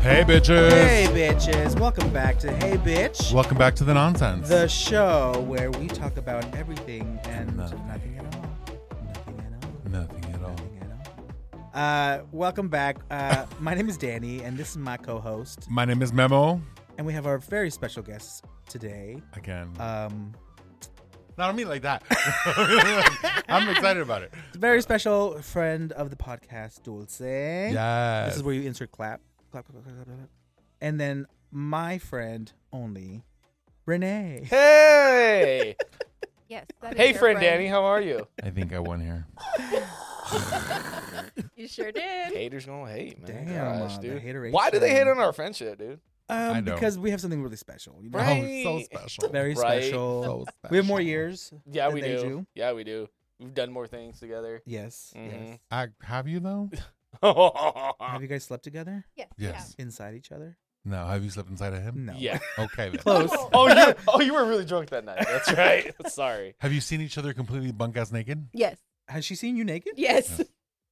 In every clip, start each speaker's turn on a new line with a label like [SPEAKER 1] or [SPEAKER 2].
[SPEAKER 1] Hey, bitches.
[SPEAKER 2] Hey, bitches. Welcome back to Hey, Bitch,
[SPEAKER 1] Welcome back to the nonsense.
[SPEAKER 2] the show where we talk about everything and
[SPEAKER 1] Nothing.
[SPEAKER 2] nothing, at all. Nothing at all.
[SPEAKER 1] Nothing at all.
[SPEAKER 2] Nothing at all. Uh, welcome back. Uh, my name is Danny, and this is my co host.
[SPEAKER 1] My name is Memo.
[SPEAKER 2] And we have our very special guest today.
[SPEAKER 1] Again,
[SPEAKER 2] Um,
[SPEAKER 1] not on me like that. I'm excited about it.
[SPEAKER 2] very special friend of the podcast, Dulce. Yeah.
[SPEAKER 1] Yeah.
[SPEAKER 2] This is where you insert clap. Clap, clap, clap, clap, clap. clap. And then my friend only, Renee.
[SPEAKER 3] Hey!
[SPEAKER 4] Yes. that is
[SPEAKER 3] hey,
[SPEAKER 4] your
[SPEAKER 3] friend Danny, how are you?
[SPEAKER 1] I think I won here.
[SPEAKER 4] You sure did.
[SPEAKER 3] Haters gonna hate, man.
[SPEAKER 2] Damn,
[SPEAKER 3] Gosh,
[SPEAKER 2] uh, the
[SPEAKER 3] dude.
[SPEAKER 2] hateration.
[SPEAKER 3] Why do they hate on our friendship, dude?
[SPEAKER 1] I
[SPEAKER 2] Um,
[SPEAKER 1] know.
[SPEAKER 2] because we have something really special. You know?
[SPEAKER 3] Right.
[SPEAKER 1] Oh, so special.
[SPEAKER 2] Very
[SPEAKER 3] Right.
[SPEAKER 2] special.
[SPEAKER 1] so special.
[SPEAKER 2] We have more years.
[SPEAKER 3] Yeah,
[SPEAKER 2] than
[SPEAKER 3] we
[SPEAKER 2] they
[SPEAKER 3] do. Yeah, we do. We've done more things together.
[SPEAKER 2] Yes.
[SPEAKER 3] Mhm.
[SPEAKER 2] Yes.
[SPEAKER 1] I, have you though? Uh,
[SPEAKER 2] Have you guys slept together?
[SPEAKER 4] Yes.
[SPEAKER 1] Yes.
[SPEAKER 2] Inside each other?
[SPEAKER 1] No. Have you slept inside of him?
[SPEAKER 2] No.
[SPEAKER 3] Yeah.
[SPEAKER 1] Okay. Then.
[SPEAKER 2] Close.
[SPEAKER 3] oh, you. Oh, you were really drunk that night. That's right. Sorry.
[SPEAKER 1] Have you seen each other completely bunk ass naked?
[SPEAKER 4] Yes.
[SPEAKER 2] Has she seen you naked?
[SPEAKER 4] Yes.
[SPEAKER 1] Yeah.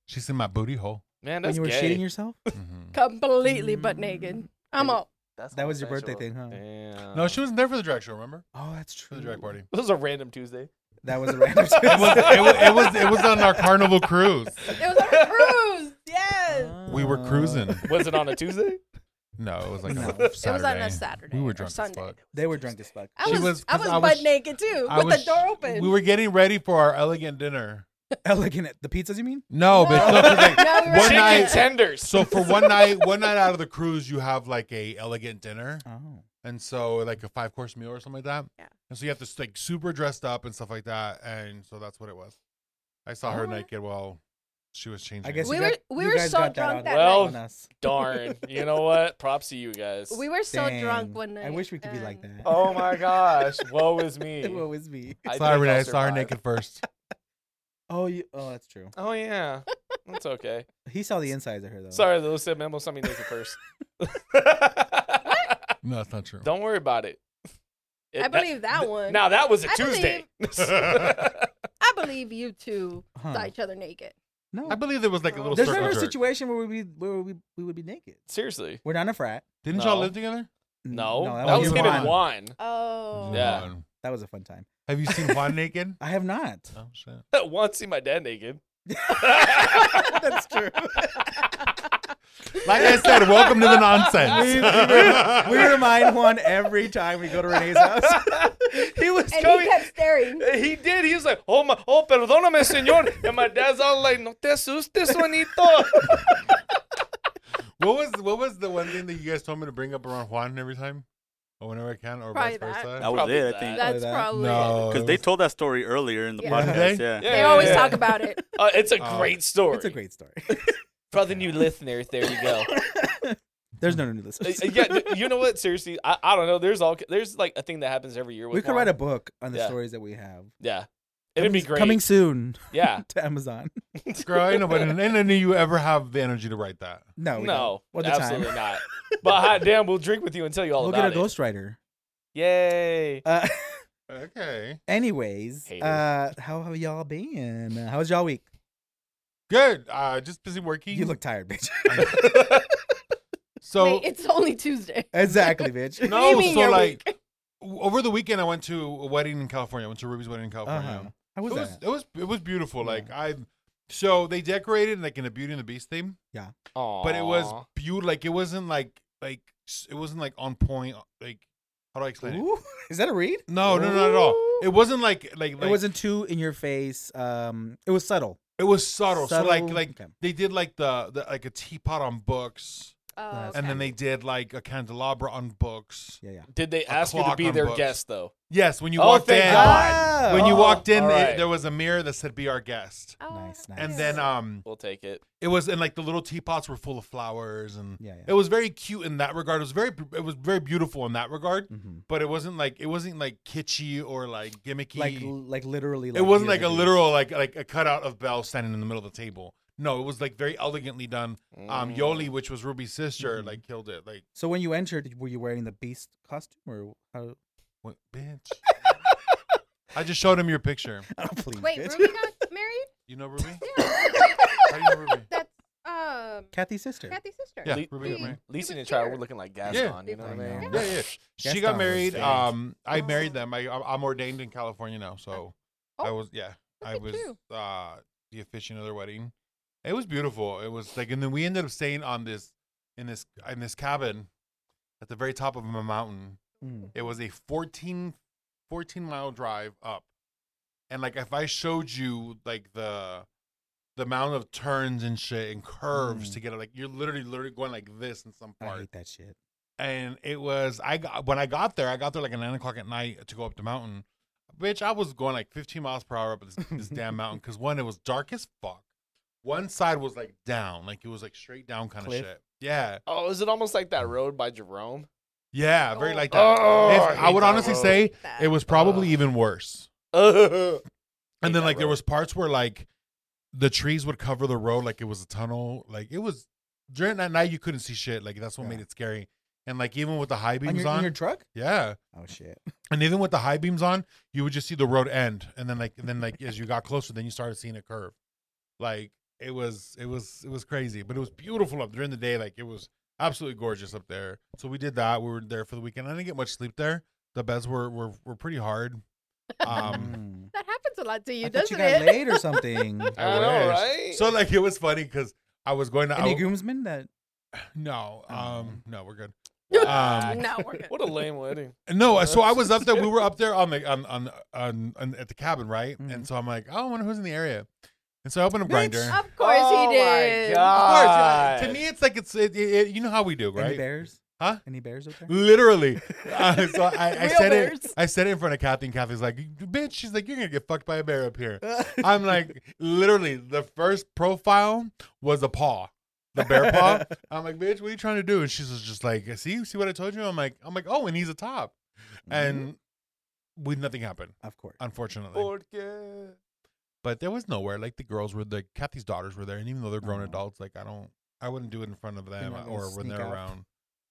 [SPEAKER 1] She's in my booty hole.
[SPEAKER 3] Man,
[SPEAKER 2] When
[SPEAKER 3] that's
[SPEAKER 2] you were
[SPEAKER 3] gay.
[SPEAKER 2] shitting yourself?
[SPEAKER 1] Mhm.
[SPEAKER 4] Completely butt naked. I'm
[SPEAKER 3] Dude.
[SPEAKER 4] all.
[SPEAKER 3] That's
[SPEAKER 2] That was your
[SPEAKER 3] homosexual.
[SPEAKER 2] birthday thing, huh?
[SPEAKER 3] Damn.
[SPEAKER 1] No, she wasn't there for the drag show. Remember
[SPEAKER 2] Oh, that's
[SPEAKER 1] for
[SPEAKER 2] true.
[SPEAKER 1] the drag party.
[SPEAKER 3] This was a random Tuesday.
[SPEAKER 2] That was a random
[SPEAKER 1] It was, it, was, it was it was on our carnival cruise.
[SPEAKER 4] It was on a cruise. Yes.
[SPEAKER 1] We were cruising.
[SPEAKER 3] Was it on a Tuesday?
[SPEAKER 1] No, it was like
[SPEAKER 2] Uh.
[SPEAKER 1] a
[SPEAKER 2] No. It was
[SPEAKER 4] It was on
[SPEAKER 1] Saturday.
[SPEAKER 4] a Saturday.
[SPEAKER 1] We were
[SPEAKER 4] or
[SPEAKER 1] drunk as
[SPEAKER 4] Sunday.
[SPEAKER 1] fuck.
[SPEAKER 2] They were drunk as fuck.
[SPEAKER 4] I
[SPEAKER 1] She
[SPEAKER 4] was,
[SPEAKER 1] was-
[SPEAKER 4] I was
[SPEAKER 1] 'cause I
[SPEAKER 4] butt
[SPEAKER 1] was-
[SPEAKER 4] naked too,
[SPEAKER 1] I
[SPEAKER 4] with
[SPEAKER 1] was-
[SPEAKER 4] the door open.
[SPEAKER 1] We were getting ready for our elegant dinner.
[SPEAKER 2] Elegant at the pizzas, you mean?
[SPEAKER 1] No, but
[SPEAKER 4] No.
[SPEAKER 1] no, 'cause, like,
[SPEAKER 4] No, we were
[SPEAKER 1] one
[SPEAKER 3] Chicken
[SPEAKER 1] night.
[SPEAKER 3] tenders.
[SPEAKER 1] So for one night, one night out of the cruise, you have like a elegant dinner,
[SPEAKER 2] Oh.
[SPEAKER 1] and so like a five course meal or something like that.
[SPEAKER 4] Yeah.
[SPEAKER 1] And so you have to like super dressed up and stuff like that, and so that's what it was. I saw her
[SPEAKER 4] Alright.
[SPEAKER 1] naked while she was changing.
[SPEAKER 2] I guess
[SPEAKER 4] We
[SPEAKER 2] you
[SPEAKER 4] were-
[SPEAKER 2] got-
[SPEAKER 4] we
[SPEAKER 2] you
[SPEAKER 4] were
[SPEAKER 2] guys
[SPEAKER 4] so
[SPEAKER 2] got that
[SPEAKER 4] drunk
[SPEAKER 2] on,
[SPEAKER 4] that
[SPEAKER 3] Well-
[SPEAKER 2] on us.
[SPEAKER 3] Darn. You know what? Props to you guys.
[SPEAKER 4] We were so
[SPEAKER 2] Dang.
[SPEAKER 4] drunk one night.
[SPEAKER 2] I wish we could be like
[SPEAKER 4] and-
[SPEAKER 2] that.
[SPEAKER 3] Oh my gosh. Woe is me.
[SPEAKER 2] It was me.
[SPEAKER 3] I
[SPEAKER 1] sorry,
[SPEAKER 3] think
[SPEAKER 1] Renee,
[SPEAKER 3] I'll
[SPEAKER 1] I saw her
[SPEAKER 3] survive.
[SPEAKER 1] naked first.
[SPEAKER 2] Oh, you, oh, that's true.
[SPEAKER 3] Oh yeah, that's okay.
[SPEAKER 2] He saw the insides of her though.
[SPEAKER 3] Sorry, Lewis said Mambo sent me naked first.
[SPEAKER 1] No, that's not true.
[SPEAKER 3] Don't worry about it. It-
[SPEAKER 4] I believe that one.
[SPEAKER 3] Now that was a
[SPEAKER 4] I
[SPEAKER 3] Tuesday.
[SPEAKER 4] I believe you two
[SPEAKER 2] Huh.
[SPEAKER 4] saw each other naked.
[SPEAKER 2] No.
[SPEAKER 1] I believe there was like a little
[SPEAKER 2] There's
[SPEAKER 1] circle
[SPEAKER 2] never a
[SPEAKER 1] jerk.
[SPEAKER 2] situation where we where we, we would be naked.
[SPEAKER 3] Seriously,
[SPEAKER 2] We're not in a frat.
[SPEAKER 1] Didn't
[SPEAKER 3] No.
[SPEAKER 1] y'all live together?
[SPEAKER 2] N-
[SPEAKER 3] Mm, no, that,
[SPEAKER 1] was
[SPEAKER 3] was
[SPEAKER 1] you
[SPEAKER 3] him
[SPEAKER 1] Juan.
[SPEAKER 3] and wine.
[SPEAKER 4] Oh.
[SPEAKER 3] Yeah.
[SPEAKER 1] No.
[SPEAKER 2] That was a fun time.
[SPEAKER 1] Have you seen Juan naked?
[SPEAKER 2] I have not.
[SPEAKER 1] Oh shit.
[SPEAKER 3] Once see my dad naked.
[SPEAKER 2] That's true.
[SPEAKER 1] Like I said, welcome to the
[SPEAKER 2] we,
[SPEAKER 1] nonsense.
[SPEAKER 2] we remind Juan every time we go to Renee's house.
[SPEAKER 3] he was
[SPEAKER 4] And
[SPEAKER 3] coming.
[SPEAKER 4] he kept staring.
[SPEAKER 3] He did. He was like, "Oh my, oh, perdóname, señor." And my dad's all like, "No te asustes, Juanito."
[SPEAKER 1] what was what was the one thing that you guys told me to bring up around Juan every time, or whenever I can, or
[SPEAKER 4] Probably
[SPEAKER 1] vice
[SPEAKER 4] that.
[SPEAKER 1] versa?
[SPEAKER 5] That was
[SPEAKER 3] Probably
[SPEAKER 5] it,
[SPEAKER 3] that.
[SPEAKER 5] I think.
[SPEAKER 4] That's
[SPEAKER 2] that.
[SPEAKER 4] probably it.
[SPEAKER 1] no,
[SPEAKER 5] Because they told that story earlier in the
[SPEAKER 4] Yeah.
[SPEAKER 1] Monday?
[SPEAKER 5] podcast. Yeah.
[SPEAKER 3] Yeah,
[SPEAKER 4] They
[SPEAKER 3] yeah,
[SPEAKER 4] always
[SPEAKER 3] yeah.
[SPEAKER 4] talk about it.
[SPEAKER 3] Uh, it's a
[SPEAKER 1] Oh.
[SPEAKER 3] great story.
[SPEAKER 2] It's a great story.
[SPEAKER 3] for the new listeners. There you go.
[SPEAKER 2] There's no new
[SPEAKER 3] Uh,
[SPEAKER 2] listeners.
[SPEAKER 3] yeah, th- you know what? Seriously, I, I don't know. There's all there's like a thing that happens every year. With
[SPEAKER 2] we could write a
[SPEAKER 3] Juan.
[SPEAKER 2] book on the
[SPEAKER 3] Yeah.
[SPEAKER 2] stories that we have.
[SPEAKER 3] yeah. It'd be
[SPEAKER 2] Coming-
[SPEAKER 3] great.
[SPEAKER 2] Coming soon
[SPEAKER 3] yeah,
[SPEAKER 2] to Amazon.
[SPEAKER 1] Girl, I know, but and I knew you ever have the energy to write that.
[SPEAKER 2] No, we
[SPEAKER 3] no,
[SPEAKER 2] don't. Or the
[SPEAKER 3] absolutely
[SPEAKER 2] time.
[SPEAKER 3] not. But hot damn, we'll drink with you and tell you all
[SPEAKER 2] We'll
[SPEAKER 3] about
[SPEAKER 2] get a
[SPEAKER 3] it.
[SPEAKER 2] ghostwriter.
[SPEAKER 3] Yay!
[SPEAKER 2] Uh,
[SPEAKER 1] Okay,
[SPEAKER 2] anyways,
[SPEAKER 3] Hater.
[SPEAKER 2] uh, how have y'all been? How was y'all week?
[SPEAKER 1] good. Uh, just busy working.
[SPEAKER 2] You look tired, bitch.
[SPEAKER 1] so
[SPEAKER 4] Wait, it's only Tuesday.
[SPEAKER 2] exactly, bitch.
[SPEAKER 4] No.
[SPEAKER 1] no,
[SPEAKER 4] you mean
[SPEAKER 1] so
[SPEAKER 4] your
[SPEAKER 1] like w- over the weekend, I went to a wedding in California. I went to Ruby's wedding in California.
[SPEAKER 2] Uh-huh. How was
[SPEAKER 1] it was
[SPEAKER 2] that?
[SPEAKER 1] it was it was beautiful.
[SPEAKER 2] Yeah.
[SPEAKER 1] Like I, so they decorated like in a Beauty and the Beast theme.
[SPEAKER 3] Aww.
[SPEAKER 1] but it was beautiful. Like it wasn't like like s- it wasn't like on point. Like how do I explain it?
[SPEAKER 2] Ooh, is that a read?
[SPEAKER 1] No, no, not at all.
[SPEAKER 3] Ooh.
[SPEAKER 1] It wasn't like like,
[SPEAKER 2] it
[SPEAKER 1] like-
[SPEAKER 2] wasn't too in your face. Um, it was subtle.
[SPEAKER 1] It was subtle. So like
[SPEAKER 2] Subtle-
[SPEAKER 1] like
[SPEAKER 2] okay.
[SPEAKER 1] they did like the, the like a teapot on books,
[SPEAKER 4] Oh,
[SPEAKER 1] and then
[SPEAKER 4] okay.
[SPEAKER 1] they did like a candelabra on books.
[SPEAKER 2] Yeah, yeah.
[SPEAKER 3] Did they ask you to
[SPEAKER 1] clock
[SPEAKER 3] be
[SPEAKER 1] on
[SPEAKER 3] their
[SPEAKER 1] books.
[SPEAKER 3] guest though?
[SPEAKER 1] Yes, when you
[SPEAKER 3] Oh,
[SPEAKER 1] walked in,
[SPEAKER 3] thank God.
[SPEAKER 2] Ah,
[SPEAKER 1] when you
[SPEAKER 3] Oh,
[SPEAKER 1] walked in,
[SPEAKER 3] all
[SPEAKER 1] it-
[SPEAKER 3] right.
[SPEAKER 1] there was a mirror that said "Be our guest,"
[SPEAKER 4] Oh,
[SPEAKER 2] Nice,
[SPEAKER 4] that's
[SPEAKER 1] and
[SPEAKER 4] cute.
[SPEAKER 1] then um,
[SPEAKER 3] We'll take it.
[SPEAKER 1] it was and like the little teapots were full of flowers, and
[SPEAKER 2] yeah,
[SPEAKER 1] it was very cute in that regard. It was very it was very beautiful in that regard.
[SPEAKER 2] Mhm.
[SPEAKER 1] but it wasn't like it wasn't like kitschy or like gimmicky.
[SPEAKER 2] Like, like literally. Like
[SPEAKER 1] it wasn't
[SPEAKER 2] the
[SPEAKER 1] like a
[SPEAKER 2] other dudes.
[SPEAKER 1] literal like like a cutout of Belle standing in the middle of the table. No, it was like very elegantly done. Um,
[SPEAKER 3] Mm.
[SPEAKER 1] Yoli, which was Ruby's sister,
[SPEAKER 2] Mhm.
[SPEAKER 4] Mm-hmm.
[SPEAKER 1] like killed it. Like,
[SPEAKER 2] So when you entered, were you wearing the beast costume or how?
[SPEAKER 1] what, bitch? I just showed him your picture.
[SPEAKER 2] Oh, please,
[SPEAKER 4] Wait,
[SPEAKER 2] bitch.
[SPEAKER 4] Ruby got married?
[SPEAKER 1] You know Ruby?
[SPEAKER 4] Yeah.
[SPEAKER 1] How do you know Ruby?
[SPEAKER 4] That's uh, um,
[SPEAKER 2] Kathy's sister.
[SPEAKER 4] Kathy's sister.
[SPEAKER 1] Yeah,
[SPEAKER 3] Le-
[SPEAKER 1] Rebecca
[SPEAKER 4] He-
[SPEAKER 1] May.
[SPEAKER 3] Lisa and
[SPEAKER 4] He was
[SPEAKER 3] Chad
[SPEAKER 4] here.
[SPEAKER 3] were looking like
[SPEAKER 1] Yeah.
[SPEAKER 3] Gaston. You know what I
[SPEAKER 2] I
[SPEAKER 3] mean?
[SPEAKER 2] know.
[SPEAKER 1] Yeah, yeah. She
[SPEAKER 2] Gaston
[SPEAKER 1] got
[SPEAKER 2] was
[SPEAKER 1] married.
[SPEAKER 2] big.
[SPEAKER 1] Um, I
[SPEAKER 4] Oh.
[SPEAKER 1] married them. I I'm ordained in California now, so I
[SPEAKER 4] Oh,
[SPEAKER 1] was yeah.
[SPEAKER 4] look
[SPEAKER 1] I
[SPEAKER 4] at
[SPEAKER 1] was
[SPEAKER 4] you.
[SPEAKER 1] uh the officiant of their wedding. It was beautiful. It was like, and then we ended up staying on this in this in this cabin at the very top of a mountain.
[SPEAKER 2] Mm.
[SPEAKER 1] It was a 14, 14 mile drive up, and like if I showed you like the the amount of turns and shit and curves
[SPEAKER 2] Mm.
[SPEAKER 1] to get it, like you're literally literally going like this in some
[SPEAKER 2] I
[SPEAKER 1] parts
[SPEAKER 2] hate that shit.
[SPEAKER 1] and it was I got when I got there, I got there like at nine o'clock at night to go up the mountain. Bitch, I was going like 15 miles per hour up this, this damn mountain because one, it was dark as fuck. One side was like down, like it was like straight down kind
[SPEAKER 2] Cliff.
[SPEAKER 1] of shit. Yeah,
[SPEAKER 3] Oh, is it almost like that road by Jerome?
[SPEAKER 1] yeah, very
[SPEAKER 4] Oh.
[SPEAKER 1] like
[SPEAKER 3] Oh,
[SPEAKER 1] that. If-
[SPEAKER 3] I,
[SPEAKER 1] I,
[SPEAKER 3] hate
[SPEAKER 1] would
[SPEAKER 3] that
[SPEAKER 1] honestly
[SPEAKER 3] road.
[SPEAKER 1] say
[SPEAKER 4] that.
[SPEAKER 1] it was probably
[SPEAKER 3] Ugh.
[SPEAKER 1] even worse. And
[SPEAKER 3] Hate
[SPEAKER 1] then
[SPEAKER 3] that
[SPEAKER 1] like there
[SPEAKER 3] road.
[SPEAKER 1] was parts where like the trees would cover the road like it was a tunnel. Like it was during that night you couldn't see shit. Like that's what
[SPEAKER 2] Yeah.
[SPEAKER 1] made it scary. And like even with the high
[SPEAKER 2] On
[SPEAKER 1] beams
[SPEAKER 2] your,
[SPEAKER 1] on,
[SPEAKER 2] in your truck?
[SPEAKER 1] yeah.
[SPEAKER 2] Oh shit.
[SPEAKER 1] And even with the high beams on, you would just see the road end, and then like, and then like as you got closer, then you started seeing it curve. Like it was, it was, it was crazy, but it was beautiful up during the day. Like it was absolutely gorgeous up there. So we did that. We were there for the weekend. I didn't get much sleep there. The beds were were were pretty hard. Um,
[SPEAKER 2] Mm.
[SPEAKER 4] That happens a lot to you,
[SPEAKER 2] I thought
[SPEAKER 4] doesn't
[SPEAKER 2] you got
[SPEAKER 4] it?
[SPEAKER 2] laid or something.
[SPEAKER 3] I,
[SPEAKER 1] I
[SPEAKER 3] know,
[SPEAKER 1] wish.
[SPEAKER 3] right?
[SPEAKER 1] so like it was funny because I was going to I
[SPEAKER 2] Any
[SPEAKER 1] w-
[SPEAKER 2] groomsmen that
[SPEAKER 1] no, um,
[SPEAKER 2] Um.
[SPEAKER 1] no, we're good. Um,
[SPEAKER 4] no, we're good.
[SPEAKER 3] what a lame wedding.
[SPEAKER 1] No, so I was up there. We were up there on the on on, on, on at the cabin, right?
[SPEAKER 2] Mhm.
[SPEAKER 1] And so I'm like, oh, I wonder who's in the area. And so I open up grinder.
[SPEAKER 2] Bitch.
[SPEAKER 4] Of course
[SPEAKER 3] Oh my
[SPEAKER 4] he did.
[SPEAKER 1] Of course, uh,
[SPEAKER 3] God.
[SPEAKER 1] to me, it's like it's it, it, it- you know how we do,
[SPEAKER 2] any
[SPEAKER 1] right?
[SPEAKER 2] bears?
[SPEAKER 1] Huh?
[SPEAKER 2] Any bears up there?
[SPEAKER 1] Literally. Uh, so I, I
[SPEAKER 4] Real
[SPEAKER 1] said it.
[SPEAKER 4] bears.
[SPEAKER 1] I said it in front of Kathy, and Kathy's like, "Bitch," she's like, "You're gonna get fucked by a bear up here." I'm like, literally, the first profile was a paw, the bear paw. I'm like, "Bitch, what are you trying to do?" And she's just like, "See, see what I told you?" I'm like, "I'm like, oh, and he's a top," and
[SPEAKER 2] Mm-hmm.
[SPEAKER 1] uh, we nothing happened,
[SPEAKER 2] Mm, of course.
[SPEAKER 1] unfortunately.
[SPEAKER 3] Porque-
[SPEAKER 1] but there was nowhere. Like the girls were the Kathy's daughters were there, and even though they're grown
[SPEAKER 2] Oh.
[SPEAKER 1] adults, like I don't, I wouldn't do it in front of them
[SPEAKER 2] not gonna
[SPEAKER 1] or when
[SPEAKER 2] sneak
[SPEAKER 1] they're
[SPEAKER 2] up.
[SPEAKER 1] around.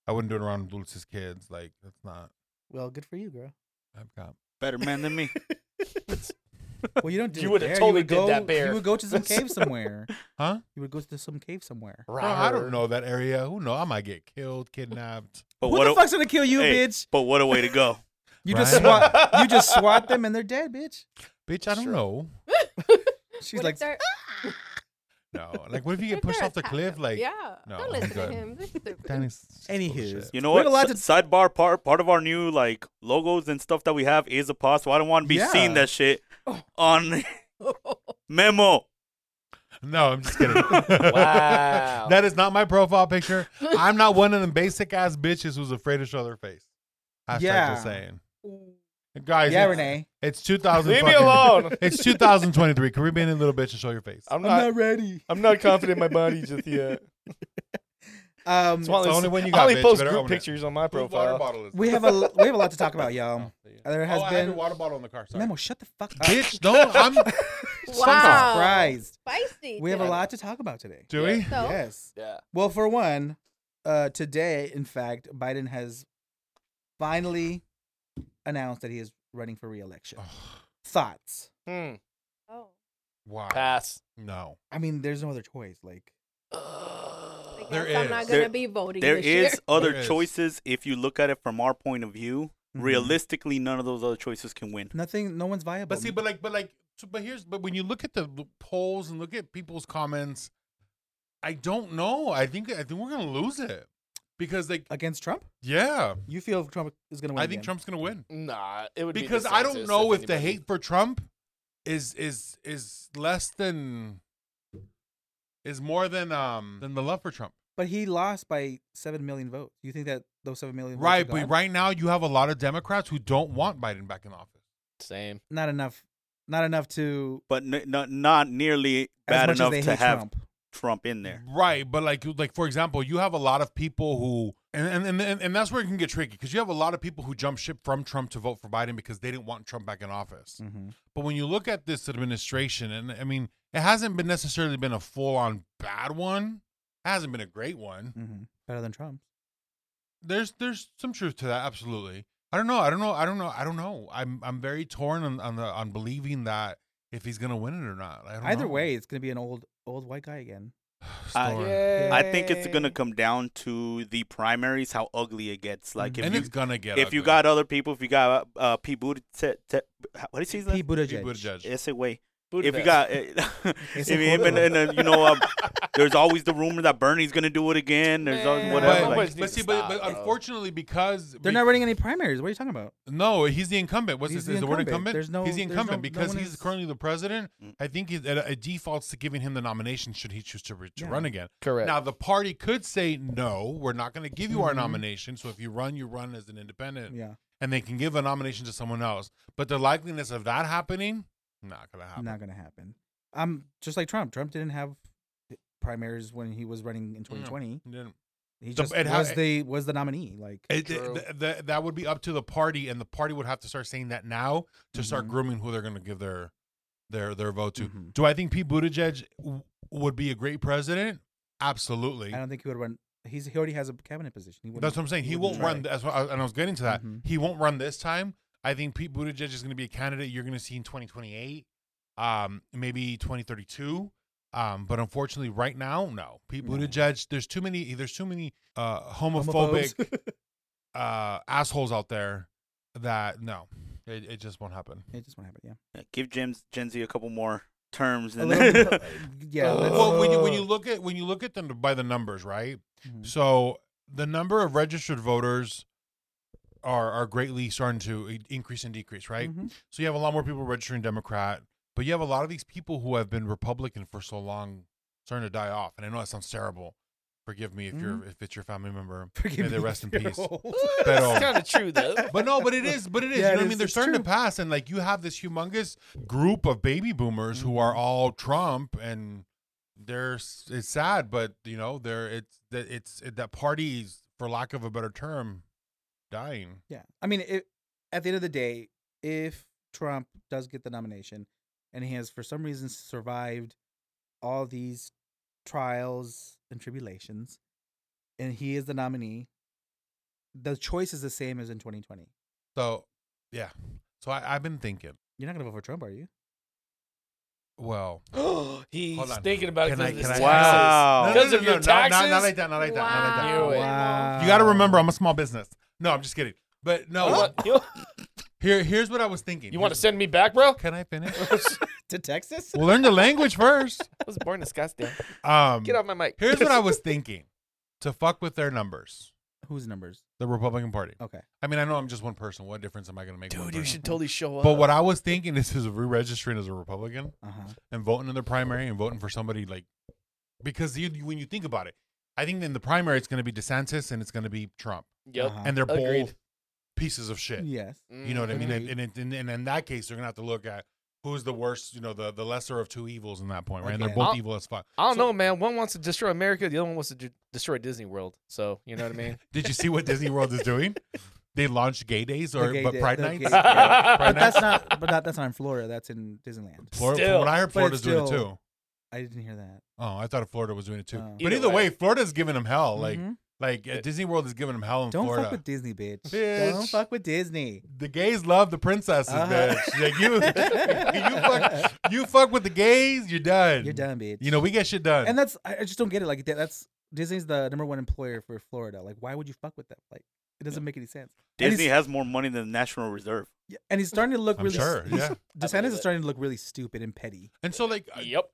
[SPEAKER 1] I wouldn't do it around Dulce's kids. Like that's not.
[SPEAKER 2] Well, good for you, girl.
[SPEAKER 1] I've got.
[SPEAKER 5] Better man than me.
[SPEAKER 2] Well, you don't do
[SPEAKER 3] You
[SPEAKER 2] it
[SPEAKER 3] would've
[SPEAKER 2] there.
[SPEAKER 3] totally
[SPEAKER 2] would
[SPEAKER 3] did
[SPEAKER 2] go,
[SPEAKER 3] that bear.
[SPEAKER 2] You would go to some cave somewhere.
[SPEAKER 1] Huh?
[SPEAKER 2] You would go to some cave somewhere.
[SPEAKER 1] Bro, I don't know that area. Who know? I might get killed, kidnapped.
[SPEAKER 5] But
[SPEAKER 2] Who
[SPEAKER 5] what
[SPEAKER 2] the
[SPEAKER 5] a,
[SPEAKER 2] fuck's gonna kill you,
[SPEAKER 5] Hey,
[SPEAKER 2] bitch?
[SPEAKER 5] But what a way to go.
[SPEAKER 2] You just
[SPEAKER 1] Right?
[SPEAKER 2] swat. You just swat them and they're dead, bitch.
[SPEAKER 1] Bitch, I don't
[SPEAKER 3] Sure.
[SPEAKER 1] know.
[SPEAKER 2] She's
[SPEAKER 4] What
[SPEAKER 2] like,
[SPEAKER 4] if they're-
[SPEAKER 1] No, like what if you get
[SPEAKER 4] if they're
[SPEAKER 1] pushed off the
[SPEAKER 4] attacked?
[SPEAKER 1] cliff? Like, oh,
[SPEAKER 4] yeah.
[SPEAKER 1] no, I'm
[SPEAKER 4] Don't listen
[SPEAKER 1] good.
[SPEAKER 4] to him. This is stupid.
[SPEAKER 1] Danny's
[SPEAKER 2] anywho,
[SPEAKER 5] You know
[SPEAKER 2] We
[SPEAKER 5] what?
[SPEAKER 2] have a lot
[SPEAKER 5] S- sidebar part part of our new like logos and stuff that we have is a pause. So I don't want to be
[SPEAKER 2] Yeah. Oh.
[SPEAKER 5] seeing that shit on memo.
[SPEAKER 1] No, I'm just kidding.
[SPEAKER 3] Wow.
[SPEAKER 1] that is not my profile picture. I'm not one of them basic ass bitches who's afraid to show their face. Hashtag yeah.
[SPEAKER 2] Yeah.
[SPEAKER 1] just saying.
[SPEAKER 2] to.
[SPEAKER 1] Guys,
[SPEAKER 2] Yeah,
[SPEAKER 1] it's-
[SPEAKER 2] Renee.
[SPEAKER 1] It's 2000.
[SPEAKER 3] Leave me
[SPEAKER 1] fucking-
[SPEAKER 3] alone.
[SPEAKER 1] It's 2023. Can we be in a little bitch and show your face?
[SPEAKER 3] I'm
[SPEAKER 2] I'm
[SPEAKER 3] not.
[SPEAKER 2] not ready.
[SPEAKER 3] I'm not confident in my body just yet.
[SPEAKER 2] Um,
[SPEAKER 3] It's only,
[SPEAKER 1] the only one you
[SPEAKER 3] I
[SPEAKER 1] got,
[SPEAKER 3] only
[SPEAKER 1] bitch.
[SPEAKER 3] post
[SPEAKER 1] Better
[SPEAKER 3] group
[SPEAKER 1] own it.
[SPEAKER 3] pictures on my
[SPEAKER 1] Whose
[SPEAKER 3] profile.
[SPEAKER 1] bottle is
[SPEAKER 2] we
[SPEAKER 1] it?
[SPEAKER 2] have a we have a lot to talk about, y'all.
[SPEAKER 1] Oh,
[SPEAKER 2] There has
[SPEAKER 1] I had
[SPEAKER 2] been
[SPEAKER 1] your water bottle in the car. Sorry.
[SPEAKER 2] Memo. Shut the fuck up.
[SPEAKER 1] Bitch, don't. I'm.
[SPEAKER 4] Wow.
[SPEAKER 2] Surprised.
[SPEAKER 4] Spicy.
[SPEAKER 2] We have a
[SPEAKER 4] today.
[SPEAKER 2] lot to talk about today.
[SPEAKER 1] Do we?
[SPEAKER 4] So,
[SPEAKER 2] Yes.
[SPEAKER 3] Yeah.
[SPEAKER 2] Well, for one, uh, today, in fact, Biden has finally announced that he is running for reelection.
[SPEAKER 1] Oh,
[SPEAKER 2] Thoughts?
[SPEAKER 3] Hmm.
[SPEAKER 4] oh,
[SPEAKER 1] wow.
[SPEAKER 3] Pass.
[SPEAKER 1] No.
[SPEAKER 2] I mean, there's no other choice. Like,
[SPEAKER 4] I guess
[SPEAKER 1] There
[SPEAKER 4] I'm not
[SPEAKER 1] is.
[SPEAKER 4] gonna
[SPEAKER 5] There-
[SPEAKER 4] be voting
[SPEAKER 5] There
[SPEAKER 4] this year.
[SPEAKER 5] is other
[SPEAKER 1] There is. Mm-hmm.
[SPEAKER 5] choices if you look at it from our point of view.
[SPEAKER 2] Mhm.
[SPEAKER 5] Realistically, none of those other choices can win.
[SPEAKER 2] nothing. No one's viable.
[SPEAKER 1] But see, but like, but like, so, but here's, but when you look at the l- polls and look at people's comments, I don't know. I think, I think we're gonna lose it because, like,
[SPEAKER 2] against Trump,
[SPEAKER 1] yeah,
[SPEAKER 2] you feel Trump is going to win?
[SPEAKER 1] I think
[SPEAKER 2] again.
[SPEAKER 1] Trump's gonna win.
[SPEAKER 3] Nah, it would be
[SPEAKER 1] because I don't
[SPEAKER 3] DeSantis
[SPEAKER 1] know if the
[SPEAKER 3] anybody.
[SPEAKER 1] hate for Trump is is is less than is more than um than the love for Trump.
[SPEAKER 2] But he lost by seven million votes. You think that those seven million? Votes are
[SPEAKER 1] Right, but
[SPEAKER 2] gone?
[SPEAKER 1] right now you have a lot of Democrats who don't want Biden back in office.
[SPEAKER 3] Same.
[SPEAKER 2] Not enough. Not enough to
[SPEAKER 5] But n- not not nearly
[SPEAKER 2] as
[SPEAKER 5] bad
[SPEAKER 2] much
[SPEAKER 5] enough
[SPEAKER 2] as they
[SPEAKER 5] to
[SPEAKER 2] hate
[SPEAKER 5] have Trump.
[SPEAKER 2] Trump.
[SPEAKER 5] in there.
[SPEAKER 1] Right, but like like for example, you have a lot of people who and and and- and, and that's where it can get tricky because you have a lot of people who jump ship from Trump to vote for Biden because they didn't want Trump back in office.
[SPEAKER 5] Mm.
[SPEAKER 2] Mhm.
[SPEAKER 1] But when you look at this administration, and I mean, it hasn't been necessarily been a full on bad one. It hasn't been a great one.
[SPEAKER 2] Mhm. Better than Trump.
[SPEAKER 1] there's there's some truth to that absolutely i don't know i don't know i don't know i don't know i'm i'm very torn on on, the, on believing that if he's gonna win it or not I don't
[SPEAKER 2] Either
[SPEAKER 1] know.
[SPEAKER 2] way, it's going to be an old old white guy again.
[SPEAKER 5] I-
[SPEAKER 1] Store.
[SPEAKER 5] I think it's gonna come down to the primaries, how ugly it gets. Like if
[SPEAKER 1] Mm-hmm. and
[SPEAKER 5] you
[SPEAKER 1] it's gonna get
[SPEAKER 5] if you
[SPEAKER 1] ugly.
[SPEAKER 5] got other people, if you got uh, Pete Buttigieg, te- what is his
[SPEAKER 2] Pete
[SPEAKER 5] name?
[SPEAKER 1] Pete
[SPEAKER 2] Buttigieg.
[SPEAKER 1] Buttigieg.
[SPEAKER 5] Ese way.
[SPEAKER 3] Buddha.
[SPEAKER 5] If you got, uh, if
[SPEAKER 2] Ese
[SPEAKER 5] you even,
[SPEAKER 2] gordo.
[SPEAKER 5] and, uh, you know, um, there's always the rumor that Bernie's gonna do it again. There's always
[SPEAKER 3] Man.
[SPEAKER 1] But,
[SPEAKER 5] whatever. like-
[SPEAKER 3] Nobody's
[SPEAKER 1] but
[SPEAKER 3] gonna
[SPEAKER 1] see, but,
[SPEAKER 3] stop,
[SPEAKER 1] but
[SPEAKER 3] bro.
[SPEAKER 1] unfortunately, because
[SPEAKER 2] They're not running any primaries. What are you talking about?
[SPEAKER 1] No, he's the incumbent. What's his,
[SPEAKER 2] He's the
[SPEAKER 1] is the word incumbent?
[SPEAKER 2] incumbent. There's no-
[SPEAKER 1] he's the
[SPEAKER 2] there's no-
[SPEAKER 1] incumbent
[SPEAKER 2] no
[SPEAKER 1] because
[SPEAKER 2] one
[SPEAKER 1] he's
[SPEAKER 2] is-
[SPEAKER 1] currently the president.
[SPEAKER 5] Mm.
[SPEAKER 1] I think he's, it, it defaults to giving him the nomination should he choose to, re- to
[SPEAKER 2] Yeah.
[SPEAKER 1] run again.
[SPEAKER 6] Correct.
[SPEAKER 1] Now the party could say no, we're not going to give you our
[SPEAKER 2] Mhm.
[SPEAKER 1] nomination. So if you run, you run as an independent,
[SPEAKER 2] Yeah,
[SPEAKER 1] and they can give a nomination to someone else. But the likeliness of that happening, not going to happen.
[SPEAKER 2] not gonna happen. I'm just like Trump. Trump didn't have primaries when he was running in 2020.
[SPEAKER 1] Yeah.
[SPEAKER 2] He
[SPEAKER 1] Mm. The-
[SPEAKER 2] just
[SPEAKER 1] it ha-
[SPEAKER 2] was the was the nominee. Like
[SPEAKER 1] It,
[SPEAKER 3] True.
[SPEAKER 1] th- th- that would be up to the party, and the party would have to start saying that now to start
[SPEAKER 2] Mhm.
[SPEAKER 1] grooming who they're going to give their their their vote to.
[SPEAKER 2] Mhm.
[SPEAKER 1] Do I think Pete Buttigieg w- would be a great president? Absolutely.
[SPEAKER 2] I don't think he would run. He's he already has a cabinet position. He wouldn't-
[SPEAKER 1] That's what I'm saying. He won't
[SPEAKER 2] wouldn't
[SPEAKER 1] run. That's what I, and I was getting to that.
[SPEAKER 2] Mhm.
[SPEAKER 1] He won't run this time. I think Pete Buttigieg is going to be a candidate you're going to see in 2028, um, maybe 2032. Um, but unfortunately, right now, no. Pete
[SPEAKER 2] No.
[SPEAKER 1] Buttigieg. There's too many. There's too many uh, homophobic
[SPEAKER 2] Homophobes.
[SPEAKER 1] uh, assholes out there that no, it, it just won't happen.
[SPEAKER 2] it just won't happen. Yeah.
[SPEAKER 5] give Gen, Gen Z a couple more terms,
[SPEAKER 2] A
[SPEAKER 5] and
[SPEAKER 2] little
[SPEAKER 5] then
[SPEAKER 2] bit- yeah. let's-
[SPEAKER 1] Well, when you when you look at when you look at them by the numbers, right?
[SPEAKER 2] Mhm.
[SPEAKER 1] So the number of registered voters are are greatly starting to i- increase and decrease, right?
[SPEAKER 2] Mhm.
[SPEAKER 1] So you have a lot more people registering Democrat, but you have a lot of these people who have been Republican for so long starting to die off. And I know that sounds terrible. Forgive me if you're if it's your family member.
[SPEAKER 2] Mm-hmm. Forgive
[SPEAKER 1] May they
[SPEAKER 2] me
[SPEAKER 1] rest in
[SPEAKER 2] if you're
[SPEAKER 1] peace.
[SPEAKER 2] old.
[SPEAKER 1] Pero-
[SPEAKER 3] It's kind of true though.
[SPEAKER 1] But no, but it is, but it is.
[SPEAKER 2] Yeah,
[SPEAKER 1] you know
[SPEAKER 2] it
[SPEAKER 1] what I
[SPEAKER 2] is.
[SPEAKER 1] mean? They're
[SPEAKER 2] It's
[SPEAKER 1] starting
[SPEAKER 2] true.
[SPEAKER 1] to pass, and like you have this humongous group of baby boomers
[SPEAKER 2] Mm-hmm.
[SPEAKER 1] who are all Trump, and they're s- it's sad, but you know they're it's that it's it, that party's for lack of a better term, dying.
[SPEAKER 2] Yeah. I mean, it, at the end of the day, if Trump does get the nomination and he has, for some reason, survived all these trials and tribulations, and he is the nominee, the choice is the same as in 2020.
[SPEAKER 1] So yeah, so I, I've been thinking.
[SPEAKER 2] You're not going to vote for Trump, are you?
[SPEAKER 1] Well,
[SPEAKER 3] He's
[SPEAKER 1] Hold on.
[SPEAKER 3] thinking about
[SPEAKER 1] Can
[SPEAKER 3] it
[SPEAKER 1] I-
[SPEAKER 3] because
[SPEAKER 1] can I-
[SPEAKER 5] wow.
[SPEAKER 1] no, no,
[SPEAKER 3] Oh. Because
[SPEAKER 1] no,
[SPEAKER 3] of
[SPEAKER 1] no,
[SPEAKER 3] your
[SPEAKER 1] not- Not, not
[SPEAKER 3] taxes?
[SPEAKER 1] like that. Not like that. Not like that.
[SPEAKER 3] Wow.
[SPEAKER 1] You got to remember, I'm a small business. No, I'm just kidding. But no,
[SPEAKER 3] You, want, you,
[SPEAKER 1] here here's what I was thinking.
[SPEAKER 3] want to
[SPEAKER 1] Here's-
[SPEAKER 3] send me back, bro?
[SPEAKER 1] Can I finish?
[SPEAKER 2] to Texas?
[SPEAKER 1] well, learn the language first.
[SPEAKER 3] I was born in Scottsdale.
[SPEAKER 1] Um,
[SPEAKER 3] Get off my mic.
[SPEAKER 1] Here's what I was thinking to fuck with their numbers,
[SPEAKER 2] Whose numbers?
[SPEAKER 1] the Republican Party.
[SPEAKER 2] Okay.
[SPEAKER 1] I mean, I know I'm just one person. What difference am I going to make? one
[SPEAKER 3] Dude, you
[SPEAKER 1] person?
[SPEAKER 3] should totally show up.
[SPEAKER 1] But what I was thinking is, is re-registering as a Republican
[SPEAKER 2] Uh huh.
[SPEAKER 1] and voting in the primary and voting for somebody like, because you when you think about it, I think in the primary it's going to be DeSantis and it's going to be Trump,
[SPEAKER 3] Yep.
[SPEAKER 2] Uh-huh.
[SPEAKER 1] and Mm. they're both
[SPEAKER 3] Agreed.
[SPEAKER 1] pieces of shit.
[SPEAKER 2] Yes.
[SPEAKER 1] You know what I mean? And,
[SPEAKER 3] Mhm.
[SPEAKER 1] and, it- and, and in that case, they're going to have to look at who's the worst, you know, the, the lesser of two evils in that point, right? And they're
[SPEAKER 2] Again.
[SPEAKER 1] both
[SPEAKER 3] I'll-
[SPEAKER 1] evil as fuck.
[SPEAKER 3] I don't
[SPEAKER 1] So-
[SPEAKER 3] know, man. One wants to destroy America, the other one wants to d- destroy Disney World. So you know what I mean.
[SPEAKER 1] Did you see what Disney World is doing? They launched gay days or
[SPEAKER 2] gay
[SPEAKER 1] but
[SPEAKER 2] day-
[SPEAKER 1] Pride
[SPEAKER 2] the
[SPEAKER 1] nights.
[SPEAKER 2] gay-
[SPEAKER 1] Yeah, Pride
[SPEAKER 2] But that's
[SPEAKER 1] nights.
[SPEAKER 2] not. But that, that's not in Florida. That's in Disneyland.
[SPEAKER 1] Florida,
[SPEAKER 3] Still.
[SPEAKER 1] from what I heard,
[SPEAKER 2] But
[SPEAKER 1] Florida's
[SPEAKER 2] it's
[SPEAKER 1] doing it
[SPEAKER 2] still-
[SPEAKER 1] too.
[SPEAKER 2] I didn't hear that.
[SPEAKER 1] Oh, I thought Florida was doing it too.
[SPEAKER 2] Oh.
[SPEAKER 1] but either,
[SPEAKER 3] Either
[SPEAKER 1] way,
[SPEAKER 3] way.
[SPEAKER 1] Florida's giving them hell. Oh, Like
[SPEAKER 2] Mhm.
[SPEAKER 1] like uh, Disney World is giving them hell in
[SPEAKER 2] don't
[SPEAKER 1] Florida.
[SPEAKER 2] fuck with Disney, bitch.
[SPEAKER 1] Bitch.
[SPEAKER 2] Don't fuck with Disney.
[SPEAKER 1] the gays love the princesses,
[SPEAKER 2] Uh-huh.
[SPEAKER 1] bitch. Like you, you fuck, you fuck with the gays, you're done.
[SPEAKER 2] You're done, bitch.
[SPEAKER 1] You know we get shit done.
[SPEAKER 2] and that's I I just don't get it. Like that, that's Disney's the number one employer for Florida. Like, why would you fuck with them? Like, it doesn't make any sense. And
[SPEAKER 5] Disney
[SPEAKER 2] he's-
[SPEAKER 5] has more money than the National Reserve.
[SPEAKER 2] Yeah, and he's starting to look
[SPEAKER 1] I'm
[SPEAKER 2] really.
[SPEAKER 1] sure,
[SPEAKER 2] he's-
[SPEAKER 1] yeah.
[SPEAKER 3] I
[SPEAKER 2] DeSantis
[SPEAKER 3] believe
[SPEAKER 2] is
[SPEAKER 3] it.
[SPEAKER 2] starting to look really stupid and petty.
[SPEAKER 1] and so like uh, I-
[SPEAKER 3] yep.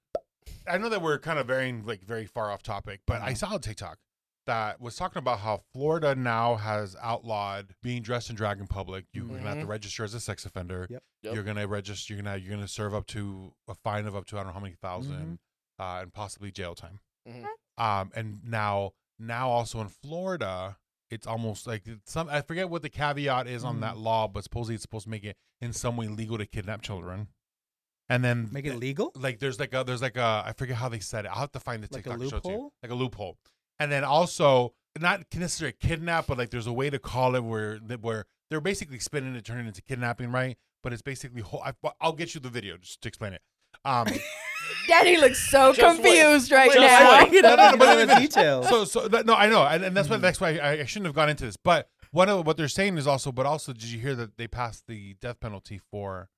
[SPEAKER 1] I know that we're kind of varying like very far off topic, but I
[SPEAKER 2] Uh-huh.
[SPEAKER 1] saw a TikTok that was talking about how Florida now has outlawed being dressed in drag in public. You're gonna have to register as a sex offender.
[SPEAKER 2] Mm-hmm. Yep.
[SPEAKER 3] Yep.
[SPEAKER 1] You're gonna register. You're gonna you're gonna serve up to a fine of up to I don't know how many 1000
[SPEAKER 2] Mm-hmm.
[SPEAKER 1] uh, and possibly jail time.
[SPEAKER 3] Mhm.
[SPEAKER 1] Um, and now now also in Florida. It's almost like it's some I forget what the caveat is on
[SPEAKER 2] Mhm.
[SPEAKER 1] that law, but supposedly it's supposed to make it in some way legal to kidnap children, and then
[SPEAKER 2] Make it legal.
[SPEAKER 1] like there's like a there's like a I forget how they said it. I'll have to find the
[SPEAKER 2] Like a
[SPEAKER 1] TikTok show too.
[SPEAKER 2] loophole?
[SPEAKER 1] Like a loophole. And then also not necessarily kidnap, but like there's a way to call it where that where they're basically spinning it, turning it into kidnapping, right? But it's basically whole, I, I'll get you the video just to explain it. Um,
[SPEAKER 4] Daddy looks so
[SPEAKER 3] Just wait.
[SPEAKER 4] confused right
[SPEAKER 3] Just
[SPEAKER 4] now.
[SPEAKER 3] wait.
[SPEAKER 2] You
[SPEAKER 1] No,
[SPEAKER 2] know,
[SPEAKER 1] no, no,
[SPEAKER 2] you
[SPEAKER 1] but
[SPEAKER 2] know
[SPEAKER 1] let
[SPEAKER 2] the
[SPEAKER 1] me-
[SPEAKER 2] details.
[SPEAKER 1] so so that, no, I know, and, and that's what that's why I, I shouldn't have gone into this. But one of what they're saying is also, but also, did you hear that they passed the death penalty for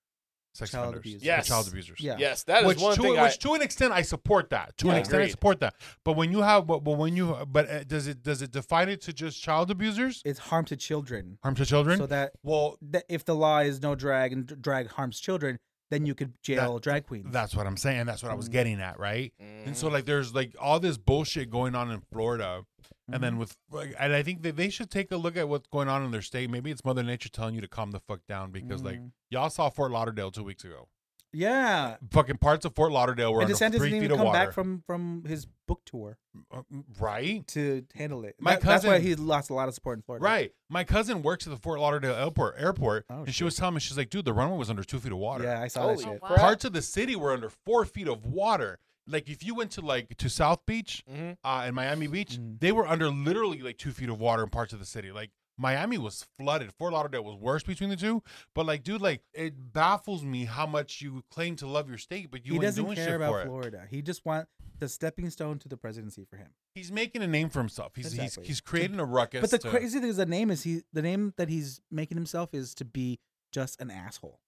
[SPEAKER 1] sex
[SPEAKER 2] Child
[SPEAKER 1] offenders,
[SPEAKER 2] abusers.
[SPEAKER 1] for
[SPEAKER 3] Yes.
[SPEAKER 1] child abusers.
[SPEAKER 2] Yeah.
[SPEAKER 3] Yes, that is
[SPEAKER 1] which
[SPEAKER 3] one
[SPEAKER 1] to
[SPEAKER 3] thing.
[SPEAKER 1] which
[SPEAKER 3] I,
[SPEAKER 1] to an extent I support that. To an
[SPEAKER 3] Yeah,
[SPEAKER 1] extent I
[SPEAKER 3] agreed.
[SPEAKER 1] support that. But when you have but, but when you but uh, does it does it define it to just child abusers?
[SPEAKER 2] It's harm to children.
[SPEAKER 1] Harm to children?
[SPEAKER 2] So that,
[SPEAKER 1] well,
[SPEAKER 2] that if the law is no drag and d- drag harms children, then you could jail drag queens.
[SPEAKER 1] that's what I'm saying. That's what
[SPEAKER 2] Mm.
[SPEAKER 1] I was getting at, right? And so
[SPEAKER 3] Mhm.
[SPEAKER 1] like there's like all this bullshit going on in Florida. And
[SPEAKER 2] Mm.
[SPEAKER 1] then with like, and I think that they should take a look at what's going on in their state. Maybe it's Mother Nature telling you to calm the fuck down because like
[SPEAKER 2] Mhm.
[SPEAKER 1] y'all saw Fort Lauderdale two weeks ago.
[SPEAKER 2] yeah,
[SPEAKER 1] Fucking parts of Fort Lauderdale were
[SPEAKER 2] and
[SPEAKER 1] under
[SPEAKER 2] DeSantis
[SPEAKER 1] three
[SPEAKER 2] didn't
[SPEAKER 1] feet
[SPEAKER 2] even
[SPEAKER 1] of
[SPEAKER 2] come
[SPEAKER 1] water.
[SPEAKER 2] back from from his book tour
[SPEAKER 1] Uh, right?
[SPEAKER 2] to handle it.
[SPEAKER 1] My
[SPEAKER 2] That- that's why
[SPEAKER 1] cousin-
[SPEAKER 2] he lost a lot of support in Florida.
[SPEAKER 1] Right. My cousin works at the Fort Lauderdale airport. Airport,
[SPEAKER 2] Oh,
[SPEAKER 1] and she was telling me she's like, dude, the runway was under two feet of water.
[SPEAKER 2] Yeah, I saw
[SPEAKER 3] Holy
[SPEAKER 2] that shit.
[SPEAKER 4] crap.
[SPEAKER 1] Parts of the city were under four feet of water. Like if you went to like to South Beach
[SPEAKER 3] Mhm.
[SPEAKER 1] uh, and Miami Beach,
[SPEAKER 2] Mhm.
[SPEAKER 1] they were under literally like two feet of water in parts of the city. Like Miami was flooded. Fort Lauderdale was worse between the two. But like, dude, like it baffles me how much you claim to love your state, but you
[SPEAKER 2] he
[SPEAKER 1] ain't
[SPEAKER 2] doesn't
[SPEAKER 1] doing
[SPEAKER 2] care
[SPEAKER 1] shit
[SPEAKER 2] about
[SPEAKER 1] for it.
[SPEAKER 2] Florida. He just wants the stepping stone to the presidency for him.
[SPEAKER 1] He's making a name for himself. He's
[SPEAKER 2] Exactly.
[SPEAKER 1] he's he's creating a ruckus.
[SPEAKER 2] But the
[SPEAKER 1] to-
[SPEAKER 2] crazy thing is the name is he the name that he's making himself is to be just an asshole.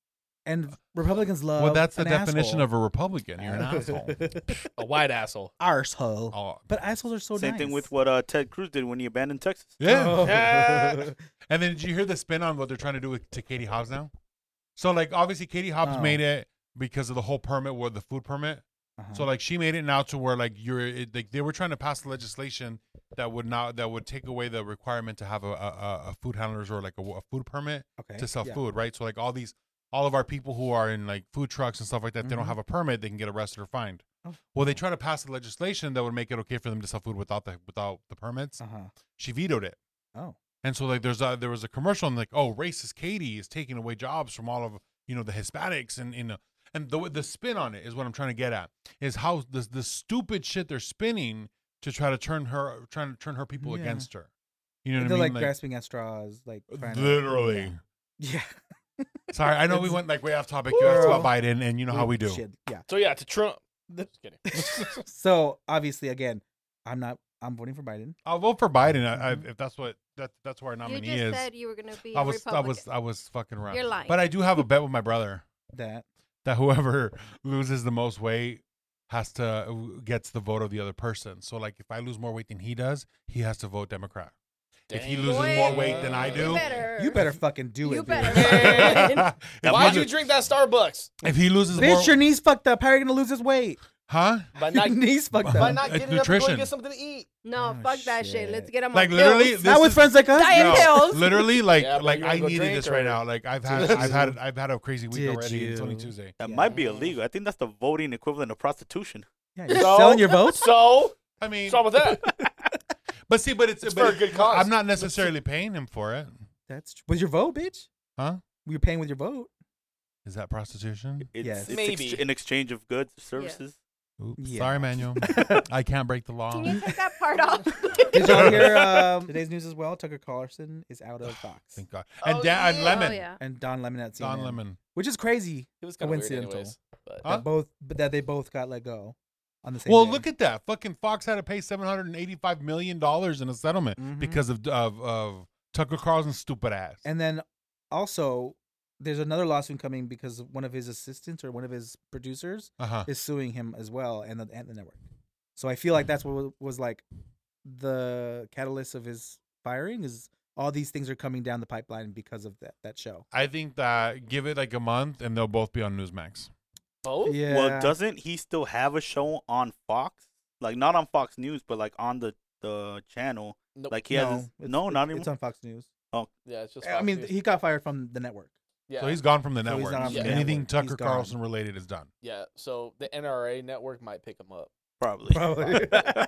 [SPEAKER 2] And Republicans love
[SPEAKER 1] Uh, well, that's the
[SPEAKER 2] an
[SPEAKER 1] definition
[SPEAKER 2] asshole.
[SPEAKER 1] of a Republican. You're an asshole.
[SPEAKER 3] a white asshole.
[SPEAKER 2] arsehole.
[SPEAKER 1] Oh,
[SPEAKER 2] But assholes are so
[SPEAKER 5] Same
[SPEAKER 2] nice. Uh-huh.
[SPEAKER 5] thing with what uh, Ted Cruz did when he abandoned Texas.
[SPEAKER 1] yeah.
[SPEAKER 2] Oh.
[SPEAKER 3] Yeah.
[SPEAKER 1] And then did you hear the spin on what they're trying to do with to Katie Hobbs now? So like obviously Katie Hobbs
[SPEAKER 2] Oh.
[SPEAKER 1] made it because of the whole permit where the food permit. So
[SPEAKER 2] Uh-huh.
[SPEAKER 1] like she made it now to where like you're it, like they were trying to pass legislation that would not that would take away the requirement to have a a, a- a food handlers or like a, a food permit
[SPEAKER 2] okay.
[SPEAKER 1] to sell
[SPEAKER 2] yeah.
[SPEAKER 1] food, right? So like all these all of our people who are in like food trucks and stuff like that, they don't
[SPEAKER 2] Mhm.
[SPEAKER 1] have a permit, they can get arrested or fined.
[SPEAKER 2] Oh.
[SPEAKER 1] Well, they try to pass the legislation that would make it okay for them to sell food without the without the permits.
[SPEAKER 2] Uh-huh.
[SPEAKER 1] She vetoed it.
[SPEAKER 2] Oh.
[SPEAKER 1] And so like there's a, there was a commercial and like oh racist Katie is taking away jobs from all of you know the Hispanics and you know and the the spin on it is what I'm trying to get at is how the the stupid shit they're spinning to try to turn her trying to turn her people
[SPEAKER 2] Yeah.
[SPEAKER 1] against her. You know
[SPEAKER 2] And
[SPEAKER 1] what I
[SPEAKER 2] they're
[SPEAKER 1] mean?
[SPEAKER 2] like,
[SPEAKER 1] Like,
[SPEAKER 2] grasping at straws, like trying to-
[SPEAKER 1] literally.
[SPEAKER 2] Yeah.
[SPEAKER 1] Sorry, I know we
[SPEAKER 2] It's-
[SPEAKER 1] went like way off topic. You asked about
[SPEAKER 2] Girl.
[SPEAKER 1] Biden, and you know how we do.
[SPEAKER 2] Shit, Yeah.
[SPEAKER 3] So yeah, to Trump. Just kidding.
[SPEAKER 2] So obviously, again, I'm not. I'm voting for Biden.
[SPEAKER 1] I'll vote for Biden I, I,
[SPEAKER 2] Mhm.
[SPEAKER 1] if that's what that that's where our
[SPEAKER 4] You
[SPEAKER 1] nominee
[SPEAKER 4] just
[SPEAKER 1] is.
[SPEAKER 4] said you were going to be
[SPEAKER 1] I
[SPEAKER 4] a
[SPEAKER 1] was I
[SPEAKER 4] Republican.
[SPEAKER 1] was I was fucking around.
[SPEAKER 4] You're lying.
[SPEAKER 1] But I do have a bet with my brother.
[SPEAKER 2] That
[SPEAKER 1] that whoever loses the most weight has to uh, gets the vote of the other person. So like if I lose more weight than he does, he has to vote Democrat. If he
[SPEAKER 3] Dang.
[SPEAKER 1] loses more weight than I
[SPEAKER 4] You
[SPEAKER 1] do-
[SPEAKER 4] better.
[SPEAKER 2] you better fucking do
[SPEAKER 4] You
[SPEAKER 2] it.
[SPEAKER 4] better.
[SPEAKER 2] Dude.
[SPEAKER 1] if,
[SPEAKER 3] Why'd
[SPEAKER 1] he,
[SPEAKER 3] you drink that Starbucks?
[SPEAKER 1] if he loses more,
[SPEAKER 2] Bitch, your knees fucked up. How are you gonna lose this weight?
[SPEAKER 1] huh?
[SPEAKER 3] By
[SPEAKER 2] Your
[SPEAKER 3] not,
[SPEAKER 2] knees fucked
[SPEAKER 1] Why
[SPEAKER 3] by
[SPEAKER 2] up.
[SPEAKER 3] not
[SPEAKER 1] It's
[SPEAKER 3] getting up and going
[SPEAKER 1] nutrition.
[SPEAKER 3] to get something to eat.
[SPEAKER 4] No,
[SPEAKER 2] Oh,
[SPEAKER 4] fuck that shit.
[SPEAKER 2] shit.
[SPEAKER 4] Let's get him
[SPEAKER 1] Like
[SPEAKER 4] on
[SPEAKER 1] literally,
[SPEAKER 4] pills.
[SPEAKER 1] this
[SPEAKER 2] Not with
[SPEAKER 1] is-
[SPEAKER 2] friends like us.
[SPEAKER 4] Diet pills.
[SPEAKER 1] literally, like
[SPEAKER 3] Yeah, but
[SPEAKER 1] like
[SPEAKER 3] you're gonna
[SPEAKER 1] I
[SPEAKER 3] go
[SPEAKER 1] needed
[SPEAKER 3] drink
[SPEAKER 1] this right
[SPEAKER 3] or-
[SPEAKER 1] now. Like I've had I've had I've had a crazy week
[SPEAKER 2] Did
[SPEAKER 1] already. and It's only
[SPEAKER 2] you?
[SPEAKER 1] Tuesday.
[SPEAKER 5] That
[SPEAKER 2] Yeah.
[SPEAKER 5] might be illegal. I think that's the voting equivalent of prostitution.
[SPEAKER 2] Yeah, you're
[SPEAKER 3] So-
[SPEAKER 2] selling your votes.
[SPEAKER 3] So
[SPEAKER 1] I mean,
[SPEAKER 3] what's wrong with that?
[SPEAKER 1] but see, but it's,
[SPEAKER 3] It's
[SPEAKER 1] but
[SPEAKER 3] for a good cause.
[SPEAKER 1] I'm not necessarily paying him for it,
[SPEAKER 2] That's true. with your vote, bitch.
[SPEAKER 1] huh?
[SPEAKER 2] You're paying with your vote.
[SPEAKER 1] Is that prostitution?
[SPEAKER 5] It's,
[SPEAKER 2] Yes.
[SPEAKER 5] it's
[SPEAKER 3] Maybe.
[SPEAKER 5] ex- an exchange of goods, services.
[SPEAKER 1] Oops,
[SPEAKER 2] Yeah.
[SPEAKER 1] Sorry, Manuel. I can't break the law.
[SPEAKER 4] Can you take that part off? Oh,
[SPEAKER 2] Did y'all hear um, today's news as well? Tucker Carlson is out of Fox,
[SPEAKER 1] Thank God. And
[SPEAKER 3] Oh,
[SPEAKER 1] Dan and
[SPEAKER 3] yeah.
[SPEAKER 1] Lemon.
[SPEAKER 4] Oh, yeah.
[SPEAKER 2] and Don Lemon at CNN,
[SPEAKER 1] Don Lemon.
[SPEAKER 2] which is crazy.
[SPEAKER 3] It was kind of weird
[SPEAKER 2] Coincidental.
[SPEAKER 3] anyways. But
[SPEAKER 1] Huh?
[SPEAKER 2] That both, but that they both got let go on the same.
[SPEAKER 1] Well,
[SPEAKER 2] day.
[SPEAKER 1] look at that. Fucking Fox had to pay seven hundred and eighty-five million dollars in a settlement
[SPEAKER 2] Mhm.
[SPEAKER 1] because of of, of Tucker Carlson's stupid ass.
[SPEAKER 2] And then also, there's another lawsuit coming because one of his assistants or one of his producers
[SPEAKER 1] uh huh.
[SPEAKER 2] is suing him as well, and the and the network. So I feel like that's what wa- was like the catalyst of his firing is all these things are coming down the pipeline because of that that show.
[SPEAKER 1] I think that give it like a month and they'll both be on Newsmax.
[SPEAKER 3] both?
[SPEAKER 2] Yeah.
[SPEAKER 5] Oh, Well, doesn't he still have a show on Fox? Like not on Fox News, but like on the the channel.
[SPEAKER 3] Nope.
[SPEAKER 5] Like he has his,
[SPEAKER 2] it's-
[SPEAKER 5] no, not
[SPEAKER 2] it-
[SPEAKER 5] even.
[SPEAKER 2] It's on Fox News.
[SPEAKER 3] yeah, it's just.
[SPEAKER 2] I
[SPEAKER 3] Fox
[SPEAKER 2] mean,
[SPEAKER 3] News.
[SPEAKER 2] he got fired from the network.
[SPEAKER 3] yeah.
[SPEAKER 1] So he's gone from the
[SPEAKER 2] So he's
[SPEAKER 1] network.
[SPEAKER 2] not
[SPEAKER 3] on the
[SPEAKER 1] Anything
[SPEAKER 2] network. He's
[SPEAKER 1] Tucker
[SPEAKER 2] gone.
[SPEAKER 1] Carlson related is done.
[SPEAKER 3] yeah. So the NRA network might pick him up.
[SPEAKER 5] Probably.
[SPEAKER 2] Probably.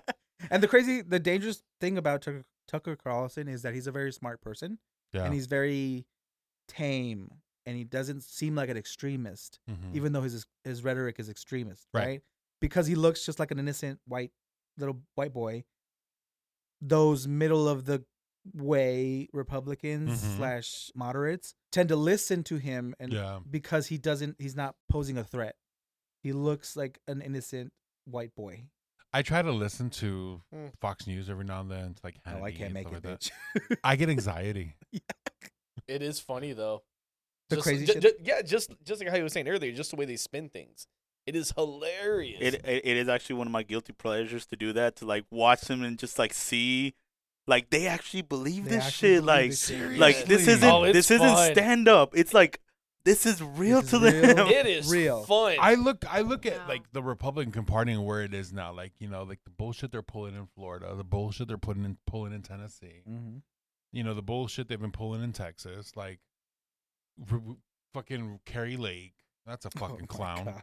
[SPEAKER 2] and the crazy, the dangerous thing about Tucker, Tucker Carlson is that he's a very smart person.
[SPEAKER 1] Yeah.
[SPEAKER 2] and he's very tame and he doesn't seem like an extremist
[SPEAKER 1] Mhm.
[SPEAKER 2] even though his his rhetoric is extremist
[SPEAKER 1] Right.
[SPEAKER 2] right. because he looks just like an innocent white little white boy those middle of the way republicans
[SPEAKER 1] Mhm.
[SPEAKER 2] slash moderates tend to listen to him and
[SPEAKER 1] yeah.
[SPEAKER 2] because he doesn't he's not posing a threat he looks like an innocent white boy
[SPEAKER 1] I try to listen to
[SPEAKER 3] Mm.
[SPEAKER 1] Fox News every now and then. It's like
[SPEAKER 2] no
[SPEAKER 1] Hannity
[SPEAKER 2] Hmm. Oh, i
[SPEAKER 1] and
[SPEAKER 2] can't make
[SPEAKER 1] stuff
[SPEAKER 2] it
[SPEAKER 1] like that.
[SPEAKER 2] bitch
[SPEAKER 1] I get anxiety.
[SPEAKER 3] It is funny though.
[SPEAKER 2] The
[SPEAKER 3] Just-
[SPEAKER 2] crazy
[SPEAKER 3] ju-
[SPEAKER 2] shit.
[SPEAKER 3] ju- yeah, just just like how you were saying earlier, just the way they spin things. It is hilarious.
[SPEAKER 5] It, it it is actually one of my guilty pleasures to do that to like watch them and just like see, like they actually believe
[SPEAKER 2] They
[SPEAKER 5] this
[SPEAKER 2] actually believe
[SPEAKER 5] shit. Like
[SPEAKER 2] this shit.
[SPEAKER 5] like this
[SPEAKER 1] Seriously.
[SPEAKER 5] isn't
[SPEAKER 3] Oh, it's
[SPEAKER 5] this
[SPEAKER 3] fun.
[SPEAKER 5] isn't stand up. It's like this is real
[SPEAKER 2] is
[SPEAKER 5] to
[SPEAKER 2] real.
[SPEAKER 5] them.
[SPEAKER 3] it is
[SPEAKER 2] real.
[SPEAKER 3] fun.
[SPEAKER 1] I look I look at
[SPEAKER 4] Wow.
[SPEAKER 1] like the Republican Party and where it is now, like you know, like the bullshit they're pulling in Florida, the bullshit they're putting in pulling in Tennessee,
[SPEAKER 2] Mm-hmm.
[SPEAKER 1] you know, the bullshit they've been pulling in Texas, like r- r- fucking Carrie Lake. That's
[SPEAKER 2] Oh
[SPEAKER 1] a fucking clown.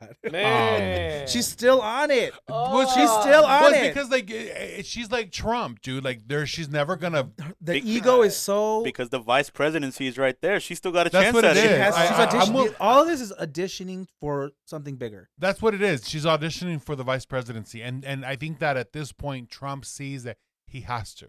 [SPEAKER 3] Man. Ah.
[SPEAKER 2] She's still on it.
[SPEAKER 1] Um, Well, uh,
[SPEAKER 2] she's still
[SPEAKER 1] Well,
[SPEAKER 2] on
[SPEAKER 1] it's
[SPEAKER 2] it.
[SPEAKER 1] because like eh, eh, she's like Trump, dude. Like there, she's never gonna.
[SPEAKER 2] The
[SPEAKER 5] Because-
[SPEAKER 2] ego is so.
[SPEAKER 5] because the vice presidency is right there. She still got a
[SPEAKER 1] That's
[SPEAKER 5] chance
[SPEAKER 1] what
[SPEAKER 5] at
[SPEAKER 1] it
[SPEAKER 5] it.
[SPEAKER 1] is.
[SPEAKER 2] has,
[SPEAKER 1] I-
[SPEAKER 2] she's
[SPEAKER 1] I- I'm
[SPEAKER 2] auditioning.
[SPEAKER 1] will-
[SPEAKER 2] all this is auditioning for something bigger.
[SPEAKER 1] That's what it is. She's auditioning for the vice presidency, and and I think that at this point, Trump sees that he has to,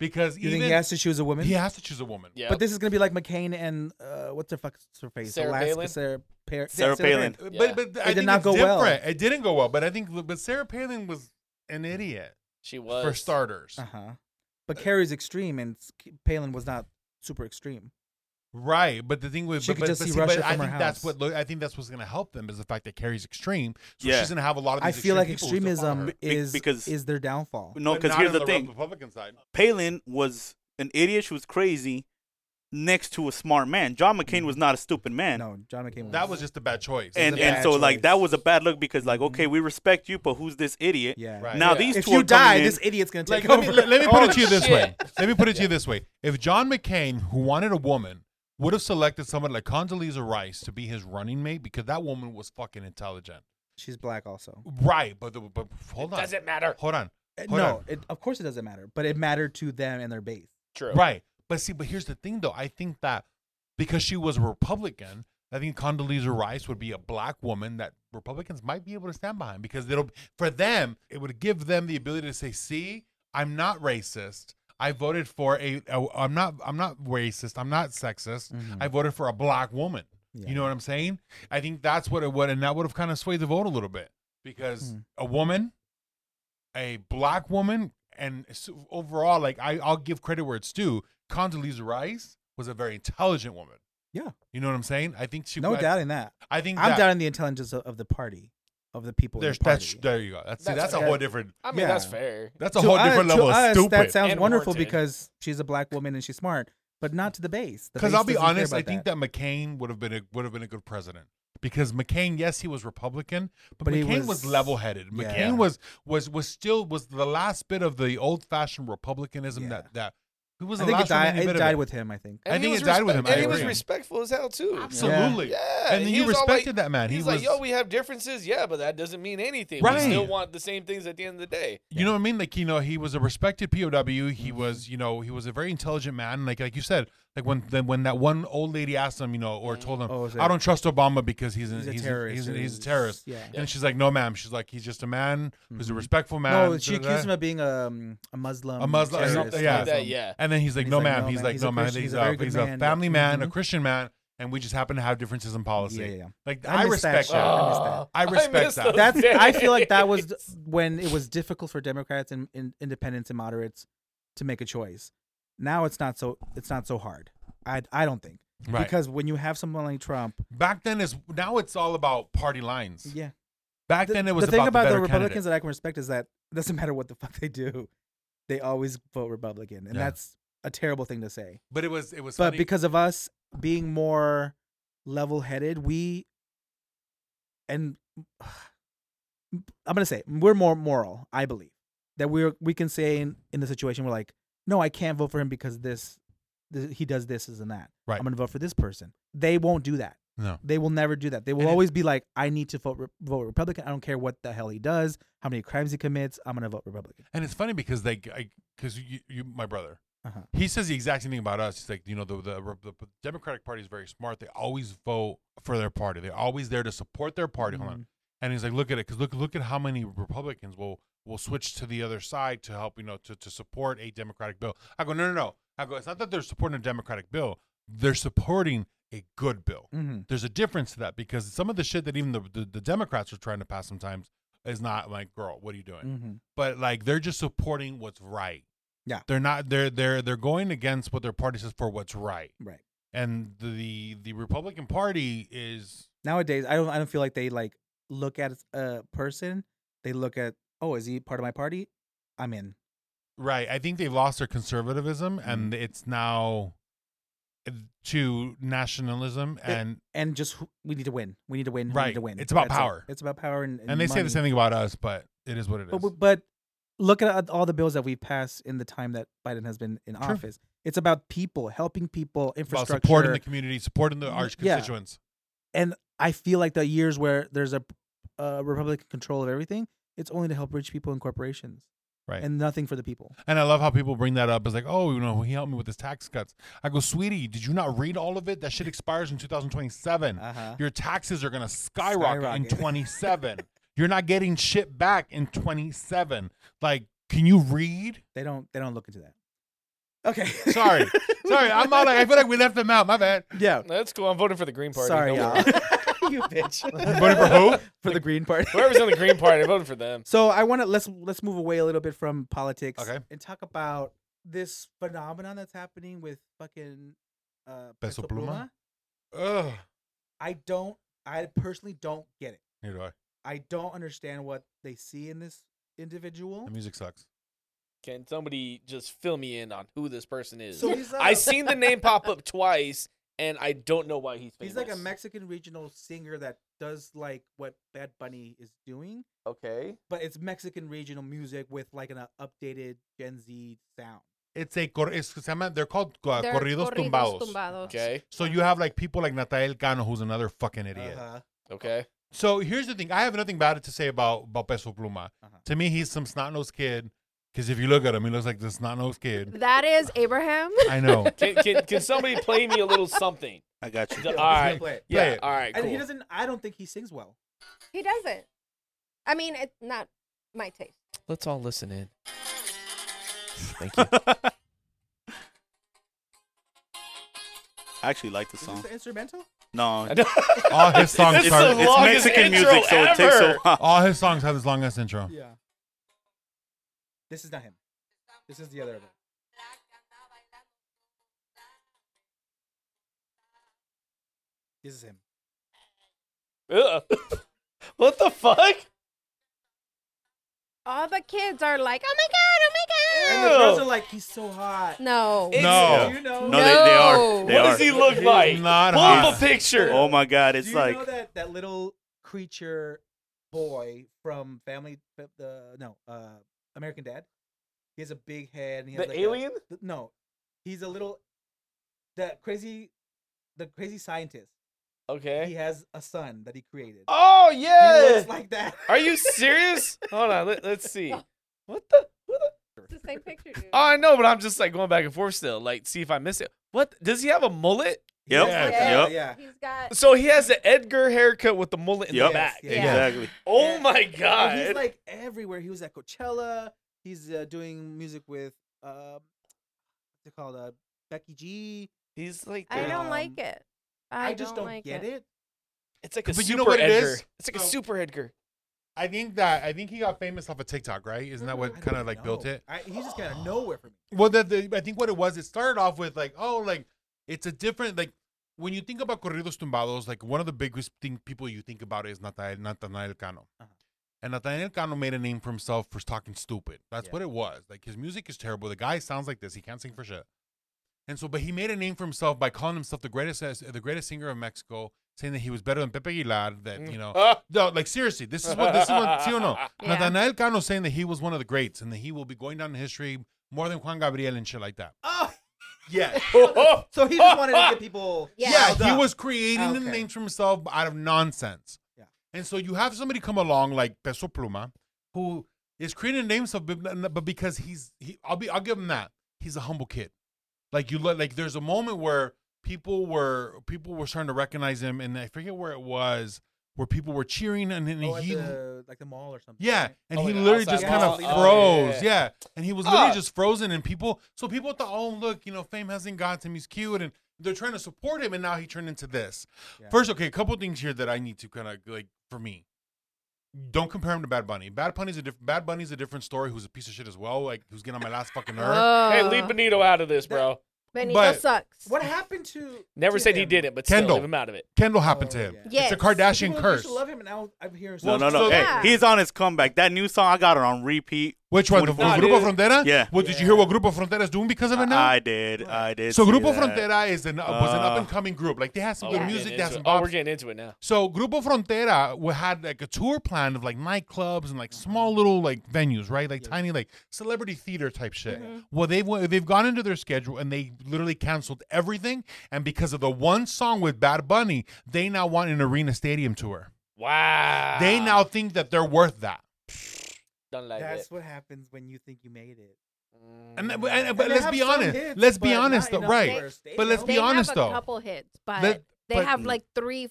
[SPEAKER 1] because
[SPEAKER 2] You
[SPEAKER 1] even
[SPEAKER 2] think he has to choose a woman?
[SPEAKER 1] he has to choose a woman.
[SPEAKER 3] yeah.
[SPEAKER 2] But this is gonna be like McCain and uh, what's her fuck's her face?
[SPEAKER 3] Sarah
[SPEAKER 2] Alaska
[SPEAKER 3] Palin?
[SPEAKER 2] Sarah, Pa- yeah,
[SPEAKER 5] Sarah Palin.
[SPEAKER 1] But
[SPEAKER 3] Yeah.
[SPEAKER 1] but I
[SPEAKER 2] did
[SPEAKER 1] think
[SPEAKER 2] not
[SPEAKER 1] it's
[SPEAKER 2] go well.
[SPEAKER 1] different. It didn't go well. But I think but Sarah Palin was an idiot
[SPEAKER 3] she was
[SPEAKER 1] for starters,
[SPEAKER 2] Uh huh. But Carrie's extreme, and S- Palin was not super extreme.
[SPEAKER 1] right? But the thing was,
[SPEAKER 2] She
[SPEAKER 1] but,
[SPEAKER 2] could
[SPEAKER 1] but,
[SPEAKER 2] just
[SPEAKER 1] but,
[SPEAKER 2] see
[SPEAKER 1] but
[SPEAKER 2] Russia
[SPEAKER 1] I
[SPEAKER 2] from her
[SPEAKER 1] think that's
[SPEAKER 2] house.
[SPEAKER 1] what lo- I think that's what's going to help them is the fact that Carrie's extreme, so
[SPEAKER 5] Yeah.
[SPEAKER 1] she's going to have a lot of.
[SPEAKER 2] I
[SPEAKER 1] These
[SPEAKER 2] feel like
[SPEAKER 1] extreme people who still follow her.
[SPEAKER 2] extremism
[SPEAKER 5] Be-
[SPEAKER 2] is
[SPEAKER 5] because-
[SPEAKER 2] is their downfall.
[SPEAKER 5] No,
[SPEAKER 1] But
[SPEAKER 5] because
[SPEAKER 1] not
[SPEAKER 5] here's
[SPEAKER 1] on
[SPEAKER 5] the, thing:
[SPEAKER 1] Republican side.
[SPEAKER 5] Palin was an idiot. She was crazy. Next to a smart man, John McCain was not a stupid man.
[SPEAKER 2] Mm-hmm. No, John McCain.
[SPEAKER 1] That was just a bad choice.
[SPEAKER 5] and
[SPEAKER 2] a
[SPEAKER 5] and
[SPEAKER 2] bad
[SPEAKER 5] so like that
[SPEAKER 2] choice.
[SPEAKER 5] was a bad look because like
[SPEAKER 2] Mhm.
[SPEAKER 5] okay, we respect you, but who's this idiot?
[SPEAKER 2] yeah.
[SPEAKER 1] Right.
[SPEAKER 5] Now
[SPEAKER 3] Yeah.
[SPEAKER 5] these
[SPEAKER 2] If
[SPEAKER 5] two
[SPEAKER 2] you
[SPEAKER 5] are coming
[SPEAKER 2] die,
[SPEAKER 5] in-
[SPEAKER 2] this idiot's gonna
[SPEAKER 1] Like,
[SPEAKER 2] take
[SPEAKER 1] let,
[SPEAKER 2] over.
[SPEAKER 1] me, let- let me put it
[SPEAKER 2] Oh,
[SPEAKER 1] to you this way.
[SPEAKER 3] shit.
[SPEAKER 1] Let me put it to you this way. If John McCain, who wanted a woman, would have selected someone like Condoleezza Rice to be his running mate because that woman was fucking intelligent.
[SPEAKER 2] She's black, also.
[SPEAKER 1] Right, but, the, but hold on.
[SPEAKER 3] Doesn't matter.
[SPEAKER 1] Hold on.
[SPEAKER 2] Uh,
[SPEAKER 1] Hold
[SPEAKER 2] no,
[SPEAKER 1] on.
[SPEAKER 2] it, of course it doesn't matter, but it mattered to them and their base.
[SPEAKER 3] True.
[SPEAKER 1] Right. But see, but here's the thing though. I think that because she was a Republican, I think Condoleezza Rice would be a black woman that Republicans might be able to stand behind because it'll for them, it would give them the ability to say, see, I'm not racist. I voted for a, a I'm not I'm not racist. I'm not sexist.
[SPEAKER 2] Mm. Mm-hmm.
[SPEAKER 1] I voted for a black woman.
[SPEAKER 2] Yeah.
[SPEAKER 1] You know what I'm saying? I think that's what it would, and that would have kind of swayed the vote a little bit because
[SPEAKER 2] Hmm.
[SPEAKER 1] a woman, a black woman, and so overall, like I, I'll give credit where it's due. Condoleezza Rice was a very intelligent woman.
[SPEAKER 2] Yeah.
[SPEAKER 1] you know what I'm saying? I think she.
[SPEAKER 2] no
[SPEAKER 1] I,
[SPEAKER 2] doubt in that.
[SPEAKER 1] I think
[SPEAKER 2] I'm
[SPEAKER 1] that,
[SPEAKER 2] doubting the intelligence of, of the party, of the people.
[SPEAKER 1] There's
[SPEAKER 2] in the party.
[SPEAKER 1] that's there you go. That's see,
[SPEAKER 3] That's
[SPEAKER 1] that's, a
[SPEAKER 3] okay.
[SPEAKER 1] whole different.
[SPEAKER 3] I mean,
[SPEAKER 2] Yeah.
[SPEAKER 3] that's fair.
[SPEAKER 1] That's a
[SPEAKER 2] To
[SPEAKER 1] whole
[SPEAKER 2] us-
[SPEAKER 1] different
[SPEAKER 2] to
[SPEAKER 1] level
[SPEAKER 2] us,
[SPEAKER 1] of
[SPEAKER 2] That
[SPEAKER 1] stupid.
[SPEAKER 2] sounds
[SPEAKER 3] And
[SPEAKER 2] wonderful
[SPEAKER 3] warranted.
[SPEAKER 2] because she's a black woman and she's smart, but not to the base. The
[SPEAKER 1] Because
[SPEAKER 2] base
[SPEAKER 1] I'll be
[SPEAKER 2] doesn't care
[SPEAKER 1] honest,
[SPEAKER 2] about
[SPEAKER 1] I think that McCain would have been a would have been a good president. Because McCain, yes, he was Republican, but,
[SPEAKER 2] But he
[SPEAKER 1] McCain was,
[SPEAKER 2] was-
[SPEAKER 1] level-headed.
[SPEAKER 2] Yeah.
[SPEAKER 1] McCain was was was still was the last bit of the old-fashioned Republicanism
[SPEAKER 2] Yeah.
[SPEAKER 1] that that who was
[SPEAKER 2] I
[SPEAKER 1] the
[SPEAKER 2] think it
[SPEAKER 1] last
[SPEAKER 2] died,
[SPEAKER 1] remaining
[SPEAKER 2] it
[SPEAKER 1] bit
[SPEAKER 2] died
[SPEAKER 1] of
[SPEAKER 2] with him. I think.
[SPEAKER 1] I
[SPEAKER 3] he
[SPEAKER 1] think
[SPEAKER 3] was
[SPEAKER 1] it died with him.
[SPEAKER 3] And
[SPEAKER 1] I
[SPEAKER 3] he was
[SPEAKER 1] agree.
[SPEAKER 3] respectful as hell too.
[SPEAKER 1] Absolutely,
[SPEAKER 3] Yeah.
[SPEAKER 1] and then
[SPEAKER 3] he
[SPEAKER 1] you
[SPEAKER 3] was all
[SPEAKER 1] respected
[SPEAKER 3] like-
[SPEAKER 1] that man. He
[SPEAKER 3] he's
[SPEAKER 1] was,
[SPEAKER 3] like, yo, we have differences, yeah, but that doesn't mean anything. We
[SPEAKER 1] Right.
[SPEAKER 3] still want the same things at the end of the day.
[SPEAKER 1] you know what I mean? Like you know, he was a respected POW. He was, you know, he was a very intelligent man. Like like you said, like when then when that one old lady asked him, you know, or told him,
[SPEAKER 2] Oh, is
[SPEAKER 1] I
[SPEAKER 2] it-
[SPEAKER 1] don't trust Obama because he's an,
[SPEAKER 2] He's a
[SPEAKER 1] he's
[SPEAKER 2] terrorist.
[SPEAKER 1] he's, a,
[SPEAKER 2] or
[SPEAKER 1] he's a terrorist.
[SPEAKER 2] Yeah.
[SPEAKER 3] Yeah. Mm-hmm.
[SPEAKER 1] And she's like, "No, ma'am." She's like, "He's just a man who's a
[SPEAKER 2] Mhm.
[SPEAKER 1] respectful man."
[SPEAKER 2] No, she accused him of being um, a Muslim.
[SPEAKER 1] A Muslim-
[SPEAKER 2] terrorist,
[SPEAKER 1] something,
[SPEAKER 2] or
[SPEAKER 1] yeah.
[SPEAKER 3] Like that, yeah.
[SPEAKER 1] And then he's like,
[SPEAKER 2] he's
[SPEAKER 1] "No,
[SPEAKER 2] like,
[SPEAKER 1] ma'am."
[SPEAKER 2] "No,
[SPEAKER 1] he's
[SPEAKER 2] ma'am,
[SPEAKER 1] like,
[SPEAKER 2] he's
[SPEAKER 1] "No,
[SPEAKER 2] a
[SPEAKER 1] ma'am."
[SPEAKER 2] Christian-
[SPEAKER 1] He's
[SPEAKER 2] he's a very
[SPEAKER 1] a
[SPEAKER 2] good
[SPEAKER 1] he's a
[SPEAKER 2] man."
[SPEAKER 1] family man, a
[SPEAKER 2] Mhm.
[SPEAKER 1] Christian man, and we just happen to have differences in policy."
[SPEAKER 2] Yeah, yeah, yeah.
[SPEAKER 1] Like
[SPEAKER 2] I
[SPEAKER 1] I,
[SPEAKER 2] miss that
[SPEAKER 1] respect
[SPEAKER 2] shit.
[SPEAKER 1] that.
[SPEAKER 2] I miss that.
[SPEAKER 1] I respect
[SPEAKER 3] miss
[SPEAKER 1] that.
[SPEAKER 3] those
[SPEAKER 2] That's. I feel like that was th-
[SPEAKER 3] days.
[SPEAKER 2] when it was difficult for Democrats and, and independents and moderates to make a choice. Now it's not so. It's not so hard. I. I don't think
[SPEAKER 1] Right.
[SPEAKER 2] because when you have someone like Trump,
[SPEAKER 1] Back then is now it's all about party lines.
[SPEAKER 2] yeah.
[SPEAKER 1] Back
[SPEAKER 2] The,
[SPEAKER 1] then it was
[SPEAKER 2] the thing
[SPEAKER 1] about,
[SPEAKER 2] about the
[SPEAKER 1] better
[SPEAKER 2] Republicans
[SPEAKER 1] candidate.
[SPEAKER 2] that I can respect is that it doesn't matter what the fuck they do, they always vote Republican, and
[SPEAKER 1] Yeah.
[SPEAKER 2] that's a terrible thing to say.
[SPEAKER 1] But it was it was
[SPEAKER 2] but
[SPEAKER 1] funny.
[SPEAKER 2] because of us being more level-headed we and i'm gonna say we're more moral i believe that we're we can say in, in the situation we're like no i can't vote for him because this, th- he does this and that
[SPEAKER 1] Right.
[SPEAKER 2] i'm gonna vote for this person they won't do that
[SPEAKER 1] no,
[SPEAKER 2] they will never do that they will
[SPEAKER 1] And it-
[SPEAKER 2] always be like i need to vote, re- vote republican i don't care what the hell he does how many crimes he commits i'm gonna vote republican
[SPEAKER 1] and it's funny because they because you, you my brother
[SPEAKER 2] uh-huh.
[SPEAKER 1] he says the exact same thing about us. He's like, you know, the, the the Democratic Party is very smart. They always vote for their party. They're always there to support their party. Hold on.
[SPEAKER 2] Mhm.
[SPEAKER 1] And he's like, look at it, because look, look at how many Republicans will will switch to the other side to help, you know, to, to support a Democratic bill. I go, no, no, no. I go, it's not that they're supporting a Democratic bill. They're supporting a good bill.
[SPEAKER 2] hmm
[SPEAKER 1] There's a difference to that because some of the shit that even the, the, the Democrats are trying to pass sometimes is not like, girl, what are you doing?
[SPEAKER 2] hmm
[SPEAKER 1] But like, they're just supporting what's right.
[SPEAKER 2] Yeah.
[SPEAKER 1] They're not. They're they're they're going against what their party says for what's right.
[SPEAKER 2] right
[SPEAKER 1] and the the Republican Party is
[SPEAKER 2] Nowadays, I don't I don't feel like they like look at a person. They look at oh, is he part of my party? I'm in.
[SPEAKER 1] Right. I think they've lost their conservatism and
[SPEAKER 2] Mm-hmm.
[SPEAKER 1] it's now uh, to nationalism and
[SPEAKER 2] And just who- we need to win. We need to win. We
[SPEAKER 1] Right.
[SPEAKER 2] need to win.
[SPEAKER 1] It's about
[SPEAKER 2] That's it.
[SPEAKER 1] power.
[SPEAKER 2] It's about power and
[SPEAKER 1] and they say the
[SPEAKER 2] money.
[SPEAKER 1] same thing about us, but it is what it is.
[SPEAKER 2] But w- but look at uh, all the bills that we've passed in the time that Biden has been in office. It's about people helping people,
[SPEAKER 1] It's about
[SPEAKER 2] infrastructure.
[SPEAKER 1] supporting the community, supporting the our
[SPEAKER 2] Yeah.
[SPEAKER 1] constituents.
[SPEAKER 2] I feel like the years where there's a, a Republican control of everything, it's only to help rich people and corporations,
[SPEAKER 1] Right.
[SPEAKER 2] and nothing for the people.
[SPEAKER 1] And I love how people bring that up. It's like, oh, you know, he helped me with his tax cuts. I go, sweetie, did you not read all of it? That shit expires in 2027.
[SPEAKER 2] Uh-huh.
[SPEAKER 1] Your taxes are going to skyrocket, in
[SPEAKER 2] Skyrocket.
[SPEAKER 1] 27. You're not getting shit back in 27. Like, can you read?
[SPEAKER 2] They don't. They don't look into that. Okay.
[SPEAKER 1] Sorry. Sorry. I'm not like, I feel like we left them out. My bad.
[SPEAKER 2] yeah.
[SPEAKER 3] That's cool. I'm voting for the Green Party.
[SPEAKER 2] Sorry,
[SPEAKER 3] Don't
[SPEAKER 2] y'all.
[SPEAKER 3] worry.
[SPEAKER 2] you bitch.
[SPEAKER 1] You voted for who?
[SPEAKER 2] for the Green Party.
[SPEAKER 3] Whoever's in the Green Party, I voted for them.
[SPEAKER 2] So I want to let's let's move away a little bit from politics
[SPEAKER 1] Okay.
[SPEAKER 2] and talk about this phenomenon that's happening with fucking uh,
[SPEAKER 1] Peso
[SPEAKER 2] Peso
[SPEAKER 1] Pluma?
[SPEAKER 2] Pluma.
[SPEAKER 1] Ugh.
[SPEAKER 2] I don't. I personally don't get it.
[SPEAKER 1] Neither do I.
[SPEAKER 2] I don't understand what they see in this individual.
[SPEAKER 1] The music sucks.
[SPEAKER 3] Can somebody just fill me in on who this person is?
[SPEAKER 2] so he's
[SPEAKER 3] I
[SPEAKER 2] a-
[SPEAKER 3] seen the name pop up twice, and I don't know why he's famous.
[SPEAKER 2] He's like a Mexican regional singer that does like what Bad Bunny is doing,
[SPEAKER 3] Okay.
[SPEAKER 2] but it's Mexican regional music with like an uh, updated Gen Z sound.
[SPEAKER 1] It's a cor- it's, se llama- they're called uh,
[SPEAKER 4] They're
[SPEAKER 1] corridos, tumbados.
[SPEAKER 4] tumbados.
[SPEAKER 3] Okay.
[SPEAKER 1] So you have like people like Natael Cano, who's another fucking idiot.
[SPEAKER 2] Uh-huh.
[SPEAKER 3] Okay.
[SPEAKER 1] So here's the thing. I have nothing bad to say about, about Peso Pluma.
[SPEAKER 2] Uh-huh.
[SPEAKER 1] To me, he's some snot-nosed kid. Because if you look at him, he looks like the snot-nosed kid.
[SPEAKER 4] That is Abraham.
[SPEAKER 1] I know.
[SPEAKER 3] Can, can, can somebody play me a little something?
[SPEAKER 5] I got you.
[SPEAKER 3] The- all
[SPEAKER 2] Let's
[SPEAKER 3] right.
[SPEAKER 2] play it.
[SPEAKER 1] Play
[SPEAKER 3] Yeah.
[SPEAKER 1] it.
[SPEAKER 3] All right.
[SPEAKER 2] And he
[SPEAKER 3] Cool.
[SPEAKER 2] doesn't. I don't think he sings well.
[SPEAKER 4] he doesn't. I mean, it's not my taste.
[SPEAKER 3] Let's all listen in. Thank
[SPEAKER 5] I actually like the
[SPEAKER 2] Is
[SPEAKER 5] song.
[SPEAKER 2] this the instrumental?
[SPEAKER 5] No,
[SPEAKER 3] I don't-
[SPEAKER 1] All his songs
[SPEAKER 3] It's the
[SPEAKER 1] are.
[SPEAKER 5] it's
[SPEAKER 3] longest
[SPEAKER 5] Mexican
[SPEAKER 3] intro
[SPEAKER 5] music, so it takes a
[SPEAKER 3] ever.
[SPEAKER 5] while.
[SPEAKER 1] All his songs have this long ass intro.
[SPEAKER 2] Yeah. This is not him. This is the other one. This is him.
[SPEAKER 3] Ugh. what the fuck?
[SPEAKER 4] All the kids are like, oh my god, oh
[SPEAKER 2] And
[SPEAKER 4] my
[SPEAKER 2] the
[SPEAKER 4] god.
[SPEAKER 2] girls are like, he's so hot.
[SPEAKER 4] No.
[SPEAKER 3] It's-
[SPEAKER 1] No.
[SPEAKER 2] Do you know?
[SPEAKER 5] No, they, they
[SPEAKER 4] No.
[SPEAKER 5] are. They
[SPEAKER 3] what
[SPEAKER 5] are.
[SPEAKER 3] does he look
[SPEAKER 1] He's
[SPEAKER 3] like?
[SPEAKER 1] not
[SPEAKER 3] Pull
[SPEAKER 1] hot.
[SPEAKER 3] up a picture.
[SPEAKER 5] Oh my god,
[SPEAKER 2] Do
[SPEAKER 5] it's
[SPEAKER 2] you
[SPEAKER 5] like
[SPEAKER 2] know that that little creature boy from Family the no uh American Dad? He has a big head. And he has
[SPEAKER 3] the
[SPEAKER 2] like a-
[SPEAKER 3] alien?
[SPEAKER 2] th- no, he's a little the crazy, the crazy scientist. He
[SPEAKER 3] Okay.
[SPEAKER 2] has a son that he created.
[SPEAKER 3] Eh? Oh
[SPEAKER 2] He
[SPEAKER 3] yeah.
[SPEAKER 2] looks like that.
[SPEAKER 3] Are you serious? Hold on. Let, let's see. What the? What the?
[SPEAKER 4] It's the same picture, dude.
[SPEAKER 3] Oh, I know, but I'm just like going back and forth still, like see if I miss it. What does he have a mullet?
[SPEAKER 2] He
[SPEAKER 5] Yep.
[SPEAKER 2] looks like
[SPEAKER 4] Yeah.
[SPEAKER 2] that,
[SPEAKER 4] yeah.
[SPEAKER 2] Yeah.
[SPEAKER 4] He's got.
[SPEAKER 3] So he has the Edgar haircut with the mullet in
[SPEAKER 5] Yep.
[SPEAKER 3] the back.
[SPEAKER 2] Yes,
[SPEAKER 5] exactly.
[SPEAKER 3] Oh my
[SPEAKER 2] And he's
[SPEAKER 3] god!
[SPEAKER 2] like everywhere. He was at Coachella. He's uh, doing music with uh, what's it called? Uh, Becky G.
[SPEAKER 3] He's like,
[SPEAKER 4] I
[SPEAKER 3] the-
[SPEAKER 4] don't
[SPEAKER 2] Um,
[SPEAKER 4] like it. I,
[SPEAKER 2] I just don't
[SPEAKER 4] like
[SPEAKER 2] get
[SPEAKER 4] it.
[SPEAKER 2] it.
[SPEAKER 3] it's like a
[SPEAKER 1] But
[SPEAKER 3] super
[SPEAKER 1] you know what it
[SPEAKER 3] Edgar.
[SPEAKER 1] is?
[SPEAKER 3] It's like a
[SPEAKER 1] So-
[SPEAKER 3] super Edgar.
[SPEAKER 1] I think that I think he got famous off of TikTok, right? Isn't that
[SPEAKER 2] I
[SPEAKER 1] what
[SPEAKER 2] don't
[SPEAKER 1] kind of like built
[SPEAKER 2] know.
[SPEAKER 1] it?
[SPEAKER 2] I, he's just kind of nowhere for me.
[SPEAKER 1] Well, the, the I think what it was, it started off with like, oh, like it's a different like when you think about corridos tumbados, like one of the biggest thing people you think about is Natael Nathaniel Cano.
[SPEAKER 2] Uh-huh.
[SPEAKER 1] And Nathaniel Cano made a name for himself for talking stupid. That's
[SPEAKER 2] Yeah.
[SPEAKER 1] what it was. Like his music is terrible. The guy sounds like this. He can't sing for shit. And so, but he made a name for himself by calling himself the greatest the greatest singer of Mexico, saying that he was better than Pepe Aguilar. That
[SPEAKER 2] Mm.
[SPEAKER 1] you know,
[SPEAKER 3] Oh,
[SPEAKER 1] no, like seriously, this is what this is what see or no.
[SPEAKER 4] Yeah.
[SPEAKER 1] Nathaniel Cano saying that he was one of the greats and that he will be going down in history more than Juan Gabriel and shit like that.
[SPEAKER 2] Oh,
[SPEAKER 1] Yeah.
[SPEAKER 2] so he just wanted to get people.
[SPEAKER 4] Yeah.
[SPEAKER 1] Yeah,
[SPEAKER 2] riled
[SPEAKER 1] he
[SPEAKER 2] up.
[SPEAKER 1] was creating the
[SPEAKER 2] Okay.
[SPEAKER 1] names for himself out of nonsense.
[SPEAKER 2] Yeah.
[SPEAKER 1] And so you have somebody come along like Peso Pluma, who is creating names of, but because he's, he, I'll be, I'll give him that. He's a humble kid. Like you, look like there's a moment where people were, people were starting to recognize him, and I forget where it was, where people were cheering, and then
[SPEAKER 2] Oh, at
[SPEAKER 1] he,
[SPEAKER 2] the, like the mall or something.
[SPEAKER 1] yeah,
[SPEAKER 2] right?
[SPEAKER 1] and
[SPEAKER 3] Oh,
[SPEAKER 1] he
[SPEAKER 3] like
[SPEAKER 1] literally
[SPEAKER 3] outside
[SPEAKER 1] just
[SPEAKER 2] mall.
[SPEAKER 1] kind of
[SPEAKER 2] Oh, yeah,
[SPEAKER 1] froze.
[SPEAKER 3] yeah,
[SPEAKER 1] yeah, and he was literally
[SPEAKER 3] Ah.
[SPEAKER 1] just frozen, and people. So people thought, oh look, you know, fame hasn't got him. He's cute, and they're trying to support him, and now he turned into this.
[SPEAKER 2] Yeah.
[SPEAKER 1] First, okay, a couple things here that I need to kind of like for me. Don't compare him to Bad Bunny. Bad Bunny's a different. Bad
[SPEAKER 2] Uh,
[SPEAKER 1] Bunny's a different story. Who's a piece of shit as well. Like who's getting on my last fucking nerve.
[SPEAKER 4] Oh.
[SPEAKER 3] Hey, leave Benito out of this, bro.
[SPEAKER 4] Benito
[SPEAKER 1] But-
[SPEAKER 4] sucks.
[SPEAKER 2] What happened to
[SPEAKER 3] Never
[SPEAKER 2] to
[SPEAKER 3] said he
[SPEAKER 2] him?
[SPEAKER 3] didn't, but
[SPEAKER 1] Kendall.
[SPEAKER 3] still, leave him out of it.
[SPEAKER 1] Kendall happened to
[SPEAKER 2] Oh,
[SPEAKER 1] him.
[SPEAKER 2] yeah.
[SPEAKER 1] It's a
[SPEAKER 4] Yes.
[SPEAKER 1] Kardashian
[SPEAKER 2] People used
[SPEAKER 1] curse.
[SPEAKER 2] to love him, and now I'm hearing.
[SPEAKER 5] No,
[SPEAKER 1] Well,
[SPEAKER 5] no, no.
[SPEAKER 1] so-
[SPEAKER 5] hey,
[SPEAKER 4] Yeah.
[SPEAKER 5] he's on his comeback. That new song I got it on repeat.
[SPEAKER 1] Which one? The,
[SPEAKER 3] Nah,
[SPEAKER 1] Grupo
[SPEAKER 3] dude.
[SPEAKER 1] Frontera?
[SPEAKER 5] Yeah.
[SPEAKER 1] Well, did you hear what Grupo Frontera is doing because of it now?
[SPEAKER 5] I did. I did.
[SPEAKER 1] so
[SPEAKER 5] see
[SPEAKER 1] Grupo
[SPEAKER 5] that.
[SPEAKER 1] Frontera is an, was an
[SPEAKER 5] Uh,
[SPEAKER 1] up and coming group. Like they had some
[SPEAKER 3] Oh,
[SPEAKER 1] good
[SPEAKER 3] we're
[SPEAKER 1] music,
[SPEAKER 3] getting
[SPEAKER 1] they had
[SPEAKER 3] into
[SPEAKER 1] some
[SPEAKER 3] it. Oh, we're
[SPEAKER 1] bops.
[SPEAKER 3] getting into it now.
[SPEAKER 1] So Grupo Frontera wa- had like a tour plan of like nightclubs and like
[SPEAKER 2] Mm-hmm.
[SPEAKER 1] small little like venues, right? Like tiny like celebrity theater type shit.
[SPEAKER 2] Mm-hmm.
[SPEAKER 1] Well, they've wa- they've gone into their schedule and they literally canceled everything. And because of the one song with Bad Bunny, they now want an arena stadium tour.
[SPEAKER 3] Wow.
[SPEAKER 1] They
[SPEAKER 2] Ah.
[SPEAKER 1] now think that they're worth that.
[SPEAKER 3] done like Mm.
[SPEAKER 2] That's
[SPEAKER 3] that.
[SPEAKER 2] what happens when you think you made it.
[SPEAKER 1] And, th- and-
[SPEAKER 2] Mm. And
[SPEAKER 1] but
[SPEAKER 2] they
[SPEAKER 1] let's
[SPEAKER 2] have
[SPEAKER 1] be
[SPEAKER 2] some
[SPEAKER 1] honest.
[SPEAKER 2] hits,
[SPEAKER 1] let's be
[SPEAKER 2] but not
[SPEAKER 1] honest, though,
[SPEAKER 2] enough
[SPEAKER 1] right?
[SPEAKER 2] for a stadium.
[SPEAKER 1] But let's be
[SPEAKER 4] they
[SPEAKER 1] honest,
[SPEAKER 4] have a
[SPEAKER 1] though.
[SPEAKER 4] couple hits, but
[SPEAKER 1] Let-
[SPEAKER 4] they
[SPEAKER 1] but- mm.
[SPEAKER 4] have like three,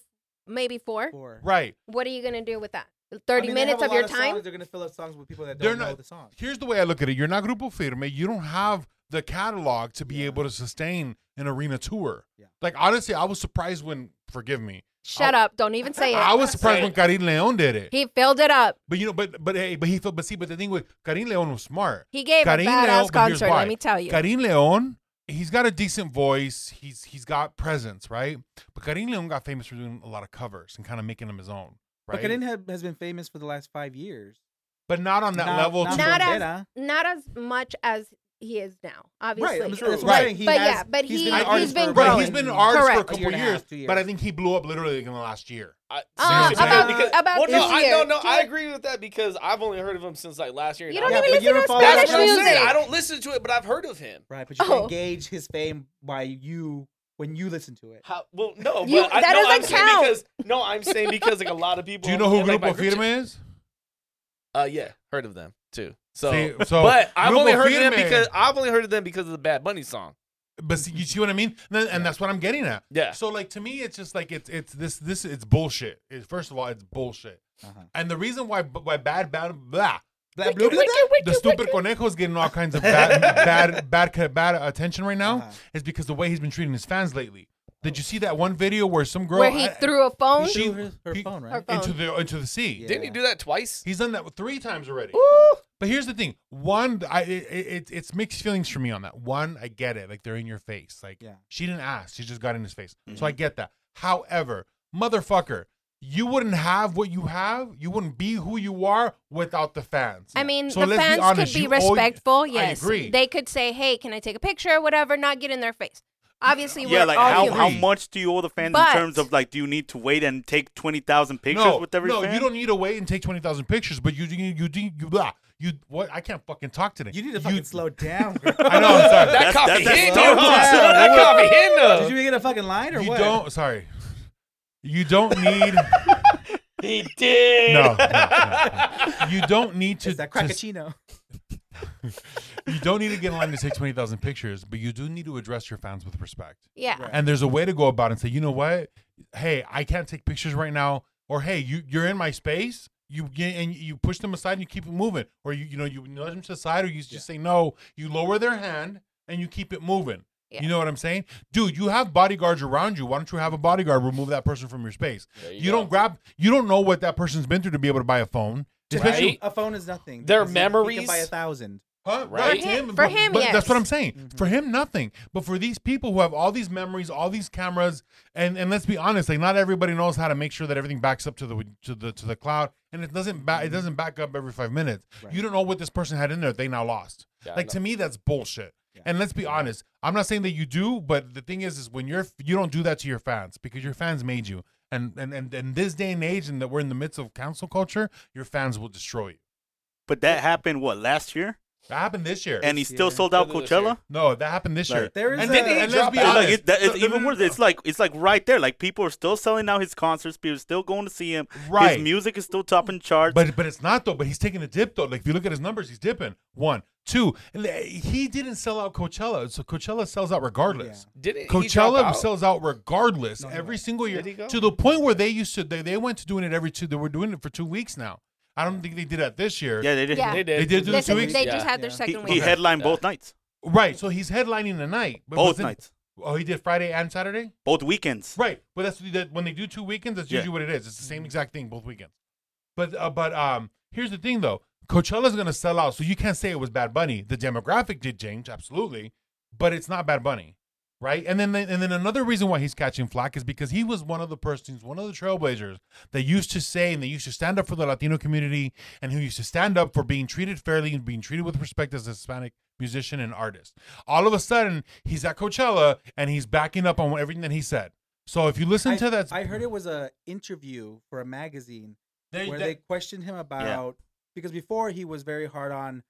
[SPEAKER 4] maybe four.
[SPEAKER 2] Four.
[SPEAKER 1] Right.
[SPEAKER 4] What are you gonna do with that?
[SPEAKER 2] I
[SPEAKER 4] Thirty
[SPEAKER 2] mean, they have
[SPEAKER 4] minutes
[SPEAKER 2] a
[SPEAKER 4] of
[SPEAKER 2] lot
[SPEAKER 4] your time.
[SPEAKER 2] songs, they're gonna fill up songs with people that
[SPEAKER 1] They're
[SPEAKER 2] don't know
[SPEAKER 1] not-
[SPEAKER 2] the song.
[SPEAKER 1] Here's the way I look at it. You're not Grupo Firme. You don't have the catalog to be
[SPEAKER 2] Yeah.
[SPEAKER 1] able to sustain an arena tour.
[SPEAKER 2] Yeah.
[SPEAKER 1] Like honestly, I was surprised when forgive me.
[SPEAKER 4] Shut up! Don't even say it.
[SPEAKER 1] I was surprised
[SPEAKER 3] Say
[SPEAKER 1] when
[SPEAKER 3] it.
[SPEAKER 1] Karim Leon did it.
[SPEAKER 4] he filled it up.
[SPEAKER 1] but you know, but but hey, but he felt but see, but the thing with Karim Leon was smart.
[SPEAKER 4] He gave
[SPEAKER 1] Karim
[SPEAKER 4] a
[SPEAKER 1] Leon,
[SPEAKER 4] badass
[SPEAKER 1] but here's
[SPEAKER 4] concert.
[SPEAKER 1] why.
[SPEAKER 4] Let me tell you.
[SPEAKER 1] Karim Leon, he's got a decent voice. He's he's got presence, right? But Karim Leon got famous for doing a lot of covers and kind of making them his own,
[SPEAKER 2] But
[SPEAKER 1] right?
[SPEAKER 2] Karin have, has been famous for the last five years.
[SPEAKER 1] But not on that
[SPEAKER 2] Not-
[SPEAKER 1] level.
[SPEAKER 2] not
[SPEAKER 1] to-
[SPEAKER 4] Not
[SPEAKER 2] from
[SPEAKER 4] as-
[SPEAKER 2] Dana.
[SPEAKER 4] Not as much as he is now, obviously.
[SPEAKER 2] Right, I'm sure that's
[SPEAKER 1] Right.
[SPEAKER 2] what I'm saying. He
[SPEAKER 4] But
[SPEAKER 2] has-
[SPEAKER 4] yeah, but
[SPEAKER 2] he's
[SPEAKER 4] he-
[SPEAKER 2] been, an
[SPEAKER 4] he's
[SPEAKER 2] artist
[SPEAKER 4] been
[SPEAKER 2] for a
[SPEAKER 1] right.
[SPEAKER 2] while.
[SPEAKER 1] He's
[SPEAKER 4] growing.
[SPEAKER 1] been an artist
[SPEAKER 4] Correct.
[SPEAKER 1] for
[SPEAKER 4] A
[SPEAKER 1] a couple
[SPEAKER 2] year and a
[SPEAKER 1] years,
[SPEAKER 2] half, two
[SPEAKER 1] but I
[SPEAKER 2] years.
[SPEAKER 1] think he blew up literally like in the last year.
[SPEAKER 3] I,
[SPEAKER 4] Uh,
[SPEAKER 1] See what I'm
[SPEAKER 3] about,
[SPEAKER 1] saying?
[SPEAKER 3] because,
[SPEAKER 4] about
[SPEAKER 3] well,
[SPEAKER 4] this
[SPEAKER 3] no, I, no,
[SPEAKER 4] year.
[SPEAKER 3] no, I agree with that because I've only heard of him since like last year. and
[SPEAKER 4] You
[SPEAKER 3] I
[SPEAKER 4] don't
[SPEAKER 2] Yeah,
[SPEAKER 3] don't-
[SPEAKER 2] but
[SPEAKER 4] even
[SPEAKER 2] you
[SPEAKER 4] listen to
[SPEAKER 2] follow
[SPEAKER 4] Spanish
[SPEAKER 3] That's what I'm
[SPEAKER 4] music.
[SPEAKER 3] saying. I don't listen to it, but I've heard of him.
[SPEAKER 2] Right, but you
[SPEAKER 4] Oh.
[SPEAKER 2] can gauge his fame by you when you listen to it.
[SPEAKER 3] How, well, no,
[SPEAKER 4] You-
[SPEAKER 3] but I,
[SPEAKER 4] that
[SPEAKER 3] no,
[SPEAKER 4] doesn't
[SPEAKER 3] I'm
[SPEAKER 4] count.
[SPEAKER 3] saying because no, I'm saying because like a lot of people.
[SPEAKER 1] Do you know who
[SPEAKER 3] and, like, my
[SPEAKER 1] Grupo
[SPEAKER 3] group
[SPEAKER 1] Firme
[SPEAKER 3] chat-
[SPEAKER 1] is?
[SPEAKER 3] Uh, yeah, heard of them too. So,
[SPEAKER 1] See, so
[SPEAKER 3] but I've
[SPEAKER 1] Grupo
[SPEAKER 3] only heard of them
[SPEAKER 1] Firme-
[SPEAKER 3] because I've only heard of them because of the Bad Bunny song.
[SPEAKER 1] But see, you see what I mean, and, and that's what I'm getting at.
[SPEAKER 3] Yeah.
[SPEAKER 1] So like to me, it's just like it's it's this this it's bullshit. It's, first of all, it's bullshit,
[SPEAKER 2] Uh-huh.
[SPEAKER 1] and the reason why why bad bad blah
[SPEAKER 2] Blah, blah, blah, blah.
[SPEAKER 1] the stupid conejo is getting all kinds of bad bad bad ca- bad attention right now
[SPEAKER 2] Uh-huh.
[SPEAKER 1] is because the way he's been treating his fans lately. Did you see that one video where some girl
[SPEAKER 4] Where he
[SPEAKER 1] uh,
[SPEAKER 4] threw a phone.
[SPEAKER 1] She-
[SPEAKER 2] Through her, her
[SPEAKER 1] he-
[SPEAKER 2] phone, right?
[SPEAKER 4] Her phone.
[SPEAKER 1] into the into the sea?
[SPEAKER 2] Yeah.
[SPEAKER 3] Didn't he do that twice?
[SPEAKER 1] He's done that three times already. But here's the thing: one, I it, it, it's mixed feelings for me on that. One, I get it; like they're in your face. Like
[SPEAKER 2] Yeah. Mm-hmm.
[SPEAKER 1] she didn't ask; she just got in his face. So I get that. However, motherfucker, you wouldn't have what you have. You wouldn't be who you are without the fans.
[SPEAKER 4] I mean,
[SPEAKER 1] So
[SPEAKER 4] the
[SPEAKER 1] let's be
[SPEAKER 4] fans
[SPEAKER 1] honest,
[SPEAKER 4] could be
[SPEAKER 1] you owe-
[SPEAKER 4] respectful.
[SPEAKER 1] I
[SPEAKER 4] yes,
[SPEAKER 1] agree.
[SPEAKER 4] they could say, "Hey, can I take a picture?" or Whatever. Not get in their face. Obviously,
[SPEAKER 5] Yeah,
[SPEAKER 4] we're
[SPEAKER 5] like
[SPEAKER 4] all
[SPEAKER 5] how,
[SPEAKER 4] human.
[SPEAKER 5] how much do you owe the fans
[SPEAKER 4] But-
[SPEAKER 5] in terms of like do you need to wait and take twenty thousand pictures
[SPEAKER 1] no,
[SPEAKER 5] with every
[SPEAKER 1] no,
[SPEAKER 5] fan?
[SPEAKER 1] you don't need to wait and take twenty thousand pictures. But you, you, you, you, you, blah, you. What? I can't fucking talk today.
[SPEAKER 2] You need to fucking
[SPEAKER 1] You-
[SPEAKER 2] slow down.
[SPEAKER 1] I know. I'm sorry.
[SPEAKER 3] That
[SPEAKER 5] That's-
[SPEAKER 3] coffee
[SPEAKER 5] that's-
[SPEAKER 3] hit you,
[SPEAKER 5] that's Starbucks.
[SPEAKER 3] huh?
[SPEAKER 2] Yeah,
[SPEAKER 3] That
[SPEAKER 2] what?
[SPEAKER 3] coffee hit
[SPEAKER 2] Did
[SPEAKER 3] you.
[SPEAKER 2] you get a fucking line or
[SPEAKER 1] you
[SPEAKER 2] what?
[SPEAKER 1] don't. Sorry. You don't need.
[SPEAKER 3] He did.
[SPEAKER 1] no, no, no. You don't need to.
[SPEAKER 2] It's that
[SPEAKER 1] to-
[SPEAKER 2] crackaccino.
[SPEAKER 1] you don't need to get in line to take twenty thousand pictures, but you do need to address your fans with respect.
[SPEAKER 4] Yeah.
[SPEAKER 2] Right.
[SPEAKER 1] And there's a way to go about it and say, you know what? Hey, I can't take pictures right now, or hey, you you're in my space. You get and you push them aside and you keep it moving, or you you know you nudge them to the side, or you just
[SPEAKER 2] Yeah.
[SPEAKER 1] say no. You lower their hand and you keep it moving.
[SPEAKER 4] Yeah.
[SPEAKER 1] You know what I'm saying, dude? You have bodyguards around you. Why don't you have a bodyguard remove that person from your space?
[SPEAKER 3] There you
[SPEAKER 1] You
[SPEAKER 3] go.
[SPEAKER 1] don't grab. You don't know what that person's been through to be able to buy a phone. Especially-
[SPEAKER 3] Right?
[SPEAKER 2] A phone is nothing.
[SPEAKER 3] Their
[SPEAKER 2] He can- he can
[SPEAKER 3] memories-
[SPEAKER 2] buy a thousand.
[SPEAKER 1] Huh?
[SPEAKER 3] Right?
[SPEAKER 1] That's
[SPEAKER 4] For him- for
[SPEAKER 1] but-
[SPEAKER 4] him,
[SPEAKER 1] but that's what
[SPEAKER 4] yes.
[SPEAKER 1] I'm saying. For him, nothing. But for these people who have all these memories, all these cameras, and and let's be honest, like not everybody knows how to make sure that everything backs up to the to the to the cloud, and it doesn't back it doesn't back up every five minutes.
[SPEAKER 2] Right.
[SPEAKER 1] You don't know what this person had in there. They now lost.
[SPEAKER 3] Yeah, I
[SPEAKER 1] like
[SPEAKER 3] know.
[SPEAKER 1] to me, that's bullshit.
[SPEAKER 2] Yeah.
[SPEAKER 1] And let's be honest, I'm not saying that you do, but the thing is, is when you're you don't do that to your fans because your fans made you. And and and, and this day and age, and that we're in the midst of cancel culture, your fans will destroy you.
[SPEAKER 5] But that happened what last year,
[SPEAKER 1] That happened this year.
[SPEAKER 5] and he
[SPEAKER 2] This
[SPEAKER 5] still
[SPEAKER 2] year.
[SPEAKER 5] sold out
[SPEAKER 3] Still this year.
[SPEAKER 5] Coachella.
[SPEAKER 1] No, that happened this
[SPEAKER 5] Like,
[SPEAKER 1] year.
[SPEAKER 2] There is
[SPEAKER 1] and,
[SPEAKER 2] a-
[SPEAKER 1] then- and let's be honest,
[SPEAKER 5] Like it, that,
[SPEAKER 1] No,
[SPEAKER 5] it's
[SPEAKER 1] no,
[SPEAKER 5] even
[SPEAKER 1] no,
[SPEAKER 5] worse.
[SPEAKER 1] no.
[SPEAKER 5] It's like it's like right there. Like people are still selling out his concerts. People are still going to see him.
[SPEAKER 1] Right.
[SPEAKER 5] His music is still topping charts.
[SPEAKER 1] but but it's not though. But he's taking a dip though. Like if you look at his numbers, he's dipping. One, two. and eh, He didn't sell out Coachella, so Coachella sells out regardless.
[SPEAKER 3] Didn't he drop
[SPEAKER 1] Coachella
[SPEAKER 3] out?
[SPEAKER 1] sells out regardless
[SPEAKER 2] No, he
[SPEAKER 1] every
[SPEAKER 2] went.
[SPEAKER 1] single year
[SPEAKER 3] Did he go?
[SPEAKER 1] to the point where they used to they, they went to doing it every two. They were doing it for two weeks now. I don't think they did that this year.
[SPEAKER 5] yeah, they did.
[SPEAKER 4] Yeah.
[SPEAKER 3] They did.
[SPEAKER 1] They did do the
[SPEAKER 4] Listen,
[SPEAKER 1] two weeks.
[SPEAKER 4] they
[SPEAKER 3] Yeah.
[SPEAKER 4] just had their
[SPEAKER 2] Yeah.
[SPEAKER 5] He,
[SPEAKER 4] second
[SPEAKER 5] he
[SPEAKER 4] one.
[SPEAKER 5] headlined
[SPEAKER 3] Yeah.
[SPEAKER 5] both nights,
[SPEAKER 1] Right. So he's headlining the night. But
[SPEAKER 5] both
[SPEAKER 1] wasn't-
[SPEAKER 5] nights,
[SPEAKER 1] Oh, he did Friday and Saturday.
[SPEAKER 5] both weekends.
[SPEAKER 1] Right, but that's that when they do two weekends. That's
[SPEAKER 5] Yeah. Mm-hmm.
[SPEAKER 1] usually what it is. It's the same exact thing both weekends. But uh, but um, here's the thing though. Coachella's gonna sell out, so you can't say it was Bad Bunny. The demographic did change, absolutely, but it's not Bad Bunny. right? And then and then another reason why he's catching flack is because he was one of the persons, one of the trailblazers that used to say and they used to stand up for the Latino community and who used to stand up for being treated fairly and being treated with respect as a Hispanic musician and artist. All of a sudden, he's at Coachella and he's backing up on everything that he said. So if you listen
[SPEAKER 2] I,
[SPEAKER 1] to that,
[SPEAKER 2] I heard it was a interview for a magazine
[SPEAKER 1] There-
[SPEAKER 2] where
[SPEAKER 1] that-
[SPEAKER 2] they questioned him about because before he was very hard on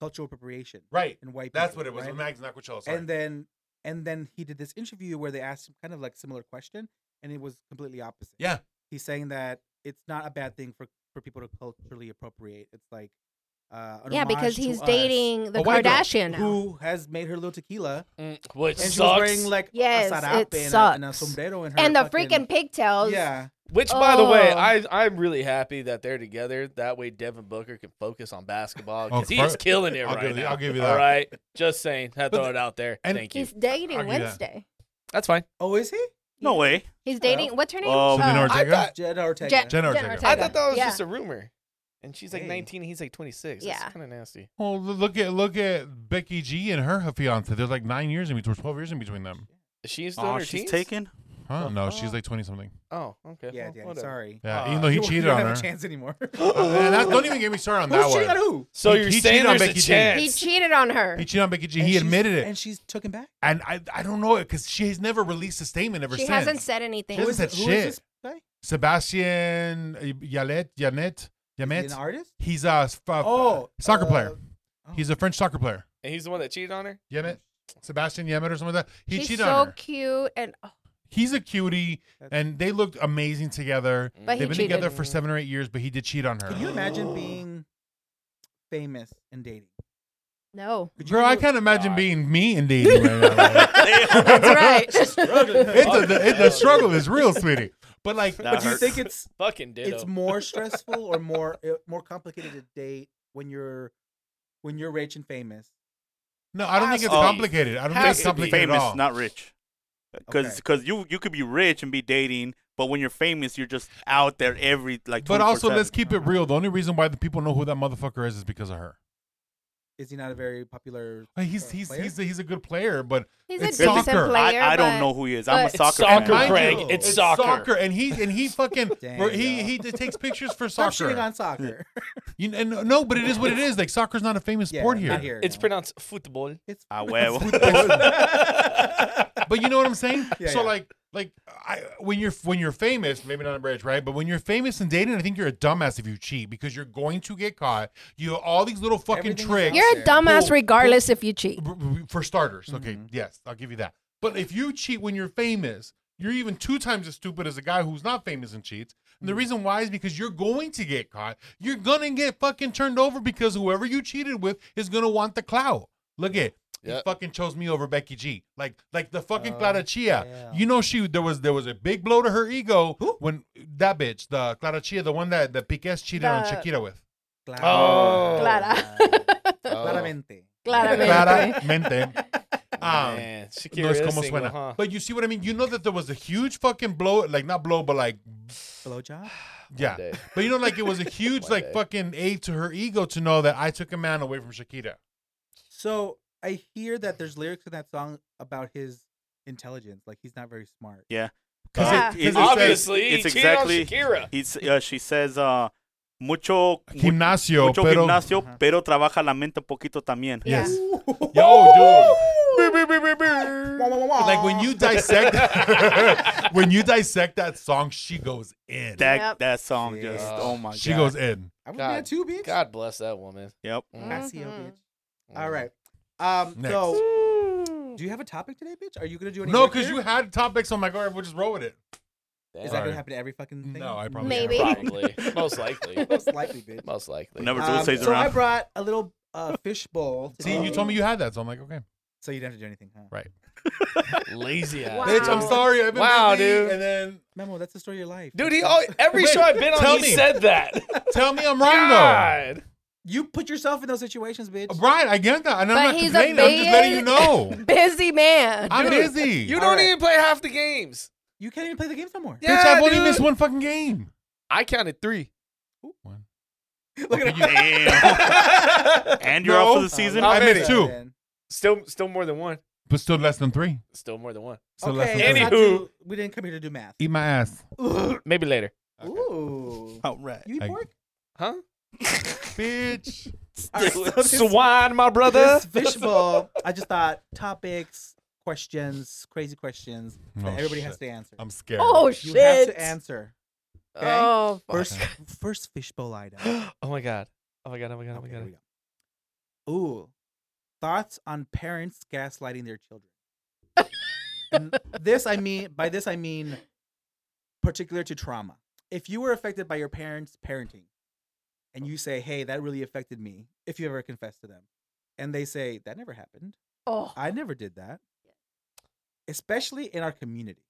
[SPEAKER 2] cultural appropriation
[SPEAKER 1] right.
[SPEAKER 2] and white.
[SPEAKER 1] That's
[SPEAKER 2] people,
[SPEAKER 1] what it was.
[SPEAKER 2] right?
[SPEAKER 1] Right? Mags, not Coachella. Sorry.
[SPEAKER 2] and then and then he did this interview where they asked him kind of like similar question, and it was completely opposite.
[SPEAKER 1] Yeah.
[SPEAKER 2] he's saying that it's not a bad thing for for people to culturally appropriate. It's like uh, an
[SPEAKER 4] yeah,
[SPEAKER 2] homage
[SPEAKER 4] because
[SPEAKER 2] to
[SPEAKER 4] he's
[SPEAKER 2] us
[SPEAKER 4] dating the
[SPEAKER 1] A white girl
[SPEAKER 4] Kardashian now.
[SPEAKER 2] who has made her little tequila,
[SPEAKER 3] Mm, which
[SPEAKER 2] and she was
[SPEAKER 3] sucks.
[SPEAKER 2] wearing like
[SPEAKER 4] Yes,
[SPEAKER 2] a
[SPEAKER 4] it
[SPEAKER 2] sarape and, a, and a
[SPEAKER 4] sucks.
[SPEAKER 2] sombrero and her
[SPEAKER 4] and the
[SPEAKER 2] fucking-
[SPEAKER 4] freaking pigtails.
[SPEAKER 2] yeah.
[SPEAKER 3] Which, by the way,
[SPEAKER 4] Oh.
[SPEAKER 3] I I'm really happy that they're together. That way, Devin Booker can focus on basketball
[SPEAKER 1] Oh,
[SPEAKER 3] because he is
[SPEAKER 1] fir-
[SPEAKER 3] killing it
[SPEAKER 1] I'll
[SPEAKER 3] right
[SPEAKER 1] give you-
[SPEAKER 3] now.
[SPEAKER 1] I'll give you
[SPEAKER 3] All
[SPEAKER 1] that.
[SPEAKER 3] right, just saying. Had to
[SPEAKER 1] But
[SPEAKER 3] throw
[SPEAKER 1] the-
[SPEAKER 3] it out there.
[SPEAKER 1] and-
[SPEAKER 3] Thank you.
[SPEAKER 4] He's dating
[SPEAKER 1] Argue that.
[SPEAKER 4] Wednesday.
[SPEAKER 3] That's fine.
[SPEAKER 2] Oh, is he?
[SPEAKER 5] No way.
[SPEAKER 4] He's dating. What's her name?
[SPEAKER 5] Oh,
[SPEAKER 1] Selena
[SPEAKER 2] Ah,
[SPEAKER 4] Uh,
[SPEAKER 1] Ortega.
[SPEAKER 3] thought-
[SPEAKER 2] Jed Ortega.
[SPEAKER 4] Jen-
[SPEAKER 1] Jen Ortega.
[SPEAKER 3] I thought that was
[SPEAKER 4] Yeah.
[SPEAKER 3] just a rumor. And she's like
[SPEAKER 2] Hey.
[SPEAKER 3] 19, he's like 26. Yeah.
[SPEAKER 4] Yeah.
[SPEAKER 3] That's kind of nasty.
[SPEAKER 1] Well, l- look at look at Becky G and her fiance. There's like nine years in between, twelve years in between them.
[SPEAKER 3] Is she still in
[SPEAKER 5] Oh,
[SPEAKER 3] her
[SPEAKER 5] she's
[SPEAKER 3] teens?
[SPEAKER 5] taken.
[SPEAKER 1] Huh? No,
[SPEAKER 3] Uh-huh.
[SPEAKER 1] she's like twenty something.
[SPEAKER 3] Oh, okay.
[SPEAKER 2] yeah,
[SPEAKER 3] Well,
[SPEAKER 2] yeah.
[SPEAKER 3] whatever.
[SPEAKER 2] Sorry.
[SPEAKER 1] Yeah,
[SPEAKER 3] Uh,
[SPEAKER 1] even though he
[SPEAKER 2] You- you
[SPEAKER 1] cheated
[SPEAKER 2] don't
[SPEAKER 1] on
[SPEAKER 2] have
[SPEAKER 1] her.
[SPEAKER 2] a chance anymore.
[SPEAKER 1] Uh, man, that- don't even get me started on that
[SPEAKER 2] Who's cheating
[SPEAKER 1] one.
[SPEAKER 2] on who?
[SPEAKER 3] So
[SPEAKER 1] He-
[SPEAKER 3] you're
[SPEAKER 1] he
[SPEAKER 3] saying
[SPEAKER 1] cheated on
[SPEAKER 3] there's a
[SPEAKER 1] Becky G.
[SPEAKER 3] chance?
[SPEAKER 4] He cheated on her.
[SPEAKER 1] He cheated on Becky G.
[SPEAKER 2] And
[SPEAKER 1] he
[SPEAKER 2] she's-
[SPEAKER 1] admitted it,
[SPEAKER 2] and she's took him back.
[SPEAKER 1] and I I don't know it because she's never released a statement ever
[SPEAKER 4] she
[SPEAKER 1] since.
[SPEAKER 4] hasn't said anything.
[SPEAKER 1] Who is that
[SPEAKER 2] who
[SPEAKER 1] shit?
[SPEAKER 2] this guy? Is
[SPEAKER 1] Sebastian uh, Yalet Yanet
[SPEAKER 2] he
[SPEAKER 1] Yamet.
[SPEAKER 2] an artist?
[SPEAKER 1] He's a s- f-
[SPEAKER 2] Oh,
[SPEAKER 1] soccer
[SPEAKER 2] uh,
[SPEAKER 1] player.
[SPEAKER 2] oh.
[SPEAKER 1] He's a French soccer player.
[SPEAKER 3] And he's the one that cheated on her?
[SPEAKER 1] Yemet, Sebastian Yemet or something like that. He
[SPEAKER 4] She's
[SPEAKER 1] cheated
[SPEAKER 4] so
[SPEAKER 1] on her.
[SPEAKER 4] cute, and oh,
[SPEAKER 1] He's a cutie,
[SPEAKER 2] That's-
[SPEAKER 1] and they looked amazing together.
[SPEAKER 4] But he
[SPEAKER 1] They've been
[SPEAKER 4] cheated.
[SPEAKER 1] together for seven or eight years, but he did cheat on her.
[SPEAKER 2] Can you imagine being famous and dating?
[SPEAKER 4] no,
[SPEAKER 2] Could you
[SPEAKER 1] Girl, I
[SPEAKER 2] do-
[SPEAKER 1] can't imagine being me and dating right now. Like,
[SPEAKER 4] that's right.
[SPEAKER 1] it's a, the, it, the struggle is real, sweetie. But like,
[SPEAKER 5] That
[SPEAKER 2] But do you
[SPEAKER 5] hurts.
[SPEAKER 2] think it's
[SPEAKER 3] Fucking ditto.
[SPEAKER 2] it's more stressful or more uh, more complicated to date when you're when you're rich and famous?
[SPEAKER 1] no, I don't
[SPEAKER 3] Has
[SPEAKER 1] think it's
[SPEAKER 5] to be.
[SPEAKER 1] complicated. I don't think
[SPEAKER 3] Has
[SPEAKER 1] it's
[SPEAKER 3] to be.
[SPEAKER 1] complicated
[SPEAKER 5] famous,
[SPEAKER 1] at all.
[SPEAKER 5] not rich.
[SPEAKER 2] Okay.
[SPEAKER 5] Because you you could be rich and be dating, but when you're famous, you're just out there every like.
[SPEAKER 1] but also,
[SPEAKER 5] 24/7.
[SPEAKER 1] let's keep it real. The only reason why the people know who that motherfucker is is because of her.
[SPEAKER 2] Is he not a very popular?
[SPEAKER 1] Like, he's
[SPEAKER 2] uh,
[SPEAKER 1] he's
[SPEAKER 2] player?
[SPEAKER 1] he's a, he's a good player, but
[SPEAKER 4] He's
[SPEAKER 1] It's
[SPEAKER 4] a decent
[SPEAKER 1] soccer.
[SPEAKER 4] player.
[SPEAKER 5] I, I don't
[SPEAKER 4] but-
[SPEAKER 5] know who he is. I'm a
[SPEAKER 4] but-
[SPEAKER 5] soccer,
[SPEAKER 3] Soccer,
[SPEAKER 5] fan.
[SPEAKER 1] Mind you,
[SPEAKER 3] Craig, it's soccer.
[SPEAKER 1] and he and he fucking
[SPEAKER 2] Dang,
[SPEAKER 1] bro, he
[SPEAKER 2] dog.
[SPEAKER 1] he takes pictures for
[SPEAKER 2] Stop
[SPEAKER 1] soccer.
[SPEAKER 2] shitting on soccer.
[SPEAKER 1] You, and no- no, but it is what it is. Like soccer's not a famous
[SPEAKER 2] Yeah,
[SPEAKER 1] sport
[SPEAKER 2] not
[SPEAKER 1] here.
[SPEAKER 2] here.
[SPEAKER 3] it's
[SPEAKER 2] no.
[SPEAKER 3] pronounced football.
[SPEAKER 2] It's
[SPEAKER 5] Ah, well.
[SPEAKER 2] Um,
[SPEAKER 1] But you know what I'm saying?
[SPEAKER 2] Yeah,
[SPEAKER 1] so
[SPEAKER 2] yeah.
[SPEAKER 1] like like I when you're when you're famous, maybe not a bridge, right? But when you're famous and dating, I think you're a dumbass if you cheat because you're going to get caught. You have all these little fucking
[SPEAKER 2] Everything is
[SPEAKER 1] tricks.
[SPEAKER 4] You're a
[SPEAKER 2] Well,
[SPEAKER 4] dumbass
[SPEAKER 1] well,
[SPEAKER 4] regardless if you cheat.
[SPEAKER 1] b- b- for starters. Okay,
[SPEAKER 2] Mm-hmm.
[SPEAKER 1] yes, I'll give you that. But if you cheat when you're famous, you're even two times as stupid as a guy who's not famous and cheats. And
[SPEAKER 2] Mm-hmm.
[SPEAKER 1] the reason why is because you're going to get caught. You're gonna get fucking turned over because whoever you cheated with is gonna want the clout. Look at he
[SPEAKER 3] Yeah.
[SPEAKER 1] fucking chose me over Becky G. Like like the fucking
[SPEAKER 2] Oh,
[SPEAKER 1] Clara Chia.
[SPEAKER 2] yeah.
[SPEAKER 1] You know she there was there was a big blow to her ego when that bitch, the Clara Chia, the one that the Piquet cheated on
[SPEAKER 4] The-
[SPEAKER 1] Shakira with.
[SPEAKER 3] Oh.
[SPEAKER 4] Clara.
[SPEAKER 2] Oh. Claramente.
[SPEAKER 4] Claramente.
[SPEAKER 1] Claramente. Um,
[SPEAKER 3] Man, Shakira
[SPEAKER 1] no es
[SPEAKER 3] is
[SPEAKER 1] como
[SPEAKER 3] single,
[SPEAKER 1] suena.
[SPEAKER 3] huh?
[SPEAKER 1] But you see what I mean? You know that there was a huge fucking blow, like not blow, but like
[SPEAKER 2] Blowjob.
[SPEAKER 3] One
[SPEAKER 1] yeah.
[SPEAKER 3] day.
[SPEAKER 1] But you know, like it was a huge
[SPEAKER 3] One
[SPEAKER 1] like
[SPEAKER 3] day.
[SPEAKER 1] fucking aid to her ego to know that I took a man away from Shakira.
[SPEAKER 2] So I hear that there's lyrics in that song about his intelligence, like he's not very smart.
[SPEAKER 1] Cause
[SPEAKER 4] Yeah.
[SPEAKER 1] it, 'cause
[SPEAKER 3] Obviously,
[SPEAKER 5] it's
[SPEAKER 3] he
[SPEAKER 5] exactly-
[SPEAKER 3] cheated on Shakira.
[SPEAKER 5] He's uh, she says uh, mucho
[SPEAKER 1] it says, gimnasio,
[SPEAKER 5] mucho
[SPEAKER 1] pero Uh-huh.
[SPEAKER 5] gimnasio,
[SPEAKER 2] Ajá.
[SPEAKER 5] pero trabaja la mente un poquito también.
[SPEAKER 4] Yeah.
[SPEAKER 1] yes, yo, dude. Beep, beep, beep, beep,
[SPEAKER 2] Wah,
[SPEAKER 1] beep.
[SPEAKER 2] wah, wah, wah.
[SPEAKER 1] like when you dissect, when you dissect that song, she goes in.
[SPEAKER 5] That
[SPEAKER 4] Yep.
[SPEAKER 5] that song
[SPEAKER 2] Yeah.
[SPEAKER 5] just oh my
[SPEAKER 1] she
[SPEAKER 5] god.
[SPEAKER 1] goes in.
[SPEAKER 2] I was
[SPEAKER 3] God.
[SPEAKER 2] there too, bitch.
[SPEAKER 3] God bless that woman.
[SPEAKER 5] Yep.
[SPEAKER 3] Mm.
[SPEAKER 2] Casio,
[SPEAKER 4] Mhm.
[SPEAKER 2] bitch. All right. Um.
[SPEAKER 1] Mm-hmm. Next.
[SPEAKER 2] So,
[SPEAKER 4] Mm.
[SPEAKER 2] do you have a topic today, bitch? Are you gonna do any?
[SPEAKER 1] No,
[SPEAKER 2] work
[SPEAKER 1] because
[SPEAKER 2] here?
[SPEAKER 1] you had topics on my guard. We'll just roll with it.
[SPEAKER 2] Is that
[SPEAKER 1] Sorry.
[SPEAKER 2] gonna happen to every fucking thing?
[SPEAKER 1] No, I probably
[SPEAKER 4] Maybe.
[SPEAKER 1] can't.
[SPEAKER 3] Probably. Most likely.
[SPEAKER 2] Most likely, bitch.
[SPEAKER 3] Most likely.
[SPEAKER 5] Never do
[SPEAKER 2] Um,
[SPEAKER 5] says
[SPEAKER 2] so I
[SPEAKER 5] around.
[SPEAKER 2] brought a little uh, fish bowl.
[SPEAKER 1] See, you told me you had that, so I'm like, okay.
[SPEAKER 2] So you don't have to do anything, huh?
[SPEAKER 1] Right.
[SPEAKER 3] Lazy ass.
[SPEAKER 4] Wow.
[SPEAKER 1] Bitch, I'm sorry. I've been
[SPEAKER 3] Wow,
[SPEAKER 1] busy,
[SPEAKER 3] dude.
[SPEAKER 1] And then
[SPEAKER 2] Memo, that's the story of your life.
[SPEAKER 3] Dude, he
[SPEAKER 2] That's-
[SPEAKER 3] always, every
[SPEAKER 1] Wait,
[SPEAKER 3] show I've been
[SPEAKER 1] tell
[SPEAKER 3] on, he
[SPEAKER 1] me.
[SPEAKER 3] said that.
[SPEAKER 1] tell me I'm wrong though.
[SPEAKER 3] God.
[SPEAKER 2] you put yourself in those situations, bitch.
[SPEAKER 1] Right, I get that, and
[SPEAKER 4] But
[SPEAKER 1] I'm not
[SPEAKER 4] he's a
[SPEAKER 1] complaining. I'm just letting you
[SPEAKER 4] big-
[SPEAKER 1] know.
[SPEAKER 4] Busy man.
[SPEAKER 1] I'm
[SPEAKER 3] Dude,
[SPEAKER 1] busy.
[SPEAKER 3] You
[SPEAKER 1] Bitch,
[SPEAKER 3] don't
[SPEAKER 2] Alright.
[SPEAKER 3] even play half the games.
[SPEAKER 2] You can't even play the game no more.
[SPEAKER 3] Yeah,
[SPEAKER 1] I've only
[SPEAKER 3] dude.
[SPEAKER 1] missed one fucking game.
[SPEAKER 3] I counted three.
[SPEAKER 1] One.
[SPEAKER 2] Look at her.
[SPEAKER 5] Damn. and you're
[SPEAKER 1] No.
[SPEAKER 5] off for the
[SPEAKER 2] Uh,
[SPEAKER 5] season.
[SPEAKER 2] look
[SPEAKER 1] I
[SPEAKER 2] at
[SPEAKER 1] missed
[SPEAKER 2] her
[SPEAKER 1] two.
[SPEAKER 2] then.
[SPEAKER 3] Still, still more than one.
[SPEAKER 1] but still less than three.
[SPEAKER 3] Still more than one.
[SPEAKER 1] So less
[SPEAKER 2] okay,
[SPEAKER 1] than
[SPEAKER 2] let's
[SPEAKER 1] three.
[SPEAKER 2] not
[SPEAKER 3] Anywho.
[SPEAKER 2] do- we didn't come here to do math.
[SPEAKER 1] Eat my ass.
[SPEAKER 3] Maybe later.
[SPEAKER 2] Ooh,
[SPEAKER 5] All Oh, right.
[SPEAKER 2] you eat
[SPEAKER 1] I-
[SPEAKER 2] pork?
[SPEAKER 3] Huh?
[SPEAKER 1] Bitch.
[SPEAKER 3] Swine, my brother.
[SPEAKER 2] This fishbowl. I just thought topics, questions, crazy questions that
[SPEAKER 1] Oh,
[SPEAKER 2] everybody
[SPEAKER 1] shit.
[SPEAKER 2] has to answer.
[SPEAKER 1] I'm scared.
[SPEAKER 4] Oh
[SPEAKER 2] you
[SPEAKER 4] shit!
[SPEAKER 2] have to answer okay?
[SPEAKER 4] Oh fuck.
[SPEAKER 2] first. First fishbowl item.
[SPEAKER 3] oh my god. Oh my god. Oh my god. Oh my
[SPEAKER 2] Okay, here
[SPEAKER 3] god.
[SPEAKER 2] we go. Ooh, thoughts on parents gaslighting their children. And this I mean by this I mean particular to trauma. If you were affected by your parents' parenting, and you say, "Hey, that really affected me," if you ever confess to them, and they say, "That never happened.
[SPEAKER 4] Oh.
[SPEAKER 2] I never did that," especially in our community.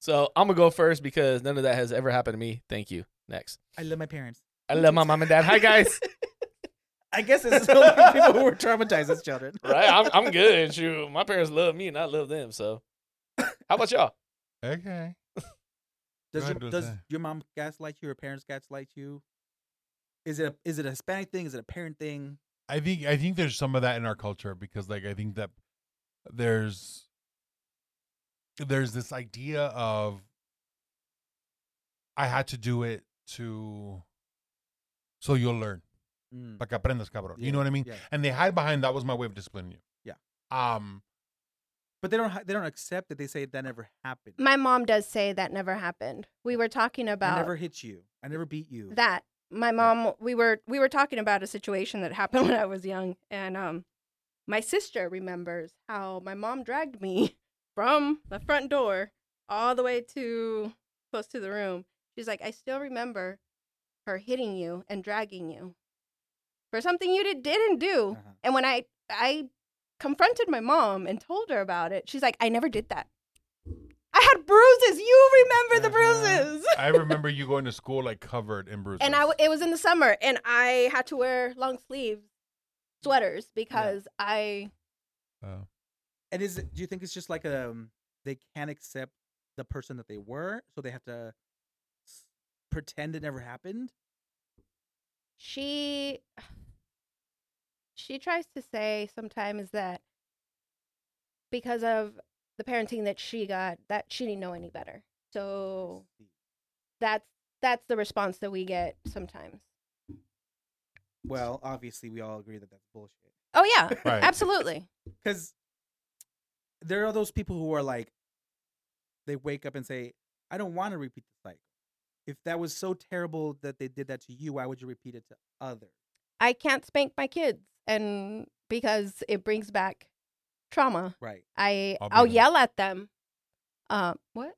[SPEAKER 3] So I'm gonna go first because none of that has ever happened to me. Thank you. Next.
[SPEAKER 2] I love my parents.
[SPEAKER 3] I love my mom and dad. Hi guys.
[SPEAKER 2] I guess it's still like people who were traumatized as children.
[SPEAKER 3] right. I'm I'm good. Shoot. My parents love me and I love them. So how about y'all?
[SPEAKER 1] Okay.
[SPEAKER 2] Does
[SPEAKER 1] Go
[SPEAKER 2] your,
[SPEAKER 1] ahead,
[SPEAKER 2] does
[SPEAKER 1] Jose.
[SPEAKER 2] your mom gaslight you? Your parents gaslight you? Is it a is it a Hispanic thing? Is it a parent thing?
[SPEAKER 1] I think I think there's some of that in our culture because like I think that there's there's this idea of I had to do it to so you'll learn.
[SPEAKER 2] Mm,
[SPEAKER 1] Para que aprendas, cabrón.
[SPEAKER 2] yeah,
[SPEAKER 1] You know what I mean?
[SPEAKER 2] yeah.
[SPEAKER 1] And they hide behind that was my way of disciplining you.
[SPEAKER 2] Yeah.
[SPEAKER 1] Um
[SPEAKER 2] But they don't ha- they don't accept that they say that never happened.
[SPEAKER 4] My mom does say that never happened. We were talking
[SPEAKER 2] I
[SPEAKER 4] about
[SPEAKER 2] never hit you. I never beat you.
[SPEAKER 4] that. My mom, we were we were talking about a situation that happened when I was young, and um, my sister remembers how my mom dragged me from the front door all the way to close to the room. She's like, I still remember her hitting you and dragging you for something you did, didn't do.
[SPEAKER 2] Uh-huh.
[SPEAKER 4] And when I I confronted my mom and told her about it, she's like, I never did that. I had bruises. You remember the
[SPEAKER 2] Uh-huh.
[SPEAKER 4] bruises.
[SPEAKER 1] I remember you going to school like covered in bruises.
[SPEAKER 4] and I w- it was in the summer, and I had to wear long sleeves sweaters because I
[SPEAKER 1] Oh.
[SPEAKER 2] And is it, do you think it's just like um they can't accept the person that they were, so they have to s- pretend it never happened?
[SPEAKER 4] she she tries to say sometimes that because of the parenting that she got that she didn't know any better. So that's that's the response that we get sometimes.
[SPEAKER 2] Well, obviously we all agree that that's bullshit.
[SPEAKER 4] Oh yeah,
[SPEAKER 1] Right.
[SPEAKER 4] absolutely.
[SPEAKER 2] because there are those people who are like they wake up and say i don't want to repeat the cycle if that was so terrible that they did that to you why would you repeat it to others
[SPEAKER 4] I can't spank my kids and because it brings back trauma.
[SPEAKER 2] right
[SPEAKER 4] I
[SPEAKER 1] I'll
[SPEAKER 4] I'll,
[SPEAKER 1] beat 'em.
[SPEAKER 4] yell at them. Um, what?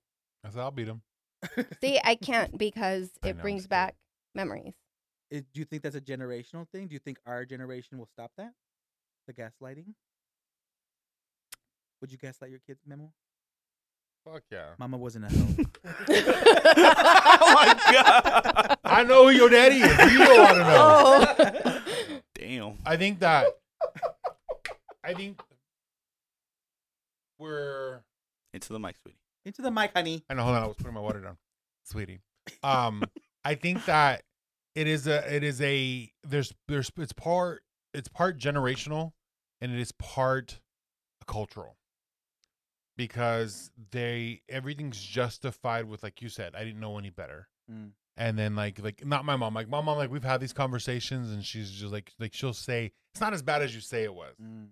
[SPEAKER 1] I said I'll beat him.
[SPEAKER 4] See, I can't because
[SPEAKER 1] I
[SPEAKER 4] it
[SPEAKER 1] know, I'm
[SPEAKER 4] brings
[SPEAKER 1] scared.
[SPEAKER 4] back memories.
[SPEAKER 2] Is- do you think that's a generational thing do you think our generation will stop that the gaslighting would you gaslight your kids memo
[SPEAKER 1] Fuck yeah.
[SPEAKER 2] mama wasn't at home
[SPEAKER 5] oh my god.
[SPEAKER 1] I know who your daddy is. You don't want to know.
[SPEAKER 4] Oh.
[SPEAKER 5] Damn.
[SPEAKER 1] I think that I think we're
[SPEAKER 5] Into the mic, sweetie.
[SPEAKER 2] into the mic honey
[SPEAKER 1] I know hold on, I was putting my water down. Sweetie. Um I think that it is a it is a there's there's it's part it's part generational and it is part cultural. Because they everything's justified with like you said, I didn't know any better.
[SPEAKER 2] Mm.
[SPEAKER 1] And then like like not my mom, like my mom, like we've had these conversations and she's just like like she'll say it's not as bad as you say it was.
[SPEAKER 2] Mm.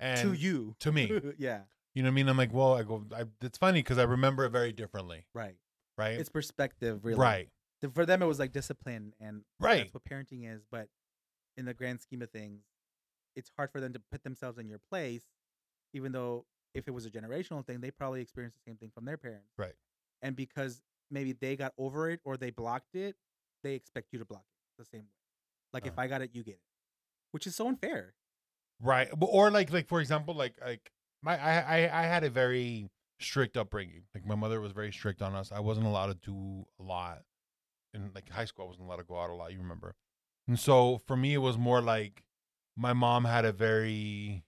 [SPEAKER 1] And
[SPEAKER 2] to you
[SPEAKER 1] to me.
[SPEAKER 2] yeah
[SPEAKER 1] You know what I mean? I'm like, well, I go, I, it's funny because I remember it very differently,
[SPEAKER 2] right
[SPEAKER 1] right?
[SPEAKER 2] it's perspective really
[SPEAKER 1] right,
[SPEAKER 2] th- for them it was like discipline and
[SPEAKER 1] Right.
[SPEAKER 2] that's what parenting is but in the grand scheme of things it's hard for them to put themselves in your place even though if it was a generational thing they probably experienced the same thing from their parents
[SPEAKER 1] Right.
[SPEAKER 2] and because maybe they got over it or they blocked it they expect you to block it the same way like if
[SPEAKER 1] Uh-huh.
[SPEAKER 2] i got it you get it which is so unfair
[SPEAKER 1] right. But- Or like, like for example, like like my I I, I had a very strict upbringing. Like my mother was very strict on us. I wasn't allowed to do a lot in like high school. I wasn't allowed to go out a lot. You remember? And so for me, it was more like my mom had a very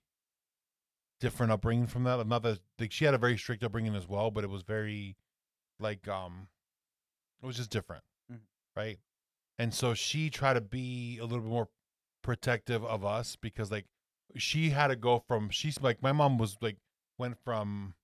[SPEAKER 1] different upbringing from that. Not that like she had a very strict upbringing as well, but it was very like um, it was just different,
[SPEAKER 2] Mhm.
[SPEAKER 1] right? And so she tried to be a little bit more protective of us because like she had to go from she's like my mom was like went from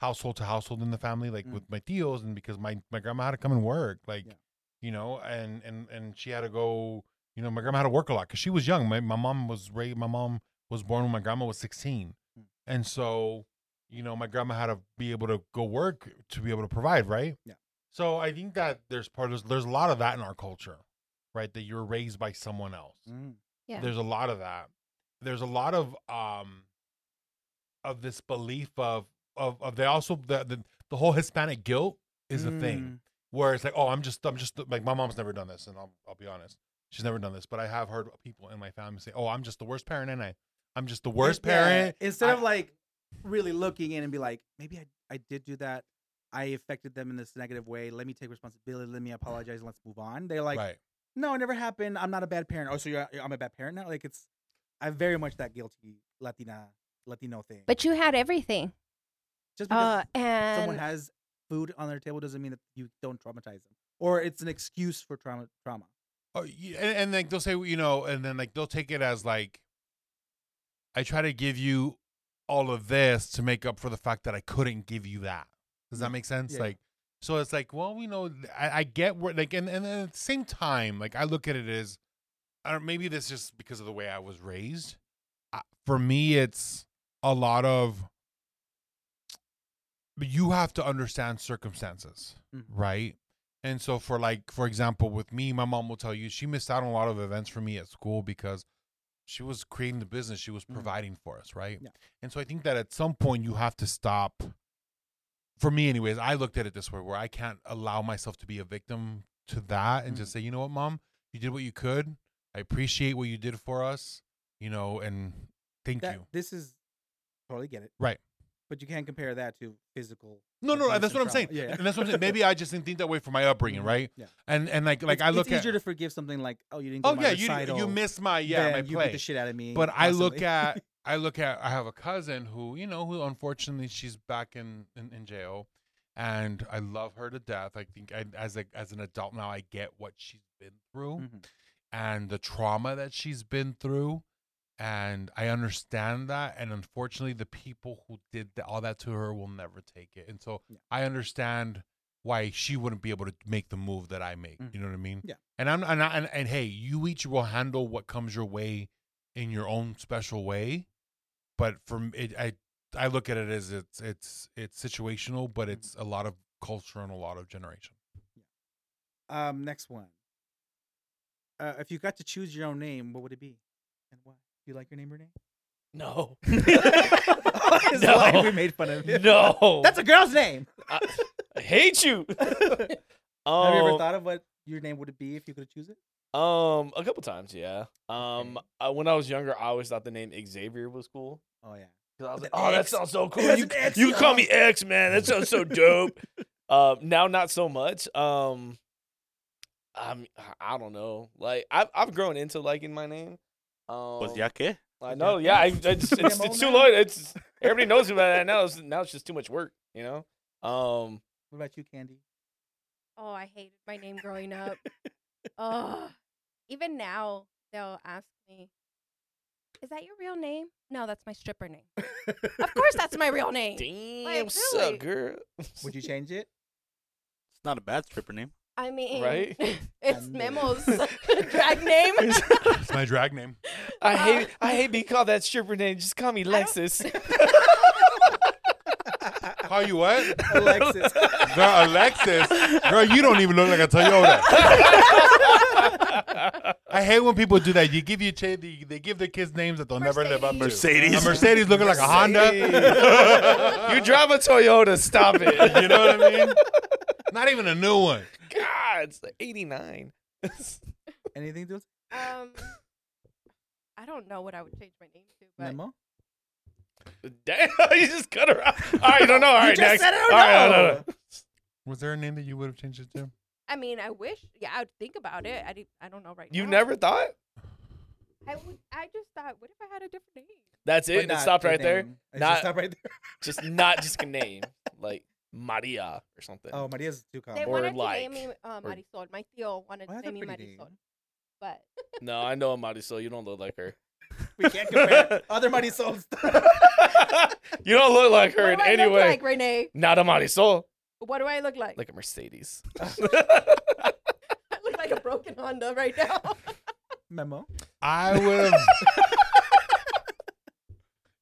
[SPEAKER 1] household to household in the family, like
[SPEAKER 2] Mm.
[SPEAKER 1] with my tios, and because my my grandma had to come and work, like
[SPEAKER 2] Yeah.
[SPEAKER 1] you know, and and and she had to go. You know, my grandma had to work a lot because she was young. My my mom was raised. My mom was born when my grandma was sixteen,
[SPEAKER 2] Mm.
[SPEAKER 1] and so you know, my grandma had to be able to go work to be able to provide, right?
[SPEAKER 2] Yeah.
[SPEAKER 1] So I think that there's part of there's a lot of that in our culture, right? That you're raised by someone else.
[SPEAKER 2] Mm.
[SPEAKER 4] Yeah.
[SPEAKER 1] There's a lot of that. There's a lot of um of this belief of of of they also the the, the whole Hispanic guilt is a
[SPEAKER 2] Mm.
[SPEAKER 1] thing where it's like, oh, I'm just I'm just the- like my mom's never done this, and I'll I'll be honest, she's never done this, but I have heard people in my family say, oh, I'm just the worst parent, and I I'm just the worst
[SPEAKER 2] Mm. Yeah,
[SPEAKER 1] parent.
[SPEAKER 2] Instead
[SPEAKER 1] I-
[SPEAKER 2] of like really looking in and be like, maybe I, I did do that. I affected them in this negative way. Let me take responsibility. Let me apologize and let's move on. They're like,
[SPEAKER 1] right.
[SPEAKER 2] no, it never happened. I'm not a bad parent. Oh, so you're, I'm a bad parent now? Like it's, I'm very much that guilty Latina, Latino thing.
[SPEAKER 4] But you had everything.
[SPEAKER 2] just
[SPEAKER 4] Uh,
[SPEAKER 2] because someone
[SPEAKER 4] and
[SPEAKER 2] has food on their table doesn't mean that you don't traumatize them, or it's an excuse for trauma. Trauma.
[SPEAKER 1] Oh, yeah, and, and like they'll say, you know, and then like they'll take it as like, I try to give you all of this to make up for the fact that I couldn't give you that. Does that make sense?
[SPEAKER 2] Mm-hmm. Yeah, yeah.
[SPEAKER 1] Like, so it's like, well, you know, I, I get where like, and and then at the same time, like I look at it as, I don't, maybe this is just because of the way I was raised. I, for me, it's a lot of. But you have to understand circumstances,
[SPEAKER 2] Mhm.
[SPEAKER 1] right? And so for like for example with me, my mom will tell you she missed out on a lot of events for me at school because she was creating the business, she was
[SPEAKER 2] Mhm.
[SPEAKER 1] providing for us, right?
[SPEAKER 2] Yeah.
[SPEAKER 1] And so I think that at some point you have to stop. For me, anyways, I looked at it this way where I can't allow myself to be a victim to that and
[SPEAKER 2] Mm.
[SPEAKER 1] just say, you know what, mom, you did what you could. I appreciate what you did for us, you know, and thank
[SPEAKER 2] That,
[SPEAKER 1] you.
[SPEAKER 2] This is totally get it.
[SPEAKER 1] Right.
[SPEAKER 2] But you can't compare that to physical.
[SPEAKER 1] No, no,
[SPEAKER 2] abuse
[SPEAKER 1] that's
[SPEAKER 2] and
[SPEAKER 1] what I'm saying.
[SPEAKER 2] trauma. Yeah.
[SPEAKER 1] And that's what I'm saying. Maybe I just didn't think that way for my upbringing,
[SPEAKER 2] Mhm.
[SPEAKER 1] right?
[SPEAKER 2] Yeah.
[SPEAKER 1] And and like like
[SPEAKER 2] it's,
[SPEAKER 1] I look
[SPEAKER 2] it's
[SPEAKER 1] at
[SPEAKER 2] easier to forgive something like, oh, you didn't. Go
[SPEAKER 1] Oh
[SPEAKER 2] to my
[SPEAKER 1] yeah, you you
[SPEAKER 2] recital
[SPEAKER 1] missed my yeah my
[SPEAKER 2] than You beat
[SPEAKER 1] play.
[SPEAKER 2] the shit out of me.
[SPEAKER 1] But I look
[SPEAKER 2] constantly."
[SPEAKER 1] at I look at I have a cousin who you know who unfortunately she's back in in, in jail, and I love her to death. I think I, as a as an adult now I get what she's been through
[SPEAKER 2] Mhm.
[SPEAKER 1] and the trauma that she's been through, and I understand that. And unfortunately, the people who did th- all that to her will never take it. And so
[SPEAKER 2] Yeah.
[SPEAKER 1] I understand why she wouldn't be able to make the move that I make.
[SPEAKER 2] Mhm.
[SPEAKER 1] You know what I mean?
[SPEAKER 2] Yeah.
[SPEAKER 1] And I'm and, I, and and hey, you each will handle what comes your way in your own special way. But from it, I I look at it as it's it's it's situational,
[SPEAKER 2] Mm-hmm.
[SPEAKER 1] but it's a lot of culture and a lot of generation.
[SPEAKER 2] um next one. Uh, if you got to choose your own name, what would it be, and why? Do you like your name or name?
[SPEAKER 3] No.
[SPEAKER 2] His wife, we
[SPEAKER 3] Oh, no.
[SPEAKER 2] made fun of him.
[SPEAKER 3] No.
[SPEAKER 2] That's a girl's name.
[SPEAKER 3] I, I hate you. um,
[SPEAKER 2] Have you ever thought of what your name would be if you could choose it?
[SPEAKER 3] Um, a couple times, yeah. Um, I, when I was younger, I always thought the name Xavier was cool.
[SPEAKER 2] Oh yeah.
[SPEAKER 3] 'Cause I was
[SPEAKER 2] With
[SPEAKER 3] like,
[SPEAKER 2] an
[SPEAKER 3] oh, that
[SPEAKER 2] X.
[SPEAKER 3] sounds so cool.
[SPEAKER 2] has
[SPEAKER 3] You,
[SPEAKER 2] an X,
[SPEAKER 3] you call
[SPEAKER 2] y'all."
[SPEAKER 3] me X, man. That sounds so dope. um, now not so much. Um, I'm, I don't know. Like I've, I've grown into liking my name. Um,
[SPEAKER 5] Pues ya que?
[SPEAKER 3] I know. Yeah, I, it's, it's,
[SPEAKER 2] I'm old
[SPEAKER 3] it's too
[SPEAKER 2] now.
[SPEAKER 3] long. It's everybody knows about that now. It's, now it's just too much work, you know. Um,
[SPEAKER 2] What about you, Candy?
[SPEAKER 4] oh, I hated my name growing up. oh, even now they'll ask me, "Is that your real name?" No, that's my stripper name. of course, that's my real name.
[SPEAKER 3] damn,
[SPEAKER 4] Like,
[SPEAKER 3] what's
[SPEAKER 4] really?
[SPEAKER 3] up, girl?
[SPEAKER 2] Would you change it?
[SPEAKER 5] It's not a bad stripper name.
[SPEAKER 4] I mean,
[SPEAKER 3] Right?
[SPEAKER 4] it's
[SPEAKER 2] knew it.
[SPEAKER 4] Memo's drag name.
[SPEAKER 1] It's my drag name.
[SPEAKER 3] I hate, I hate being called that stripper name. Just call me
[SPEAKER 4] don't-
[SPEAKER 3] Lexus.
[SPEAKER 1] Call you what?
[SPEAKER 2] Alexis.
[SPEAKER 1] Girl, Alexis, girl, you don't even look like a Toyota. I hate when people do that. You give you cha- they, they give their kids names that they'll never live up to.
[SPEAKER 5] Mercedes.
[SPEAKER 1] A Mercedes looking like a Honda.
[SPEAKER 3] you drive a Toyota. Stop it.
[SPEAKER 1] you know what I mean? Not even a new one.
[SPEAKER 3] God, it's like 89.
[SPEAKER 2] Anything to do with
[SPEAKER 4] um, I don't know what I would change my name to, but
[SPEAKER 2] Memo?
[SPEAKER 3] Damn, you just cut her off. All right, no, no. All right,
[SPEAKER 2] just
[SPEAKER 3] next.
[SPEAKER 2] said I don't
[SPEAKER 3] All right, no,
[SPEAKER 2] know.
[SPEAKER 3] no, no.
[SPEAKER 1] Was there a name that you would have changed it to?
[SPEAKER 4] I mean, I wish. Yeah, I would think about it. I, did, I don't know right
[SPEAKER 3] You
[SPEAKER 4] now.
[SPEAKER 3] never thought?
[SPEAKER 4] I would. I just thought, what if I had a different name?
[SPEAKER 3] That's
[SPEAKER 2] But
[SPEAKER 3] it. and It
[SPEAKER 2] not
[SPEAKER 3] stopped
[SPEAKER 2] your
[SPEAKER 3] right there.
[SPEAKER 2] name. It just
[SPEAKER 3] Not-
[SPEAKER 2] stopped right there.
[SPEAKER 3] Just not just a name, like Maria or something.
[SPEAKER 2] Oh, Maria's too common.
[SPEAKER 4] They
[SPEAKER 3] Or
[SPEAKER 4] wanted
[SPEAKER 3] like-
[SPEAKER 4] to name me uh, Marisol. My tío wanted
[SPEAKER 2] Well, Oh, that's
[SPEAKER 4] to
[SPEAKER 2] a
[SPEAKER 4] name me
[SPEAKER 2] pretty
[SPEAKER 4] Marisol,
[SPEAKER 2] name.
[SPEAKER 4] but
[SPEAKER 3] No, I know a Marisol. You don't look like her.
[SPEAKER 2] We can't compare other Marisol
[SPEAKER 3] you don't look like her
[SPEAKER 4] What
[SPEAKER 3] in
[SPEAKER 4] do I
[SPEAKER 3] any
[SPEAKER 4] look
[SPEAKER 3] way.
[SPEAKER 4] like Renee?
[SPEAKER 3] Not a Marisol.
[SPEAKER 4] What do I look like?
[SPEAKER 3] Like a Mercedes.
[SPEAKER 4] I look like a broken Honda right now.
[SPEAKER 2] Memo.
[SPEAKER 1] I would have.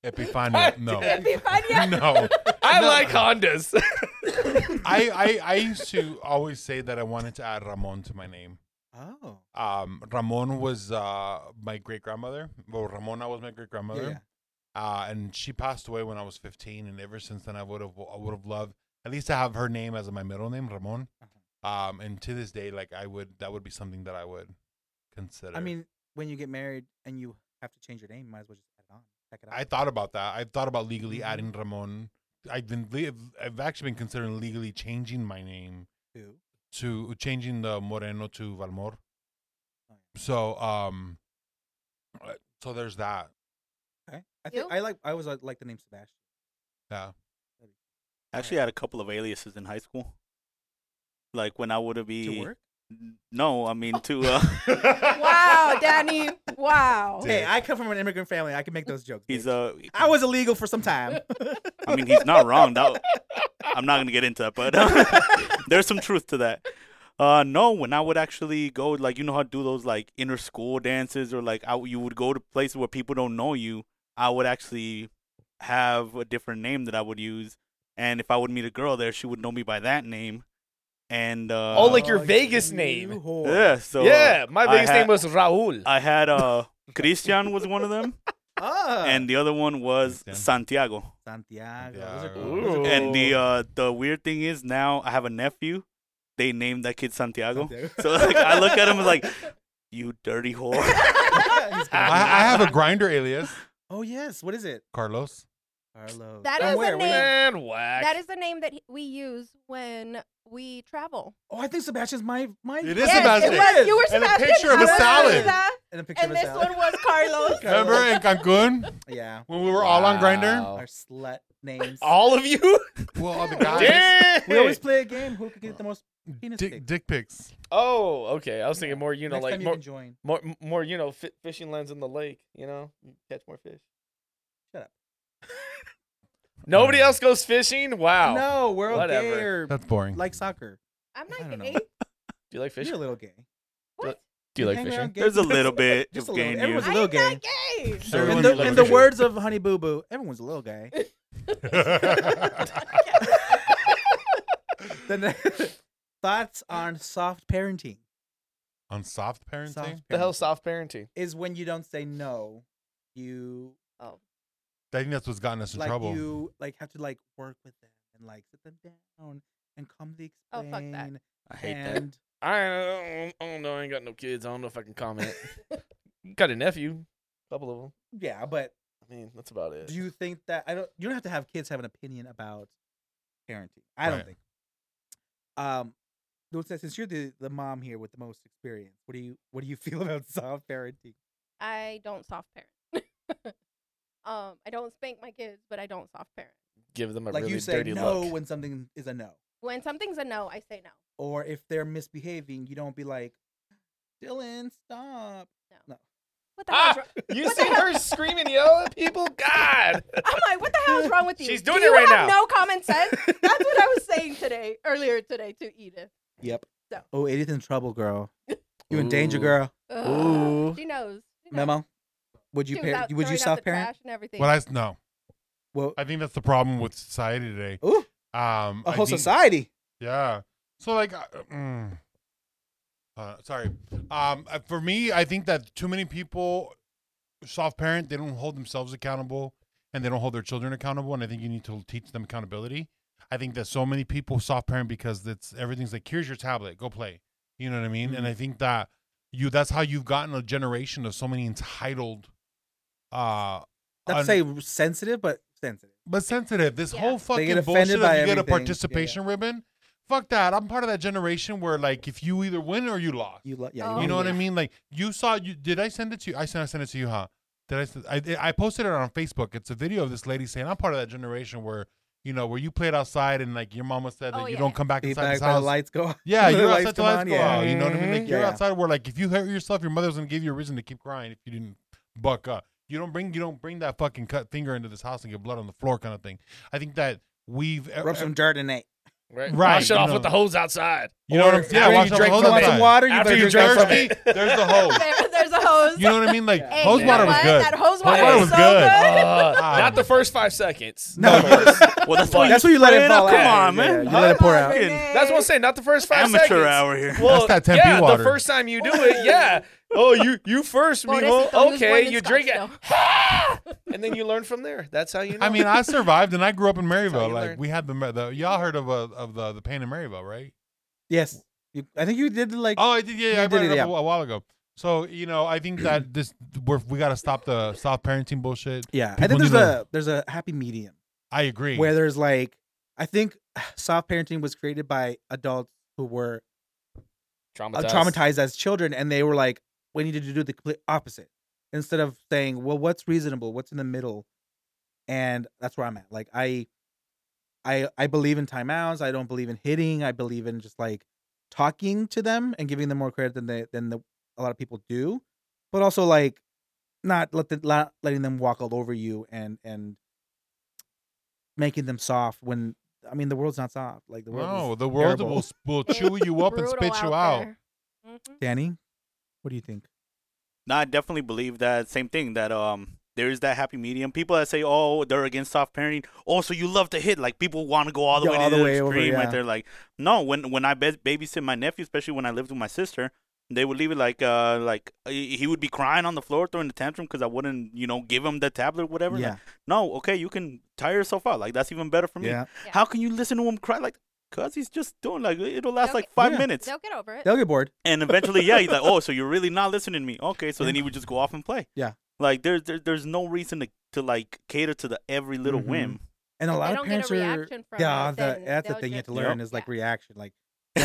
[SPEAKER 1] Epiphania. No.
[SPEAKER 4] It'd be fun, yeah.
[SPEAKER 1] No.
[SPEAKER 3] I like Hondas.
[SPEAKER 1] I, I, I used to always say that I wanted to add Ramon to my name.
[SPEAKER 2] Oh.
[SPEAKER 1] Um, Ramon was uh, my great grandmother. Well, Ramona was my great
[SPEAKER 2] Yeah,
[SPEAKER 1] grandmother.
[SPEAKER 2] yeah.
[SPEAKER 1] uh, and she passed away when I was 15, and ever since then I would have I would have loved at least to have her name as my middle name, Ramon.
[SPEAKER 2] Uh-huh.
[SPEAKER 1] Um, and to this day, like I would that would be something that I would consider.
[SPEAKER 2] I mean, when you get married and you have to change your name, you might as well just add it on. Check it out.
[SPEAKER 1] I thought about that. I've thought about legally
[SPEAKER 2] Mhm.
[SPEAKER 1] adding Ramon. I've been li- I've actually been considering legally changing my name
[SPEAKER 2] too.
[SPEAKER 1] to changing the Moreno to Valmor.
[SPEAKER 2] Oh, yeah.
[SPEAKER 1] So um, uh, so there's that.
[SPEAKER 2] Okay. I think
[SPEAKER 4] You?
[SPEAKER 2] I like. I always like- like the name Sebastian.
[SPEAKER 1] Yeah.
[SPEAKER 5] Actually, I had a couple of aliases in high school. Like when I would be
[SPEAKER 2] To work.
[SPEAKER 5] No, I mean to. Uh,
[SPEAKER 4] Wow, Danny. Wow.
[SPEAKER 1] Dude.
[SPEAKER 2] Hey, I come from an immigrant family. I can make those jokes.
[SPEAKER 5] he's
[SPEAKER 2] bitch.
[SPEAKER 5] uh,
[SPEAKER 2] I was illegal for some time.
[SPEAKER 5] I mean, he's not wrong. That I'm not gonna get into that, but there's some truth to that. Uh, no, when I would actually go, like you know how to do those like inner school dances, or like I, you would go to places where people don't know you. I would actually have a different name that I would use, and if I would meet a girl there, she would know me by that name. And uh,
[SPEAKER 3] Oh, like your Vegas name.
[SPEAKER 2] you whore.
[SPEAKER 5] yeah, so uh,
[SPEAKER 3] yeah, my
[SPEAKER 5] I
[SPEAKER 3] biggest
[SPEAKER 5] had-
[SPEAKER 3] name was Raul.
[SPEAKER 5] I had uh, Christian was one of them,
[SPEAKER 2] Ah.
[SPEAKER 5] and the other one was
[SPEAKER 1] Christian.
[SPEAKER 5] Santiago.
[SPEAKER 2] Santiago. Those are
[SPEAKER 1] Santiago.
[SPEAKER 2] cool. Those are
[SPEAKER 3] Ooh.
[SPEAKER 2] cool.
[SPEAKER 5] And the uh the weird thing is now I have a nephew. They named that kid Santiago.
[SPEAKER 2] Santiago.
[SPEAKER 5] So like I look at him and like, you dirty whore.
[SPEAKER 2] He's
[SPEAKER 1] I,
[SPEAKER 2] gonna be-
[SPEAKER 1] I have a grinder alias,
[SPEAKER 2] oh yes. What is it?
[SPEAKER 1] Carlos.
[SPEAKER 2] Carlos.
[SPEAKER 4] That
[SPEAKER 2] From
[SPEAKER 4] is a
[SPEAKER 2] where? Where-
[SPEAKER 4] name.
[SPEAKER 3] Man, whack.
[SPEAKER 4] That is the name that he- we use when we travel.
[SPEAKER 2] Oh, I think Sebastian's my my.
[SPEAKER 1] It is Yes, Sebastian.
[SPEAKER 4] it was. You were
[SPEAKER 1] And a
[SPEAKER 4] Sebastian.
[SPEAKER 1] picture of
[SPEAKER 4] I
[SPEAKER 1] a
[SPEAKER 4] was
[SPEAKER 1] salad.
[SPEAKER 4] Lisa,
[SPEAKER 2] And a picture
[SPEAKER 4] And
[SPEAKER 2] of
[SPEAKER 4] this
[SPEAKER 2] his
[SPEAKER 4] one was Carlos.
[SPEAKER 2] Carlos.
[SPEAKER 1] Remember in Cancun
[SPEAKER 2] Yeah.
[SPEAKER 1] when we were all on grinder?
[SPEAKER 3] Wow.
[SPEAKER 2] Our slut names.
[SPEAKER 3] All of you?
[SPEAKER 1] Well, all the
[SPEAKER 2] Yeah.
[SPEAKER 1] guys.
[SPEAKER 3] Damn.
[SPEAKER 2] we always play a game. Who can get the most? Penis
[SPEAKER 1] Dick,
[SPEAKER 2] pics.
[SPEAKER 1] dick pics.
[SPEAKER 3] Oh, okay. I was thinking more, you know,
[SPEAKER 2] Next
[SPEAKER 3] like
[SPEAKER 2] time you
[SPEAKER 3] more,
[SPEAKER 2] can join.
[SPEAKER 3] more, more, you know, fi- fishing lines in the lake. You know, catch more fish.
[SPEAKER 2] Shut up.
[SPEAKER 3] Nobody else goes fishing. Wow.
[SPEAKER 2] No, we're
[SPEAKER 3] Whatever.
[SPEAKER 2] okay. or
[SPEAKER 1] That's boring.
[SPEAKER 2] Like soccer.
[SPEAKER 4] I'm
[SPEAKER 2] I
[SPEAKER 4] not
[SPEAKER 2] don't know.
[SPEAKER 4] gay.
[SPEAKER 3] Do you like fishing?
[SPEAKER 2] You're a little gay.
[SPEAKER 4] What?
[SPEAKER 3] Do you like
[SPEAKER 2] hang
[SPEAKER 3] fishing?
[SPEAKER 2] around gay
[SPEAKER 5] There's a
[SPEAKER 2] people.
[SPEAKER 5] little bit
[SPEAKER 2] Just a
[SPEAKER 5] of
[SPEAKER 2] little.
[SPEAKER 5] gay in you.
[SPEAKER 2] Everyone's
[SPEAKER 4] I
[SPEAKER 2] a
[SPEAKER 4] am
[SPEAKER 2] little
[SPEAKER 4] not
[SPEAKER 2] gay.
[SPEAKER 4] gay.
[SPEAKER 1] So
[SPEAKER 2] In
[SPEAKER 1] Everyone's a
[SPEAKER 2] the,
[SPEAKER 1] little
[SPEAKER 2] in the
[SPEAKER 1] gay.
[SPEAKER 2] words of Honey Boo Boo, everyone's a little gay. The ne- thoughts on soft parenting.
[SPEAKER 1] On soft parenting?
[SPEAKER 2] Soft
[SPEAKER 3] The hell,
[SPEAKER 2] parenting
[SPEAKER 3] soft parenting.
[SPEAKER 2] is when you don't say no. You
[SPEAKER 4] Oh,
[SPEAKER 1] I think that's what's gotten us in
[SPEAKER 2] like
[SPEAKER 1] trouble.
[SPEAKER 2] you like have to like work with them and like sit them down and calmly
[SPEAKER 4] Oh, fuck
[SPEAKER 2] explain.
[SPEAKER 4] that.
[SPEAKER 5] I hate that.
[SPEAKER 2] and
[SPEAKER 3] I don't, I don't know. I ain't got no kids. I don't know if I can comment. got a nephew, couple of them.
[SPEAKER 2] yeah, but
[SPEAKER 3] I mean, that's about it.
[SPEAKER 2] do you think that I don't? You don't have to have kids have an opinion about parenting. I
[SPEAKER 1] Right.
[SPEAKER 2] don't think. Um, Dulce, since you're the, the mom here with the most experience, what do you what do you feel about soft parenting?
[SPEAKER 4] I don't soft parent. um, I don't spank my kids, but I don't soft parent.
[SPEAKER 3] Give them a
[SPEAKER 2] like
[SPEAKER 3] really
[SPEAKER 2] you say
[SPEAKER 3] dirty
[SPEAKER 2] no
[SPEAKER 3] look.
[SPEAKER 2] when something is a no,
[SPEAKER 4] When something's a no, I say no.
[SPEAKER 2] or if they're misbehaving, you don't be like, Dylan, stop.
[SPEAKER 4] What the
[SPEAKER 3] Ah,
[SPEAKER 4] hell's wrong?
[SPEAKER 3] you
[SPEAKER 4] What the
[SPEAKER 3] see her screaming, yelling at people. God.
[SPEAKER 4] I'm like, what the hell's wrong with you?
[SPEAKER 3] She's
[SPEAKER 4] Do
[SPEAKER 3] doing it
[SPEAKER 4] you
[SPEAKER 3] right
[SPEAKER 4] have
[SPEAKER 3] now.
[SPEAKER 4] No common sense. That's what I was saying today, earlier today to Edith.
[SPEAKER 2] Yep.
[SPEAKER 4] So.
[SPEAKER 2] Oh, Edith in trouble, girl. You in danger,
[SPEAKER 3] Ooh.
[SPEAKER 2] girl.
[SPEAKER 4] Ugh,
[SPEAKER 3] Ooh.
[SPEAKER 4] She knows. She knows.
[SPEAKER 2] Memo. Would
[SPEAKER 4] She
[SPEAKER 2] you
[SPEAKER 4] was
[SPEAKER 2] par-
[SPEAKER 4] out
[SPEAKER 2] would you
[SPEAKER 4] throwing out
[SPEAKER 2] soft
[SPEAKER 4] the
[SPEAKER 2] parent?
[SPEAKER 4] trash and everything.
[SPEAKER 1] Well, I s- no.
[SPEAKER 2] Well,
[SPEAKER 1] I think that's the problem with society today.
[SPEAKER 2] ooh,
[SPEAKER 1] Um, I
[SPEAKER 2] a whole
[SPEAKER 1] think-
[SPEAKER 2] society.
[SPEAKER 1] Yeah. So like, uh, mm. uh, sorry. Um, uh, for me, I think that too many people soft parent. They don't hold themselves accountable, and they don't hold their children accountable. And I think you need to teach them accountability. I think that so many people soft parent because it's everything's like here's your tablet, go play. You know what I mean?
[SPEAKER 2] Mm-hmm.
[SPEAKER 1] And I think that you that's how you've gotten a generation of so many entitled. Uh, un-
[SPEAKER 2] Not to say sensitive, but sensitive.
[SPEAKER 1] but sensitive. This
[SPEAKER 4] Yeah.
[SPEAKER 1] whole fucking
[SPEAKER 2] get offended
[SPEAKER 1] bullshit. If you
[SPEAKER 2] by
[SPEAKER 1] get a
[SPEAKER 2] everything. Yeah, yeah.
[SPEAKER 1] participation ribbon, fuck that. I'm part of that generation where like if you either win or you lost.
[SPEAKER 2] You, lo- yeah,
[SPEAKER 4] Oh,
[SPEAKER 1] you
[SPEAKER 2] wanna
[SPEAKER 1] know what I
[SPEAKER 2] be-
[SPEAKER 1] mean? Like you saw. You did I send it to you? I sent. I sent it to you, huh? Did I s- I? I posted it on Facebook. It's a video of this lady saying, "I'm part of that generation where you know where you played outside and like your mama said that
[SPEAKER 4] Oh,
[SPEAKER 1] you
[SPEAKER 4] yeah.
[SPEAKER 1] don't come back
[SPEAKER 2] Be
[SPEAKER 1] inside
[SPEAKER 2] back
[SPEAKER 1] this
[SPEAKER 2] by the
[SPEAKER 1] house."
[SPEAKER 2] lights go on.
[SPEAKER 1] yeah,
[SPEAKER 2] the
[SPEAKER 1] you're
[SPEAKER 2] lights
[SPEAKER 1] outside the
[SPEAKER 2] come
[SPEAKER 1] lights
[SPEAKER 2] on,
[SPEAKER 1] go
[SPEAKER 2] yeah.
[SPEAKER 1] out, You know what I mean? Like, You're
[SPEAKER 2] Yeah.
[SPEAKER 1] outside where like if you hurt yourself, your mother's gonna give you a reason to keep crying if you didn't buck up. You don't bring you don't bring that fucking cut finger into this house and get blood on the floor kind of thing. I think that we've e-
[SPEAKER 2] Rub
[SPEAKER 1] e-
[SPEAKER 2] some Chardonnay.
[SPEAKER 3] Right.
[SPEAKER 1] Right,
[SPEAKER 3] Wash it
[SPEAKER 1] you
[SPEAKER 3] off
[SPEAKER 1] know.
[SPEAKER 3] with the hose outside.
[SPEAKER 1] You know what I'm
[SPEAKER 3] Or
[SPEAKER 1] saying? Yeah,
[SPEAKER 3] after
[SPEAKER 1] wash
[SPEAKER 3] you
[SPEAKER 1] off
[SPEAKER 3] drink
[SPEAKER 1] the hose
[SPEAKER 2] You
[SPEAKER 3] from
[SPEAKER 2] want
[SPEAKER 3] it.
[SPEAKER 1] outside.
[SPEAKER 2] some water? You
[SPEAKER 3] After
[SPEAKER 2] better
[SPEAKER 3] you
[SPEAKER 1] you're
[SPEAKER 2] drink some
[SPEAKER 3] drink from
[SPEAKER 1] thirsty,
[SPEAKER 3] it.
[SPEAKER 1] there's the hose.
[SPEAKER 4] There, there's a hose.
[SPEAKER 1] You know what I mean? Like
[SPEAKER 4] Hey,
[SPEAKER 1] hose
[SPEAKER 4] you
[SPEAKER 1] water
[SPEAKER 4] know
[SPEAKER 1] was
[SPEAKER 4] what?
[SPEAKER 1] good.
[SPEAKER 4] That hose
[SPEAKER 3] Hose
[SPEAKER 4] water
[SPEAKER 3] water
[SPEAKER 4] was,
[SPEAKER 1] was
[SPEAKER 4] so
[SPEAKER 1] good.
[SPEAKER 4] good.
[SPEAKER 3] Uh, not the first five seconds.
[SPEAKER 2] No.
[SPEAKER 3] Of course.
[SPEAKER 5] Well, that's
[SPEAKER 3] But-
[SPEAKER 5] why
[SPEAKER 2] That's what you let
[SPEAKER 5] spray
[SPEAKER 2] it
[SPEAKER 5] out.
[SPEAKER 2] fall
[SPEAKER 5] Come
[SPEAKER 2] out.
[SPEAKER 5] on,
[SPEAKER 2] Yeah,
[SPEAKER 5] man.
[SPEAKER 2] you let it pour out.
[SPEAKER 5] Oh, Fucking
[SPEAKER 3] That's what I'm saying. Not the first five
[SPEAKER 5] Amateur
[SPEAKER 3] seconds.
[SPEAKER 5] hour here.
[SPEAKER 1] That's that Tempe
[SPEAKER 3] yeah,
[SPEAKER 1] water.
[SPEAKER 3] the first time you do it, yeah. Oh, you you first,
[SPEAKER 4] Well, this
[SPEAKER 3] mijo.
[SPEAKER 4] is the only one
[SPEAKER 3] Okay,
[SPEAKER 4] in
[SPEAKER 3] you drink it,
[SPEAKER 4] Scottsdale.
[SPEAKER 3] and then you learn from there. That's how you know.
[SPEAKER 1] I mean, I survived, and I grew up in
[SPEAKER 3] how
[SPEAKER 1] Maryville.
[SPEAKER 3] you
[SPEAKER 1] Like
[SPEAKER 3] learn.
[SPEAKER 1] we had the, the y'all heard of uh, of the the pain in Maryville, right?
[SPEAKER 2] Yes. You, I think you did the, like.
[SPEAKER 1] Oh, I did. Yeah, yeah,
[SPEAKER 2] You
[SPEAKER 1] I brought
[SPEAKER 2] did
[SPEAKER 1] it
[SPEAKER 2] it,
[SPEAKER 1] up a wh- a while ago. So you know, I think that this we're, we got to stop the soft parenting bullshit.
[SPEAKER 2] yeah. I
[SPEAKER 1] people
[SPEAKER 2] think there's
[SPEAKER 1] need to-
[SPEAKER 2] a there's a happy medium
[SPEAKER 1] I agree.
[SPEAKER 2] where there's like I think soft parenting was created by adults who were uh,
[SPEAKER 3] traumatized.
[SPEAKER 2] traumatized as children, and they were like, we needed to do the complete opposite instead of saying, well, what's reasonable, what's in the middle, and that's where I'm at. Like I, I, I believe in timeouts. I don't believe in hitting. I believe in just like talking to them and giving them more credit than they than the, a lot of people do, but also like not let the, not letting them walk all over you and and making them soft when. I mean, the world's not soft. Like the world. is-
[SPEAKER 1] no, the world
[SPEAKER 2] terrible.
[SPEAKER 1] will s- will chew you up and spit
[SPEAKER 4] Brutal
[SPEAKER 1] you
[SPEAKER 4] out
[SPEAKER 1] out.
[SPEAKER 4] there. Mhm.
[SPEAKER 2] Danny, what do you think?
[SPEAKER 5] No, I definitely believe that same thing that um there is that happy medium. People that say, "Oh, they're against soft parenting." Oh, so you love to hit like people want to go all the
[SPEAKER 2] Yeah,
[SPEAKER 5] way
[SPEAKER 2] all
[SPEAKER 5] to
[SPEAKER 2] the
[SPEAKER 5] the,
[SPEAKER 2] way over,
[SPEAKER 5] extreme,
[SPEAKER 2] yeah.
[SPEAKER 5] right there. Like, no, when when I bas- babysit my nephew, especially when I lived with my sister, they would leave it like uh like he he would be crying on the floor throwing the tantrum because I wouldn't you know give him the tablet or whatever. Like,
[SPEAKER 2] Yeah,
[SPEAKER 5] no, okay, you can tire yourself out. Like that's even better for me.
[SPEAKER 2] yeah.
[SPEAKER 4] Yeah.
[SPEAKER 5] How can you listen to him cry like? Cause he's just doing like it'll last
[SPEAKER 4] They'll
[SPEAKER 5] like
[SPEAKER 4] get-
[SPEAKER 5] five
[SPEAKER 2] Yeah.
[SPEAKER 5] minutes,
[SPEAKER 4] They'll get over it.
[SPEAKER 2] They'll get bored.
[SPEAKER 5] and eventually, yeah, he's like, "Oh, so you're really not listening to me? Okay." So then he would just go off and play.
[SPEAKER 2] Yeah.
[SPEAKER 5] Like there's there, there's no reason to, to like cater to the every little
[SPEAKER 2] Mhm.
[SPEAKER 5] whim.
[SPEAKER 2] And a
[SPEAKER 4] If
[SPEAKER 2] lot
[SPEAKER 4] they
[SPEAKER 2] of
[SPEAKER 4] don't
[SPEAKER 2] parents
[SPEAKER 4] get a
[SPEAKER 2] are
[SPEAKER 4] reaction from
[SPEAKER 2] yeah.
[SPEAKER 4] it,
[SPEAKER 2] The,
[SPEAKER 4] then
[SPEAKER 2] that's the
[SPEAKER 4] they'll
[SPEAKER 2] thing you have to
[SPEAKER 4] just-
[SPEAKER 2] learn
[SPEAKER 4] Yep.
[SPEAKER 2] is like
[SPEAKER 4] Yeah.
[SPEAKER 2] reaction. Like
[SPEAKER 5] And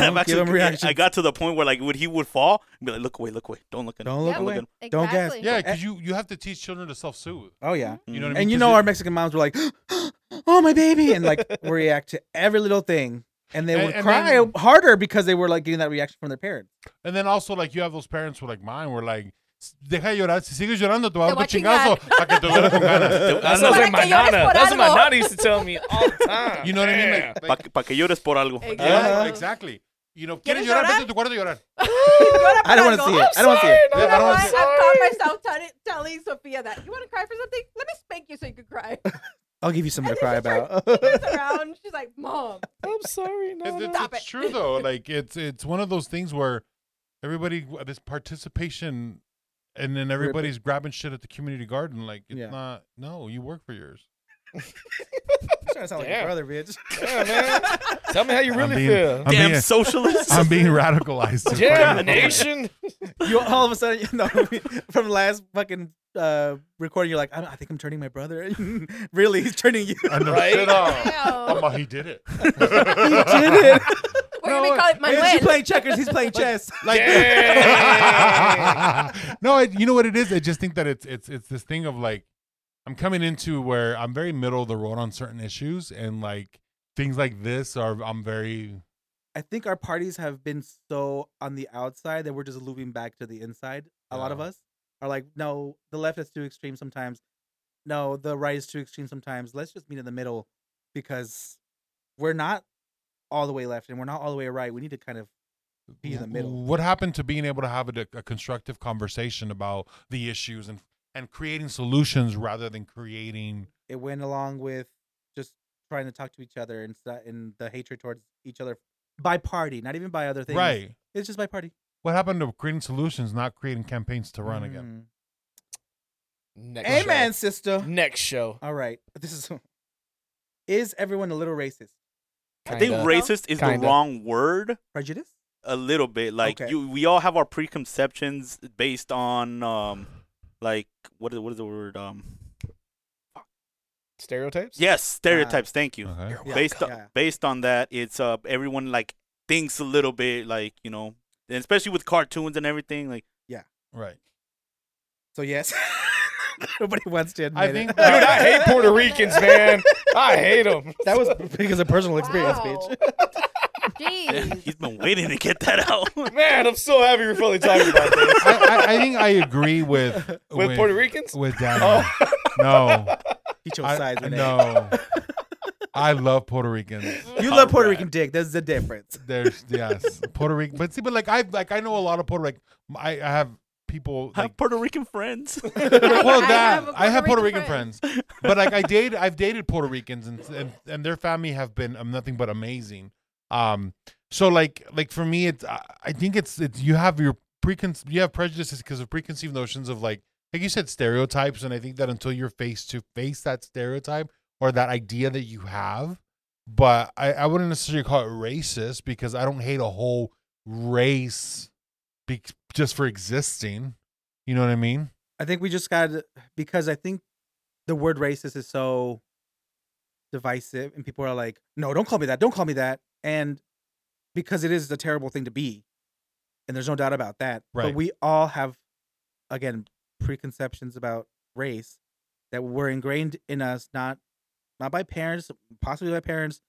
[SPEAKER 2] Don't
[SPEAKER 5] I'm
[SPEAKER 2] give
[SPEAKER 5] actually
[SPEAKER 2] him
[SPEAKER 5] I- I
[SPEAKER 2] reactions.
[SPEAKER 5] got to the point where like when he would fall, I'd be like, "Look away, look away, don't look at him."
[SPEAKER 2] don't look
[SPEAKER 4] Yep.
[SPEAKER 2] away.
[SPEAKER 5] Look
[SPEAKER 2] Don't guess.
[SPEAKER 4] Exactly.
[SPEAKER 1] Yeah, because you you have to teach children to self soothe.
[SPEAKER 2] Oh yeah.
[SPEAKER 4] Mm-hmm.
[SPEAKER 5] at him.
[SPEAKER 1] You know what I mean?
[SPEAKER 2] And you
[SPEAKER 1] 'Cause
[SPEAKER 2] know
[SPEAKER 1] it-
[SPEAKER 2] our Mexican moms were like, "Oh my baby," and like react to every little thing, and they
[SPEAKER 1] And-
[SPEAKER 2] would
[SPEAKER 1] and
[SPEAKER 2] cry
[SPEAKER 1] then-
[SPEAKER 2] harder because they were like getting that reaction from their parents.
[SPEAKER 1] And then also like you have those parents who like mine were like, deja llorar, si sigues llorando te va a
[SPEAKER 4] Te
[SPEAKER 1] dar
[SPEAKER 4] voy
[SPEAKER 1] un
[SPEAKER 4] a chingar."
[SPEAKER 1] chingazo para que te duela con ganas.
[SPEAKER 5] Don't-
[SPEAKER 3] That
[SPEAKER 5] I don't
[SPEAKER 3] sounds
[SPEAKER 5] know.
[SPEAKER 3] like my
[SPEAKER 4] Para que llores
[SPEAKER 3] nana.
[SPEAKER 4] por
[SPEAKER 3] That's what my
[SPEAKER 4] algo.
[SPEAKER 3] nana used to tell me all the time.
[SPEAKER 1] You know what I mean?
[SPEAKER 3] Yeah.
[SPEAKER 1] Like,
[SPEAKER 5] Pa
[SPEAKER 1] like,
[SPEAKER 5] que, pa que llores por algo.
[SPEAKER 4] Exactly.
[SPEAKER 1] yeah,
[SPEAKER 4] Yeah.
[SPEAKER 1] exactly. You know,
[SPEAKER 4] ¿Quieres
[SPEAKER 1] quieres llorar,
[SPEAKER 4] llorar?
[SPEAKER 1] vete a tu cuarto y llorar.
[SPEAKER 4] Oh
[SPEAKER 2] I don't want to see it. I don't want to see it.
[SPEAKER 1] Yeah, I don't wanna
[SPEAKER 4] I've
[SPEAKER 1] see-
[SPEAKER 4] caught myself t- telling Sophia that you want to cry for something. Let me spank you so you can cry.
[SPEAKER 2] I'll give you something
[SPEAKER 4] And
[SPEAKER 2] to
[SPEAKER 4] then
[SPEAKER 2] cry
[SPEAKER 4] she starts
[SPEAKER 2] about.
[SPEAKER 4] Fingers around. She's like, "Mom,
[SPEAKER 3] I'm sorry. No,
[SPEAKER 1] It's,
[SPEAKER 3] no.
[SPEAKER 1] it's,
[SPEAKER 4] Stop
[SPEAKER 1] it's
[SPEAKER 4] it.
[SPEAKER 1] true though. Like it's it's one of those things where everybody this participation, and then everybody's grabbing shit at the community garden. Like it's
[SPEAKER 2] Yeah.
[SPEAKER 1] not. No, you work for yours.
[SPEAKER 2] trying to sound like
[SPEAKER 3] Damn.
[SPEAKER 2] your brother, bitch.
[SPEAKER 3] Yeah, man. Tell me how you
[SPEAKER 1] I'm
[SPEAKER 3] really
[SPEAKER 1] being-
[SPEAKER 3] feel.
[SPEAKER 1] I'm
[SPEAKER 5] Damn
[SPEAKER 1] being-
[SPEAKER 5] socialist.
[SPEAKER 1] I'm being radicalized.
[SPEAKER 3] Yeah, nation.
[SPEAKER 2] You all of a sudden, you know, from last fucking uh, recording, you're like, I, I think I'm turning my brother. really, he's turning you.
[SPEAKER 1] I know,
[SPEAKER 3] Right?
[SPEAKER 1] shut up.
[SPEAKER 4] damn,
[SPEAKER 1] Mama, he did it.
[SPEAKER 2] he did it.
[SPEAKER 4] we're gonna call it
[SPEAKER 2] Maybe she's
[SPEAKER 4] Manuel."
[SPEAKER 2] playing checkers. He's playing chess.
[SPEAKER 3] Dang.
[SPEAKER 1] no, I, you know what it is. I just think that it's it's it's this thing of like I'm coming into where I'm very middle of the road on certain issues, and like things like this are I'm very
[SPEAKER 2] I think our parties have been so on the outside that we're just looping back to the inside. A lot of
[SPEAKER 1] Yeah.
[SPEAKER 2] us are like, no, the left is too extreme sometimes. No, the right is too extreme sometimes. Let's just meet in the middle because we're not all the way left and we're not all the way right. We need to kind of be in the middle.
[SPEAKER 1] What happened to being able to have a, di- a constructive conversation about the issues and and creating solutions rather than creating
[SPEAKER 2] It went along with just trying to talk to each other and, stu- and the hatred towards each other by party, not even by other things.
[SPEAKER 1] right?
[SPEAKER 2] It's just by party.
[SPEAKER 1] What happened to creating solutions, not creating campaigns to run again?
[SPEAKER 2] Mm.
[SPEAKER 3] Next
[SPEAKER 2] Amen,
[SPEAKER 3] show.
[SPEAKER 2] sister.
[SPEAKER 3] Next show.
[SPEAKER 2] All right. This is Is everyone a little racist?
[SPEAKER 5] I think
[SPEAKER 3] Kinda.
[SPEAKER 5] racist is
[SPEAKER 3] Kinda.
[SPEAKER 5] the wrong word.
[SPEAKER 2] Prejudice?
[SPEAKER 5] a little bit like
[SPEAKER 2] Okay.
[SPEAKER 5] you we all have our preconceptions based on um like what is what is the word um
[SPEAKER 3] stereotypes.
[SPEAKER 5] yes
[SPEAKER 1] Ah.
[SPEAKER 5] stereotypes thank
[SPEAKER 2] Uh-huh.
[SPEAKER 5] you
[SPEAKER 2] Mm.
[SPEAKER 1] Okay.
[SPEAKER 3] You're
[SPEAKER 5] based on
[SPEAKER 2] welcome. Yeah.
[SPEAKER 5] based on that it's uh everyone like thinks a little bit like you know and especially with cartoons and everything like
[SPEAKER 1] Right.
[SPEAKER 2] So yes. Nobody wants to admit
[SPEAKER 1] I
[SPEAKER 2] it.
[SPEAKER 1] think
[SPEAKER 3] Dude, I
[SPEAKER 1] that,
[SPEAKER 3] hate Puerto Ricans, man. I hate them.
[SPEAKER 2] that was because of personal experience,
[SPEAKER 4] Wow.
[SPEAKER 2] bitch.
[SPEAKER 4] Jeez.
[SPEAKER 5] He's been waiting to get that out.
[SPEAKER 3] Man, I'm so happy we're finally talking about this.
[SPEAKER 1] I, I, I think I agree with
[SPEAKER 3] With, Puerto Ricans? Oh.
[SPEAKER 1] with Daniel. No,
[SPEAKER 2] He chose
[SPEAKER 1] I,
[SPEAKER 2] sides. Renee.
[SPEAKER 1] no. I love Puerto Ricans.
[SPEAKER 2] You love Puerto
[SPEAKER 5] Alright.
[SPEAKER 2] Rican dick. There's the difference.
[SPEAKER 1] There's yes, Puerto Rican. But see, but like I like I know a lot of Puerto Rican. I, I have people
[SPEAKER 5] I
[SPEAKER 1] like
[SPEAKER 5] have Puerto Rican friends.
[SPEAKER 1] well,
[SPEAKER 4] I
[SPEAKER 1] that
[SPEAKER 4] have a
[SPEAKER 1] I have Puerto Rican
[SPEAKER 4] friend.
[SPEAKER 1] friends, but like I date, I've dated Puerto Ricans, and and, and their family have been um, nothing but amazing. Um, so like like for me, it's I, I think it's it's you have your precon you have prejudices because of preconceived notions of like like you said stereotypes, and I think that until you're faced to face that stereotype or that idea that you have, but I I wouldn't necessarily call it racist because I don't hate a whole race, be, just for existing. You know what I mean?
[SPEAKER 2] I think we just got to because I think the word racist is so divisive, and people are like, "No, don't call me that. Don't call me that." And because it is a terrible thing to be, and there's no doubt about that.
[SPEAKER 1] Right.
[SPEAKER 2] But we all have, again, preconceptions about race that were ingrained in us, not not by parents, possibly by parents,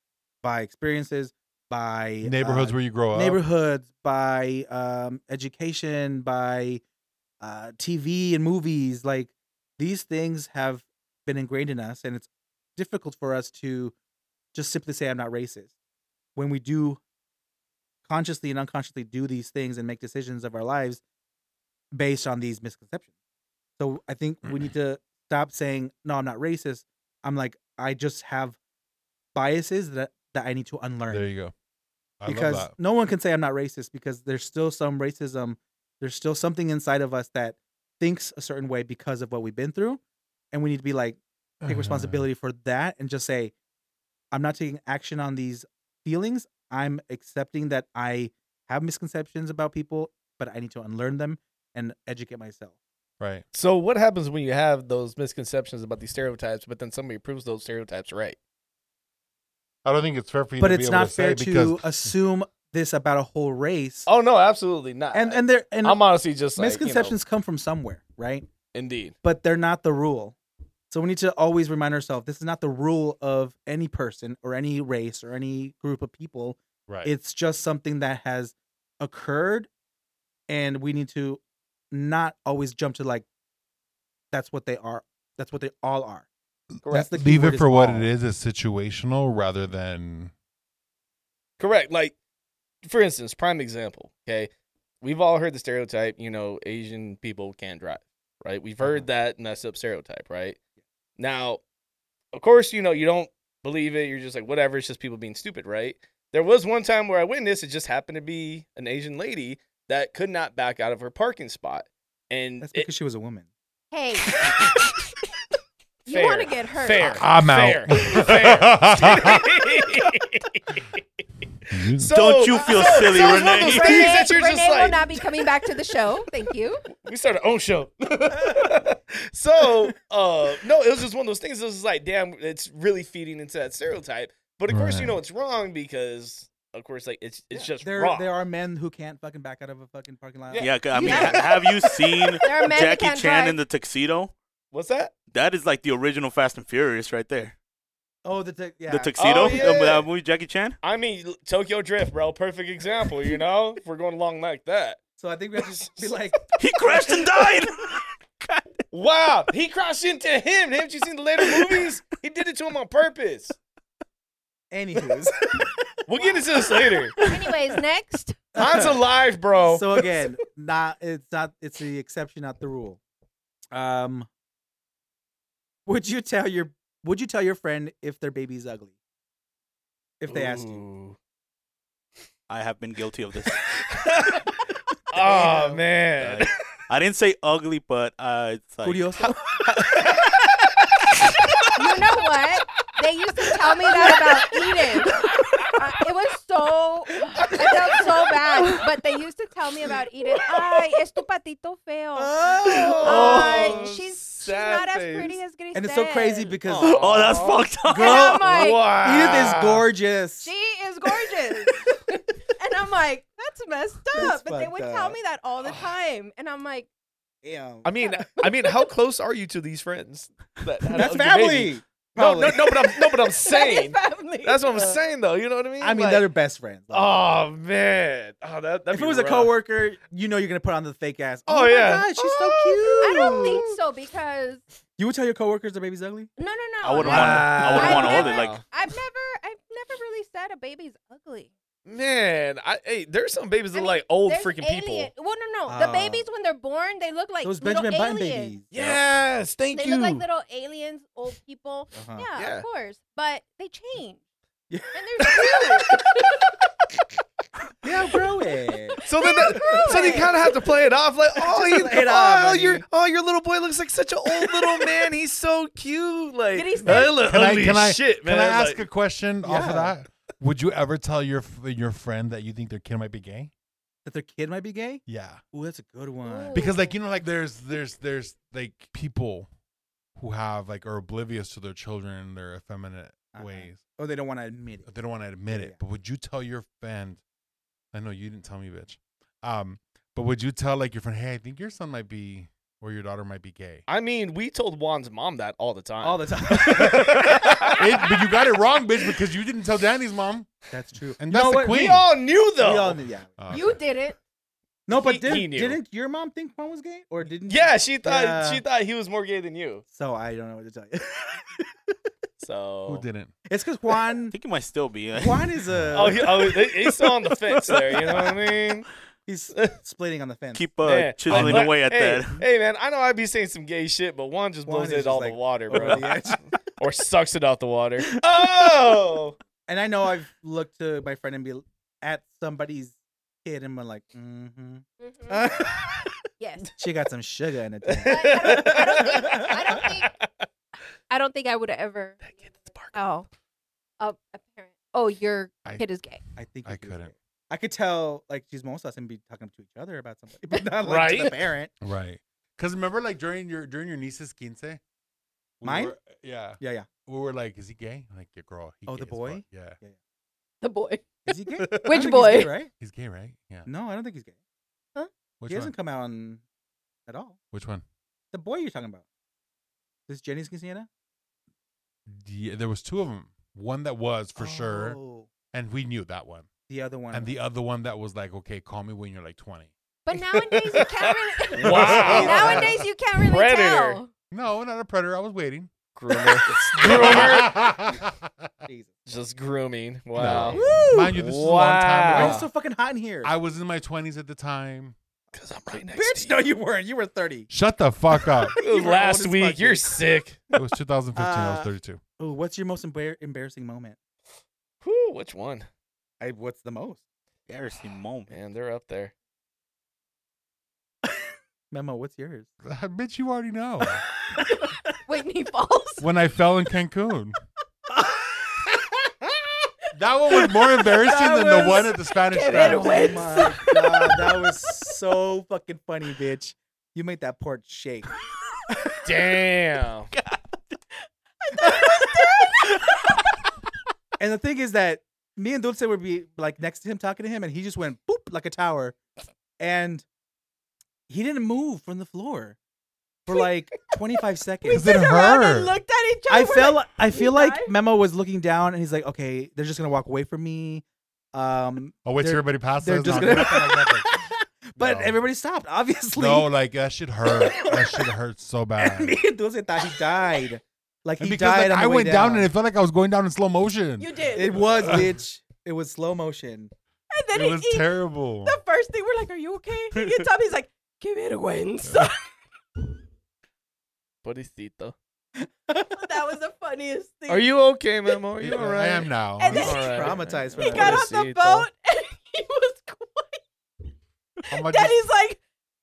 [SPEAKER 2] by experiences, by
[SPEAKER 1] neighborhoods
[SPEAKER 2] uh,
[SPEAKER 1] where you grow up.
[SPEAKER 2] neighborhoods, by um, education, by uh, TV and movies. Like these things have been ingrained in us, and it's difficult for us to just simply say, I'm not racist. When we do consciously and unconsciously do these things and make decisions of our lives based on these misconceptions. So I think we need
[SPEAKER 1] Mm.
[SPEAKER 2] to stop saying, No, I'm not racist. I'm like, I just have biases that, that I need to unlearn
[SPEAKER 1] There you go. I
[SPEAKER 2] because
[SPEAKER 1] love
[SPEAKER 2] no one can say I'm not racist because there's still some racism. There's still something inside of us that thinks a certain way because of what we've been through, and we need to be like
[SPEAKER 1] that.
[SPEAKER 2] take responsibility for that and just say, I'm not taking action on these feelings. I'm accepting that I have misconceptions about people, but I need to unlearn them and educate myself.
[SPEAKER 1] Right.
[SPEAKER 3] So what happens when you have those misconceptions about these stereotypes, but then somebody proves those stereotypes right?
[SPEAKER 1] I don't think it's fair for you
[SPEAKER 2] But
[SPEAKER 1] to
[SPEAKER 2] it's
[SPEAKER 1] be able
[SPEAKER 2] not
[SPEAKER 1] to say
[SPEAKER 2] fair
[SPEAKER 1] because
[SPEAKER 2] to uh, assume this about a whole race.
[SPEAKER 3] Oh no, absolutely not.
[SPEAKER 2] and and there and
[SPEAKER 3] I'm honestly just like, you know,
[SPEAKER 2] misconceptions come from somewhere, right?
[SPEAKER 3] indeed.
[SPEAKER 2] but they're not the rule. So we need to always remind ourselves this is not the rule of any person or any race or any group of people.
[SPEAKER 1] right.
[SPEAKER 2] It's just something that has occurred and we need to not always jump to like that's what they are. That's what they all are.
[SPEAKER 3] Correct.
[SPEAKER 2] the key
[SPEAKER 1] Leave
[SPEAKER 2] word
[SPEAKER 1] it
[SPEAKER 2] is
[SPEAKER 1] for what
[SPEAKER 2] all.
[SPEAKER 1] it is. It's situational rather than
[SPEAKER 3] Correct. Like, for instance, prime example. Okay, we've all heard the stereotype. You know, Asian people can't drive. Right. We've heard
[SPEAKER 2] Uh-huh.
[SPEAKER 3] that messed up stereotype. Right. Now, of course, you know you don't believe it. You're just like whatever. It's just people being stupid. Right. There was one time where I witnessed. It just happened to be an Asian lady that could not back out of her parking spot, and
[SPEAKER 2] That's
[SPEAKER 3] it-
[SPEAKER 2] because she was a woman.
[SPEAKER 4] Hey, you
[SPEAKER 3] Fair.
[SPEAKER 4] want to get hurt?
[SPEAKER 3] fair.
[SPEAKER 1] I'm
[SPEAKER 3] fair,
[SPEAKER 1] out.
[SPEAKER 3] fair. So-
[SPEAKER 5] Don't you feel
[SPEAKER 3] so-
[SPEAKER 5] silly,
[SPEAKER 3] so it's one of those
[SPEAKER 5] Renee?
[SPEAKER 3] things
[SPEAKER 4] Renee,
[SPEAKER 3] that you're just
[SPEAKER 4] Renee will
[SPEAKER 3] like-
[SPEAKER 4] not be coming back to the show. Thank you.
[SPEAKER 3] we start our own show. so uh no, it was just one of those things. It was like, damn, it's really feeding into that stereotype. But of course, you
[SPEAKER 1] Right.
[SPEAKER 3] know it's wrong because, of course, like it's it's just
[SPEAKER 2] there
[SPEAKER 3] wrong.
[SPEAKER 2] there are men who can't fucking back out of a fucking parking lot.
[SPEAKER 5] Yeah, 'cause, I mean,
[SPEAKER 4] Yeah.
[SPEAKER 5] ha- have you seen
[SPEAKER 4] There are men that
[SPEAKER 5] Jackie Chan
[SPEAKER 4] can't drive.
[SPEAKER 5] in the tuxedo?
[SPEAKER 3] What's that?
[SPEAKER 5] That is like the original Fast and Furious right there.
[SPEAKER 2] Oh, the tech yeah.
[SPEAKER 5] The tuxedo,
[SPEAKER 3] Oh,
[SPEAKER 5] the-
[SPEAKER 3] yeah.
[SPEAKER 5] that movie Jackie Chan.
[SPEAKER 3] I mean, l- Tokyo Drift, bro. Perfect example. You know, if we're going along like that.
[SPEAKER 2] so I think we have to be like
[SPEAKER 5] He crashed and died.
[SPEAKER 3] Wow, he crashed into him. Haven't you seen the later movies? He did it to him on purpose.
[SPEAKER 2] anywho's.
[SPEAKER 3] We'll get into this later.
[SPEAKER 4] Anyways, next.
[SPEAKER 3] Han's alive, bro.
[SPEAKER 2] So again, not it's not it's the exception, not the rule. Um, would you tell your would you tell your friend if their baby's ugly? If they ask you,
[SPEAKER 3] Ooh.
[SPEAKER 5] I have been guilty of this.
[SPEAKER 3] Oh man.
[SPEAKER 5] Like, I didn't say ugly, but uh, it's like
[SPEAKER 2] curioso.
[SPEAKER 4] You know what? They used to tell me that about Eden. Uh, it was so, I felt so bad. But they used to tell me about Eden. Ay, es tu patito
[SPEAKER 2] Oh!
[SPEAKER 4] feo. Ay,
[SPEAKER 3] Oh,
[SPEAKER 4] she's, she's
[SPEAKER 3] sad
[SPEAKER 4] not as
[SPEAKER 3] face.
[SPEAKER 4] pretty as Grisel.
[SPEAKER 2] and it's so crazy because
[SPEAKER 5] oh, that's fucked up.
[SPEAKER 4] And I'm like,
[SPEAKER 2] Edith is
[SPEAKER 3] wow.
[SPEAKER 2] gorgeous.
[SPEAKER 4] she is gorgeous. and I'm like, that's messed up.
[SPEAKER 2] That's
[SPEAKER 4] but they
[SPEAKER 2] fucked
[SPEAKER 4] would tell
[SPEAKER 2] up.
[SPEAKER 4] me that all the time. And I'm like,
[SPEAKER 2] Damn.
[SPEAKER 3] I mean, I mean, how close are you to these friends? That had
[SPEAKER 2] that's
[SPEAKER 3] an ugly
[SPEAKER 2] family.
[SPEAKER 3] baby? No,
[SPEAKER 2] probably.
[SPEAKER 3] no, no. But I'm no, but I'm saying
[SPEAKER 4] that is
[SPEAKER 2] something.
[SPEAKER 3] That's what I'm saying, though. You know what I mean?
[SPEAKER 2] I mean,
[SPEAKER 3] Like,
[SPEAKER 2] they're best friends. Like,
[SPEAKER 3] Oh man! Oh, that. that'd
[SPEAKER 2] if it
[SPEAKER 3] be
[SPEAKER 2] was a
[SPEAKER 3] rough.
[SPEAKER 2] coworker, you know you're gonna put on the fake ass.
[SPEAKER 3] Oh,
[SPEAKER 2] my
[SPEAKER 3] yeah.
[SPEAKER 2] God, she's
[SPEAKER 3] Oh,
[SPEAKER 4] I
[SPEAKER 2] so cute.
[SPEAKER 4] don't think so because
[SPEAKER 2] You would tell your coworkers the baby's ugly.
[SPEAKER 4] no, no, no.
[SPEAKER 5] I wouldn't
[SPEAKER 4] I've-
[SPEAKER 5] want. I wouldn't want to hold it.
[SPEAKER 4] I've
[SPEAKER 5] Like
[SPEAKER 3] never-
[SPEAKER 4] I've never, I've never really said a baby's ugly.
[SPEAKER 3] man, I hey, there's some babies that
[SPEAKER 4] I mean,
[SPEAKER 3] look like old
[SPEAKER 4] There's
[SPEAKER 3] freaking people.
[SPEAKER 4] alien- Well, no, no.
[SPEAKER 2] Ah.
[SPEAKER 4] the babies when they're born, they look like
[SPEAKER 2] Those
[SPEAKER 4] little
[SPEAKER 2] Benjamin Button
[SPEAKER 4] aliens.
[SPEAKER 2] babies.
[SPEAKER 3] Yes, thank
[SPEAKER 4] They
[SPEAKER 3] you.
[SPEAKER 4] look like little aliens, old people.
[SPEAKER 2] Uh-huh.
[SPEAKER 4] Yeah,
[SPEAKER 3] Yeah.
[SPEAKER 4] of course. But they change.
[SPEAKER 2] Yeah.
[SPEAKER 4] And they're cute.
[SPEAKER 2] Yeah, grow it.
[SPEAKER 3] so then, that, so they
[SPEAKER 4] growing.
[SPEAKER 3] kind of have to play it off, like, oh,
[SPEAKER 2] Just
[SPEAKER 3] you,
[SPEAKER 2] play it
[SPEAKER 3] oh,
[SPEAKER 2] off, honey.
[SPEAKER 3] your, oh, your little boy looks like such an old little man. He's so cute. Like,
[SPEAKER 4] Did he say-
[SPEAKER 3] I look
[SPEAKER 1] Can I-
[SPEAKER 3] ugly
[SPEAKER 1] can
[SPEAKER 3] as
[SPEAKER 1] I-
[SPEAKER 3] shit, man.
[SPEAKER 1] Can I ask
[SPEAKER 3] like-
[SPEAKER 1] a question off
[SPEAKER 2] Yeah.
[SPEAKER 1] of that? Would you ever tell your f- your friend that you think their kid might be gay?
[SPEAKER 2] That their kid might be gay.
[SPEAKER 1] Yeah,
[SPEAKER 2] Ooh, that's a good one.
[SPEAKER 1] because like you know, like there's there's there's like people who have like are oblivious to their children and their effeminate
[SPEAKER 2] Uh-huh.
[SPEAKER 1] ways.
[SPEAKER 2] Oh, they don't want to admit it.
[SPEAKER 1] They don't want to admit it.
[SPEAKER 2] Yeah.
[SPEAKER 1] But would you tell your friend? I know you didn't tell me, bitch. Um, but would you tell like your friend, hey, I think your son might be or your daughter might be gay?
[SPEAKER 3] I mean, we told Juan's mom that all the time.
[SPEAKER 2] All the time.
[SPEAKER 1] It- but you got it wrong, bitch, because you didn't tell Danny's mom,
[SPEAKER 2] that's true.
[SPEAKER 1] and that's
[SPEAKER 2] no,
[SPEAKER 1] the queen.
[SPEAKER 3] we all knew though.
[SPEAKER 2] We all knew, yeah.
[SPEAKER 1] Oh,
[SPEAKER 4] you
[SPEAKER 1] okay.
[SPEAKER 4] did it.
[SPEAKER 2] No, but
[SPEAKER 3] He-
[SPEAKER 2] did,
[SPEAKER 3] he knew.
[SPEAKER 2] didn't your mom think Juan was gay, or didn't?
[SPEAKER 3] yeah, she thought
[SPEAKER 2] Yeah.
[SPEAKER 3] she thought he was more gay than you.
[SPEAKER 2] So I don't know what to tell you.
[SPEAKER 3] So
[SPEAKER 1] Who didn't?
[SPEAKER 2] it's because
[SPEAKER 5] I
[SPEAKER 2] Juan.
[SPEAKER 5] think it might still be. uh,
[SPEAKER 2] Juan is a.
[SPEAKER 3] Oh, he, oh he- he's still on the fence there. You know what I mean?
[SPEAKER 2] he's splitting on the fence.
[SPEAKER 5] Keep uh,
[SPEAKER 3] Yeah.
[SPEAKER 5] chiseling
[SPEAKER 3] Like,
[SPEAKER 5] away at
[SPEAKER 3] hey,
[SPEAKER 5] that.
[SPEAKER 3] Hey man, I know I'd be saying some gay shit, but Juan just
[SPEAKER 2] Juan
[SPEAKER 3] blows
[SPEAKER 2] is
[SPEAKER 3] it
[SPEAKER 2] just
[SPEAKER 3] all
[SPEAKER 2] like
[SPEAKER 3] the water,
[SPEAKER 2] over
[SPEAKER 3] bro,
[SPEAKER 2] the edge.
[SPEAKER 3] or sucks it out the water. Oh,
[SPEAKER 2] And I know I've looked to my friend and be at somebody's kid and been like, mm-hmm.
[SPEAKER 4] Mhm.
[SPEAKER 2] Uh,
[SPEAKER 4] yes.
[SPEAKER 2] she got some sugar in it.
[SPEAKER 4] I don't- I don't think- I don't think- I don't think I would have ever.
[SPEAKER 3] That kid that's barking.
[SPEAKER 4] Oh, a, a parent. Oh, your
[SPEAKER 1] I-
[SPEAKER 4] kid is gay.
[SPEAKER 2] I think
[SPEAKER 1] I
[SPEAKER 2] it was
[SPEAKER 1] couldn't.
[SPEAKER 2] it. I could tell like she's most us and be talking to each other about somebody, but not like to the
[SPEAKER 3] Right?
[SPEAKER 2] parent.
[SPEAKER 1] Right. Because remember, like during your during your niece's quince, we
[SPEAKER 2] Mine?
[SPEAKER 1] were- yeah,
[SPEAKER 2] Yeah, yeah.
[SPEAKER 1] we were like, "Is he gay?" I'm like, "Your girl." He
[SPEAKER 2] Oh, the
[SPEAKER 1] gay as fuck."
[SPEAKER 2] boy?
[SPEAKER 1] Yeah,
[SPEAKER 4] The boy.
[SPEAKER 2] Is he gay? I don't think
[SPEAKER 4] Which
[SPEAKER 2] he's gay,
[SPEAKER 4] boy?
[SPEAKER 2] right?
[SPEAKER 1] he's gay, right? Yeah.
[SPEAKER 2] No, I don't think he's gay.
[SPEAKER 1] Which one?
[SPEAKER 2] he hasn't come out on, at all.
[SPEAKER 1] Which one?
[SPEAKER 2] The boy you're talking about. This Jenny's quinceanera?
[SPEAKER 1] Yeah, there was two of them. One that was for sure,
[SPEAKER 2] Oh,
[SPEAKER 1] and we knew that one,
[SPEAKER 2] The other one.
[SPEAKER 1] and the other one that was like, "Okay, call me when you're like 20."
[SPEAKER 4] But nowadays you can't really.
[SPEAKER 3] Wow.
[SPEAKER 4] Nowadays you can't really
[SPEAKER 3] Predator.
[SPEAKER 4] tell.
[SPEAKER 1] No, not a predator. I was waiting.
[SPEAKER 3] Groomer.
[SPEAKER 2] Jesus.
[SPEAKER 3] Just grooming. Wow.
[SPEAKER 1] No. Mind you, this is a long
[SPEAKER 2] Why
[SPEAKER 1] time
[SPEAKER 2] is
[SPEAKER 3] Wow.
[SPEAKER 2] it so
[SPEAKER 1] ago.
[SPEAKER 2] fucking hot in here?
[SPEAKER 1] I was in my 20s at the time.
[SPEAKER 3] Because I'm right next
[SPEAKER 2] Bitch,
[SPEAKER 3] to
[SPEAKER 2] no, you weren't. You were 30.
[SPEAKER 1] Shut the fuck up.
[SPEAKER 3] you.
[SPEAKER 2] you were old
[SPEAKER 3] Last
[SPEAKER 2] as
[SPEAKER 3] week,
[SPEAKER 2] fuck,
[SPEAKER 3] you're
[SPEAKER 2] dude.
[SPEAKER 3] sick.
[SPEAKER 1] It was 2015. I
[SPEAKER 2] Uh,
[SPEAKER 1] was 32.
[SPEAKER 2] Oh, what's your most embar- embarrassing moment?
[SPEAKER 3] Whew, which one?
[SPEAKER 2] I, what's the most?
[SPEAKER 5] Embarrassing moment.
[SPEAKER 3] Man, they're up there.
[SPEAKER 2] Memo, what's yours?
[SPEAKER 1] bitch, you already know.
[SPEAKER 4] Whitney Falls.
[SPEAKER 1] when I fell in Cancun. That one was more embarrassing
[SPEAKER 2] That
[SPEAKER 1] than
[SPEAKER 2] was-
[SPEAKER 1] the one at the Spanish
[SPEAKER 4] Give it
[SPEAKER 1] Fest.
[SPEAKER 2] oh
[SPEAKER 4] away. wins.
[SPEAKER 2] my god, that was so fucking funny, bitch. You made that port shake.
[SPEAKER 3] Damn.
[SPEAKER 2] And the thing is that me and Dulce would be like next to him talking to him, and he just went boop like a tower. And he didn't move from the floor for like 25 seconds.
[SPEAKER 1] Is it
[SPEAKER 4] around
[SPEAKER 1] her?
[SPEAKER 4] and looked at each other.
[SPEAKER 2] I felt like- I feel like
[SPEAKER 4] died?
[SPEAKER 2] Memo was looking down and he's like, okay, they're just gonna walk away from me. Um
[SPEAKER 1] Oh wait, till
[SPEAKER 2] They're-
[SPEAKER 1] everybody passes.
[SPEAKER 2] they're just
[SPEAKER 1] No,
[SPEAKER 2] gonna
[SPEAKER 1] I'm not gonna-
[SPEAKER 2] But
[SPEAKER 1] No.
[SPEAKER 2] everybody stopped, obviously.
[SPEAKER 1] No, like that should hurt. That should hurt so bad.
[SPEAKER 2] and me and Dulce thought he died. Like he
[SPEAKER 1] and because
[SPEAKER 2] died.
[SPEAKER 1] like,
[SPEAKER 2] on the
[SPEAKER 1] I
[SPEAKER 2] way
[SPEAKER 1] went down.
[SPEAKER 2] down
[SPEAKER 1] and it felt like I was going down in slow motion.
[SPEAKER 4] you did.
[SPEAKER 2] It was, bitch. It was slow motion.
[SPEAKER 4] and then
[SPEAKER 1] it
[SPEAKER 4] he,
[SPEAKER 1] was
[SPEAKER 4] he-
[SPEAKER 1] terrible.
[SPEAKER 4] the first thing we're like, "Are you okay?" He gets up. He's like, "Give it a wins." that
[SPEAKER 3] Bodicito.
[SPEAKER 4] was the funniest thing.
[SPEAKER 3] Are you okay, Memo? Are
[SPEAKER 1] Yeah,
[SPEAKER 3] you all right?
[SPEAKER 1] I am now.
[SPEAKER 4] And
[SPEAKER 1] I'm
[SPEAKER 4] then-
[SPEAKER 1] sorry.
[SPEAKER 2] Traumatized for
[SPEAKER 4] He
[SPEAKER 2] that.
[SPEAKER 4] got off the
[SPEAKER 3] Pobrecito.
[SPEAKER 4] boat and he was quiet.
[SPEAKER 1] I'm like,
[SPEAKER 4] Daddy's like,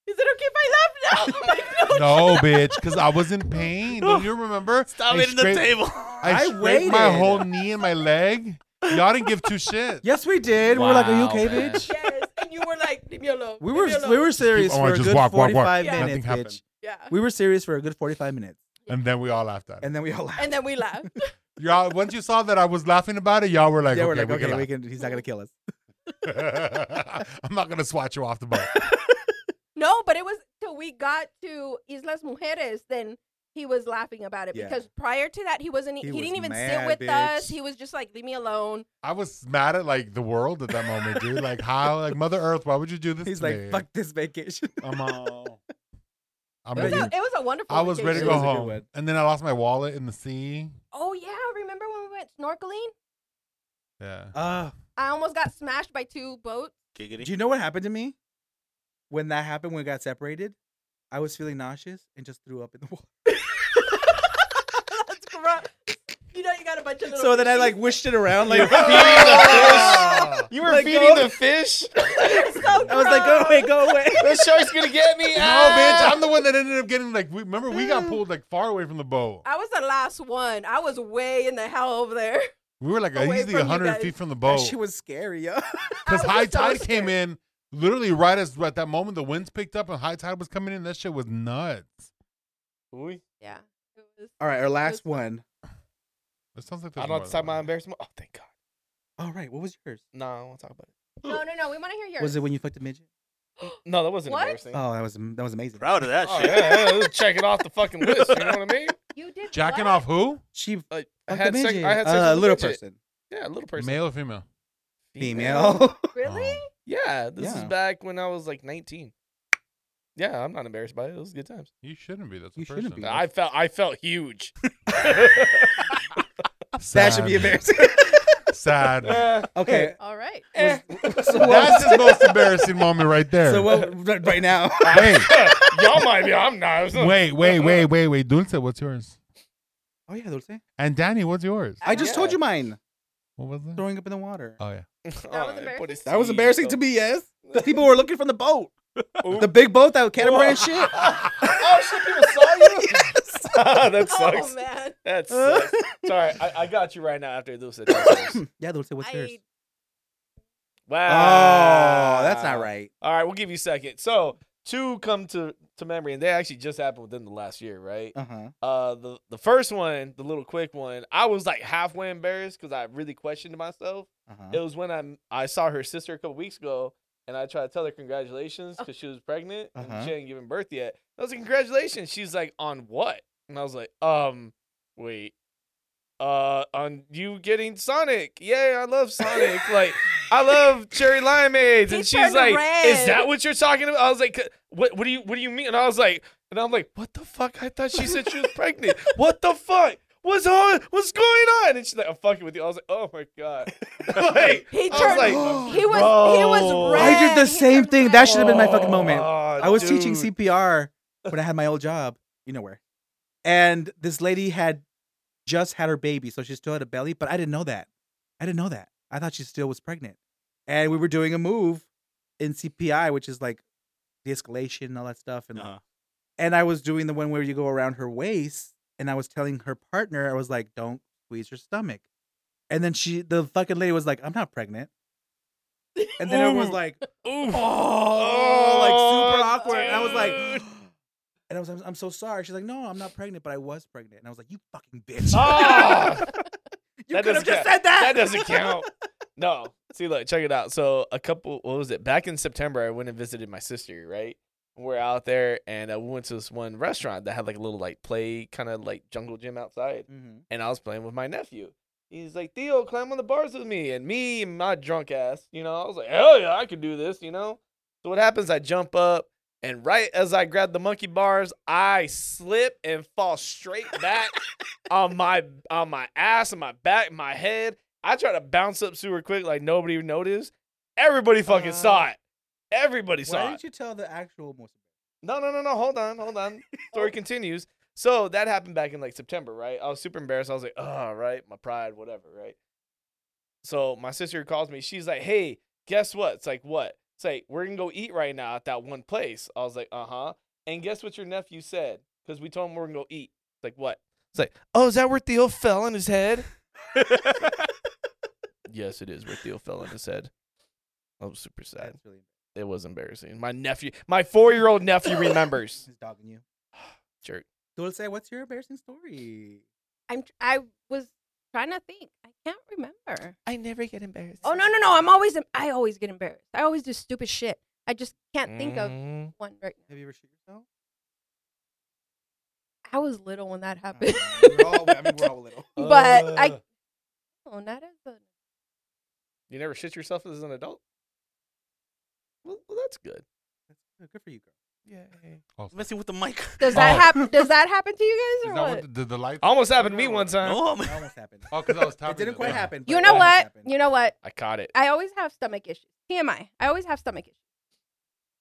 [SPEAKER 4] "Is it okay if I laugh now?" I'm like, no,
[SPEAKER 1] no, bitch, because I was in pain. Don't you remember?
[SPEAKER 5] Stop
[SPEAKER 1] I
[SPEAKER 5] hitting the
[SPEAKER 1] scraped-
[SPEAKER 5] table.
[SPEAKER 1] I,
[SPEAKER 2] I
[SPEAKER 1] scraped my
[SPEAKER 2] waited.
[SPEAKER 1] whole knee and my leg. Y'all didn't give two shits.
[SPEAKER 2] Yes, we did. We were like, "Are you
[SPEAKER 3] Wow,
[SPEAKER 2] okay,
[SPEAKER 3] man.
[SPEAKER 2] bitch?"
[SPEAKER 4] yes. And you were like, "Leave me alone."
[SPEAKER 2] We
[SPEAKER 4] leave
[SPEAKER 2] were
[SPEAKER 4] me alone."
[SPEAKER 2] we were serious
[SPEAKER 1] Keep- oh, I
[SPEAKER 2] for a
[SPEAKER 1] just
[SPEAKER 2] good
[SPEAKER 1] walk, walk, walk.
[SPEAKER 2] 45
[SPEAKER 4] Yeah.
[SPEAKER 2] minutes,
[SPEAKER 1] Nothing
[SPEAKER 2] bitch.
[SPEAKER 1] happened.
[SPEAKER 4] Yeah.
[SPEAKER 2] We were serious for a good 45 minutes,
[SPEAKER 1] And then we all laughed at it.
[SPEAKER 2] and then we all laughed.
[SPEAKER 4] and then we laughed.
[SPEAKER 1] Y'all, once you saw that I was laughing about it, y'all were like,
[SPEAKER 2] yeah,
[SPEAKER 1] okay,
[SPEAKER 2] we're like,
[SPEAKER 1] we
[SPEAKER 2] "Okay,
[SPEAKER 1] can
[SPEAKER 2] we
[SPEAKER 1] laugh."
[SPEAKER 2] can. He's not gonna kill us."
[SPEAKER 1] I'm not gonna swat you off the boat.
[SPEAKER 4] No, but it was till we got to Islas Mujeres. Then he was laughing about it
[SPEAKER 2] Yeah.
[SPEAKER 4] because prior to that he wasn't. e-
[SPEAKER 2] He
[SPEAKER 4] He,
[SPEAKER 2] was
[SPEAKER 4] didn't even
[SPEAKER 2] mad,
[SPEAKER 4] sit with us.
[SPEAKER 2] bitch.
[SPEAKER 4] He was just like, "Leave me alone."
[SPEAKER 1] I was mad at like the world at that moment, dude. Like how, like Mother Earth, why would you do this?
[SPEAKER 2] He's
[SPEAKER 1] to me?
[SPEAKER 2] like, fuck this vacation.
[SPEAKER 1] I'm uh, I'm
[SPEAKER 4] It was, a,
[SPEAKER 1] ready.
[SPEAKER 4] it was a wonderful.
[SPEAKER 1] I was ready to
[SPEAKER 4] vacation.
[SPEAKER 1] go
[SPEAKER 2] It was a good
[SPEAKER 1] home,
[SPEAKER 2] one.
[SPEAKER 1] and then I lost my wallet in the sea.
[SPEAKER 4] Oh yeah, remember when we went snorkeling?
[SPEAKER 1] Yeah.
[SPEAKER 2] Uh,
[SPEAKER 4] I almost got smashed by two boats.
[SPEAKER 5] Giggity.
[SPEAKER 2] do you know what happened to me? When that happened, when we got separated, I was feeling nauseous and just threw up in the water.
[SPEAKER 4] That's gross. You know, you got a bunch of. Little
[SPEAKER 2] So then I
[SPEAKER 4] fishies.
[SPEAKER 2] like wished it around like
[SPEAKER 3] You were
[SPEAKER 2] Let
[SPEAKER 3] feeding
[SPEAKER 2] go.
[SPEAKER 3] the fish.
[SPEAKER 4] It's so
[SPEAKER 2] I was like, "Oh, go away, go away.
[SPEAKER 3] The shark's gonna get me.
[SPEAKER 1] No, bitch, I'm the one that ended up getting like. We, remember, we got pulled like far away from the boat.
[SPEAKER 4] I was the last one. I was way in the hell over there.
[SPEAKER 1] We were like
[SPEAKER 4] Away
[SPEAKER 1] easily
[SPEAKER 4] from you
[SPEAKER 1] 100
[SPEAKER 4] guys.
[SPEAKER 1] feet from the
[SPEAKER 2] That
[SPEAKER 1] boat
[SPEAKER 2] shit was scary, yo.
[SPEAKER 1] because
[SPEAKER 4] I was
[SPEAKER 1] high
[SPEAKER 4] so
[SPEAKER 1] tide
[SPEAKER 4] scared.
[SPEAKER 1] came in literally right as at that moment the winds picked up and high tide was coming in. That shit was nuts.
[SPEAKER 3] Ooh,
[SPEAKER 4] Yeah. It was-
[SPEAKER 2] All right, our
[SPEAKER 4] last
[SPEAKER 2] last one.
[SPEAKER 1] That sounds like
[SPEAKER 3] I
[SPEAKER 1] there's
[SPEAKER 3] don't have
[SPEAKER 1] more than
[SPEAKER 3] to talk about
[SPEAKER 1] that.
[SPEAKER 3] embarrassment. Oh, thank God.
[SPEAKER 2] All right, what was yours?
[SPEAKER 3] No, I won't talk about
[SPEAKER 4] No, no, no. We want to hear yours.
[SPEAKER 2] Was it when you fucked a midget?
[SPEAKER 3] it. No, that wasn't
[SPEAKER 4] What?
[SPEAKER 3] embarrassing.
[SPEAKER 2] Oh, that was that was amazing.
[SPEAKER 5] Proud of that
[SPEAKER 3] Oh,
[SPEAKER 5] shit.
[SPEAKER 3] yeah, yeah, check it off the fucking list. You know what I mean?
[SPEAKER 4] you did
[SPEAKER 1] Jacking
[SPEAKER 4] what?
[SPEAKER 1] off who?
[SPEAKER 2] She fucked
[SPEAKER 3] Like, I
[SPEAKER 2] a
[SPEAKER 3] had sex.
[SPEAKER 2] midget.
[SPEAKER 3] I had sex
[SPEAKER 2] Uh,
[SPEAKER 3] with a
[SPEAKER 2] little
[SPEAKER 3] midget.
[SPEAKER 2] person,
[SPEAKER 3] Yeah, a little person.
[SPEAKER 1] Male or female?
[SPEAKER 2] female.
[SPEAKER 4] Really?
[SPEAKER 1] Oh.
[SPEAKER 3] Yeah, this is
[SPEAKER 2] Yeah.
[SPEAKER 3] back when I was like 19. Yeah, I'm not embarrassed by it. It was good times.
[SPEAKER 1] You shouldn't be. That's a
[SPEAKER 2] You
[SPEAKER 1] person.
[SPEAKER 2] shouldn't be.
[SPEAKER 3] I felt I felt huge.
[SPEAKER 2] that should be
[SPEAKER 1] Sad.
[SPEAKER 2] embarrassing.
[SPEAKER 1] Sad.
[SPEAKER 2] okay,
[SPEAKER 4] All right.
[SPEAKER 3] Eh.
[SPEAKER 2] so
[SPEAKER 1] That's
[SPEAKER 2] what?
[SPEAKER 1] his most embarrassing moment right there.
[SPEAKER 2] So what? right- Right now,
[SPEAKER 1] Wait,
[SPEAKER 3] Y'all might be. I'm not. It's not-
[SPEAKER 1] wait, wait, wait, wait, wait. Dulce, what's yours?
[SPEAKER 2] oh yeah, Dulce.
[SPEAKER 1] And Danny, what's yours?
[SPEAKER 2] I just told you mine.
[SPEAKER 1] What was that?
[SPEAKER 2] Throwing up in the water.
[SPEAKER 1] Oh yeah.
[SPEAKER 3] All right,
[SPEAKER 4] embarrassing.
[SPEAKER 3] but it's
[SPEAKER 2] That was
[SPEAKER 3] huge,
[SPEAKER 2] embarrassing
[SPEAKER 3] though.
[SPEAKER 2] to me. Yes, people were looking from the boat,
[SPEAKER 3] Ooh.
[SPEAKER 2] the big boat that catamaran shit.
[SPEAKER 3] oh shit! People saw you. that
[SPEAKER 4] Oh
[SPEAKER 3] sucks.
[SPEAKER 4] man.
[SPEAKER 3] that sucks.
[SPEAKER 2] Yes.
[SPEAKER 3] Sorry, I, I got you right now after those. wow.
[SPEAKER 2] yeah, Dulce, what's yours?
[SPEAKER 4] I,
[SPEAKER 2] Oh, that's
[SPEAKER 3] Uh,
[SPEAKER 2] not right.
[SPEAKER 3] All right, we'll give you a second. So two come to to memory, and they actually just happened within the last year, right?
[SPEAKER 2] Uh huh.
[SPEAKER 3] Uh, the the first one, the little quick one, I was like halfway embarrassed because I really questioned myself.
[SPEAKER 2] Uh
[SPEAKER 3] It
[SPEAKER 2] huh.
[SPEAKER 3] was when I I saw her sister a couple weeks ago, and I tried to tell her congratulations because she was pregnant
[SPEAKER 2] Uh-huh.
[SPEAKER 3] and she hadn't given birth yet. I was like, congratulations. She's like, on what? And I was like, um, wait, uh, on you getting Sonic? Yay, I love Sonic. like. I love cherry limeades,
[SPEAKER 4] He
[SPEAKER 3] and
[SPEAKER 4] turned
[SPEAKER 3] she's like, "Is
[SPEAKER 4] red.
[SPEAKER 3] that what you're talking about?" I was like, "What? What do you? What do you mean?" And I was like, "And I'm like, what the fuck? I thought she said she was pregnant. What the fuck? What's on? What's going on?" And she's like, "I'm fucking with you." I was like, "Oh my god!" like, I
[SPEAKER 4] he
[SPEAKER 3] was
[SPEAKER 4] turned.
[SPEAKER 3] like,
[SPEAKER 4] he was. He
[SPEAKER 3] "Bro."
[SPEAKER 4] was red.
[SPEAKER 2] I did the
[SPEAKER 4] He
[SPEAKER 2] same
[SPEAKER 4] turned
[SPEAKER 2] thing.
[SPEAKER 4] red.
[SPEAKER 2] That should have been my fucking moment.
[SPEAKER 3] Oh,
[SPEAKER 2] I was teaching
[SPEAKER 3] dude.
[SPEAKER 2] CPR when I had my old job, you know where. And this lady had just had her baby, so she still had a belly, but I didn't know that. I didn't know that. I thought she still was pregnant. And we were doing a move in CPI, which is like de escalation and all that stuff. And,
[SPEAKER 5] Uh-huh.
[SPEAKER 2] and I was doing the one where you go around her waist, and I was telling her partner, I was like, don't squeeze her stomach. And then she, the fucking lady was like, I'm not pregnant. And then everyone was
[SPEAKER 3] Ooh.
[SPEAKER 2] like,
[SPEAKER 3] Oof.
[SPEAKER 2] oh, like super
[SPEAKER 3] Oh,
[SPEAKER 2] awkward. And I was like,
[SPEAKER 3] dude.
[SPEAKER 2] and I was, I'm, I'm so sorry. She's like, no, I'm not pregnant, but I was pregnant. And I was like, you fucking bitch.
[SPEAKER 3] Ah!
[SPEAKER 2] you
[SPEAKER 3] That
[SPEAKER 2] could have
[SPEAKER 3] doesn't
[SPEAKER 2] just
[SPEAKER 3] count.
[SPEAKER 2] said that.
[SPEAKER 3] that doesn't count. No. See, look, check it out. So a couple, what was it? Back in September, I went and visited my sister. Right, we're out there, and uh, we went to this one restaurant that had like a little like play kind of like jungle gym outside,
[SPEAKER 4] Mm-hmm.
[SPEAKER 2] Mhm.
[SPEAKER 3] and I was playing with my nephew. He's like, Theo, climb on the bars with me, and me and my drunk ass, you know, I was like, hell yeah, I could do this, you know. So what happens? I jump up. And right as I grab the monkey bars, I slip and fall straight back on my on my ass, on my back, my head. I try to bounce up super quick, like nobody even noticed. Everybody fucking
[SPEAKER 2] Uh,
[SPEAKER 3] saw it. Everybody
[SPEAKER 2] Why
[SPEAKER 3] saw it.
[SPEAKER 2] didn't you tell the actual most?
[SPEAKER 3] No, no, no, no. Hold on, hold on. Story continues. So that happened back in like September, right? I was super embarrassed. I was like, oh, right, my pride, whatever, right? So my sister calls me. She's like, hey, guess what? It's like, what? It's like, we're going to go eat right now at that one place. I was like, uh huh. And guess what your nephew said? Because we told him we're going to go eat. It's like, what? It's like, oh, is that where Theo fell on his head? yes, it is where Theo fell on his head. I'm super sad.
[SPEAKER 2] That's really
[SPEAKER 3] It was embarrassing. My nephew, my four year old nephew remembers.
[SPEAKER 2] He's dogging you.
[SPEAKER 3] Jerk.
[SPEAKER 2] Dulce, what's your embarrassing story?
[SPEAKER 4] I'm. I was trying to think. I can't remember.
[SPEAKER 3] I never get embarrassed.
[SPEAKER 4] Oh no, no, no. I'm always. I always get embarrassed. I always do stupid shit. I just can't think of one right now.
[SPEAKER 2] Have you ever shit yourself?
[SPEAKER 4] I I was little when that
[SPEAKER 2] I
[SPEAKER 4] happened.
[SPEAKER 2] don't know. We're all, I mean, we're all little.
[SPEAKER 4] Uh, But I-
[SPEAKER 1] Uh,
[SPEAKER 4] oh, not as a
[SPEAKER 3] You never shit yourself as an adult. Well, well that's good.
[SPEAKER 2] uh, Good for you, girl.
[SPEAKER 3] Yeah.
[SPEAKER 5] messing with the mic.
[SPEAKER 4] Does that
[SPEAKER 1] Oh.
[SPEAKER 4] happen? Does that happen to you
[SPEAKER 1] Is
[SPEAKER 4] guys
[SPEAKER 1] that
[SPEAKER 4] or what?
[SPEAKER 1] what Oh. the, did the lights?
[SPEAKER 3] Almost happened to me one time.
[SPEAKER 5] No,
[SPEAKER 2] It
[SPEAKER 5] man.
[SPEAKER 2] almost happened.
[SPEAKER 1] Oh, because I was tapping
[SPEAKER 2] It didn't quite
[SPEAKER 1] yeah.
[SPEAKER 2] happen. but
[SPEAKER 4] you
[SPEAKER 2] it
[SPEAKER 4] know
[SPEAKER 2] almost
[SPEAKER 4] what?
[SPEAKER 2] happened.
[SPEAKER 4] You know what?
[SPEAKER 3] I caught it.
[SPEAKER 4] I always have stomach issues. TMI. I always have stomach issues.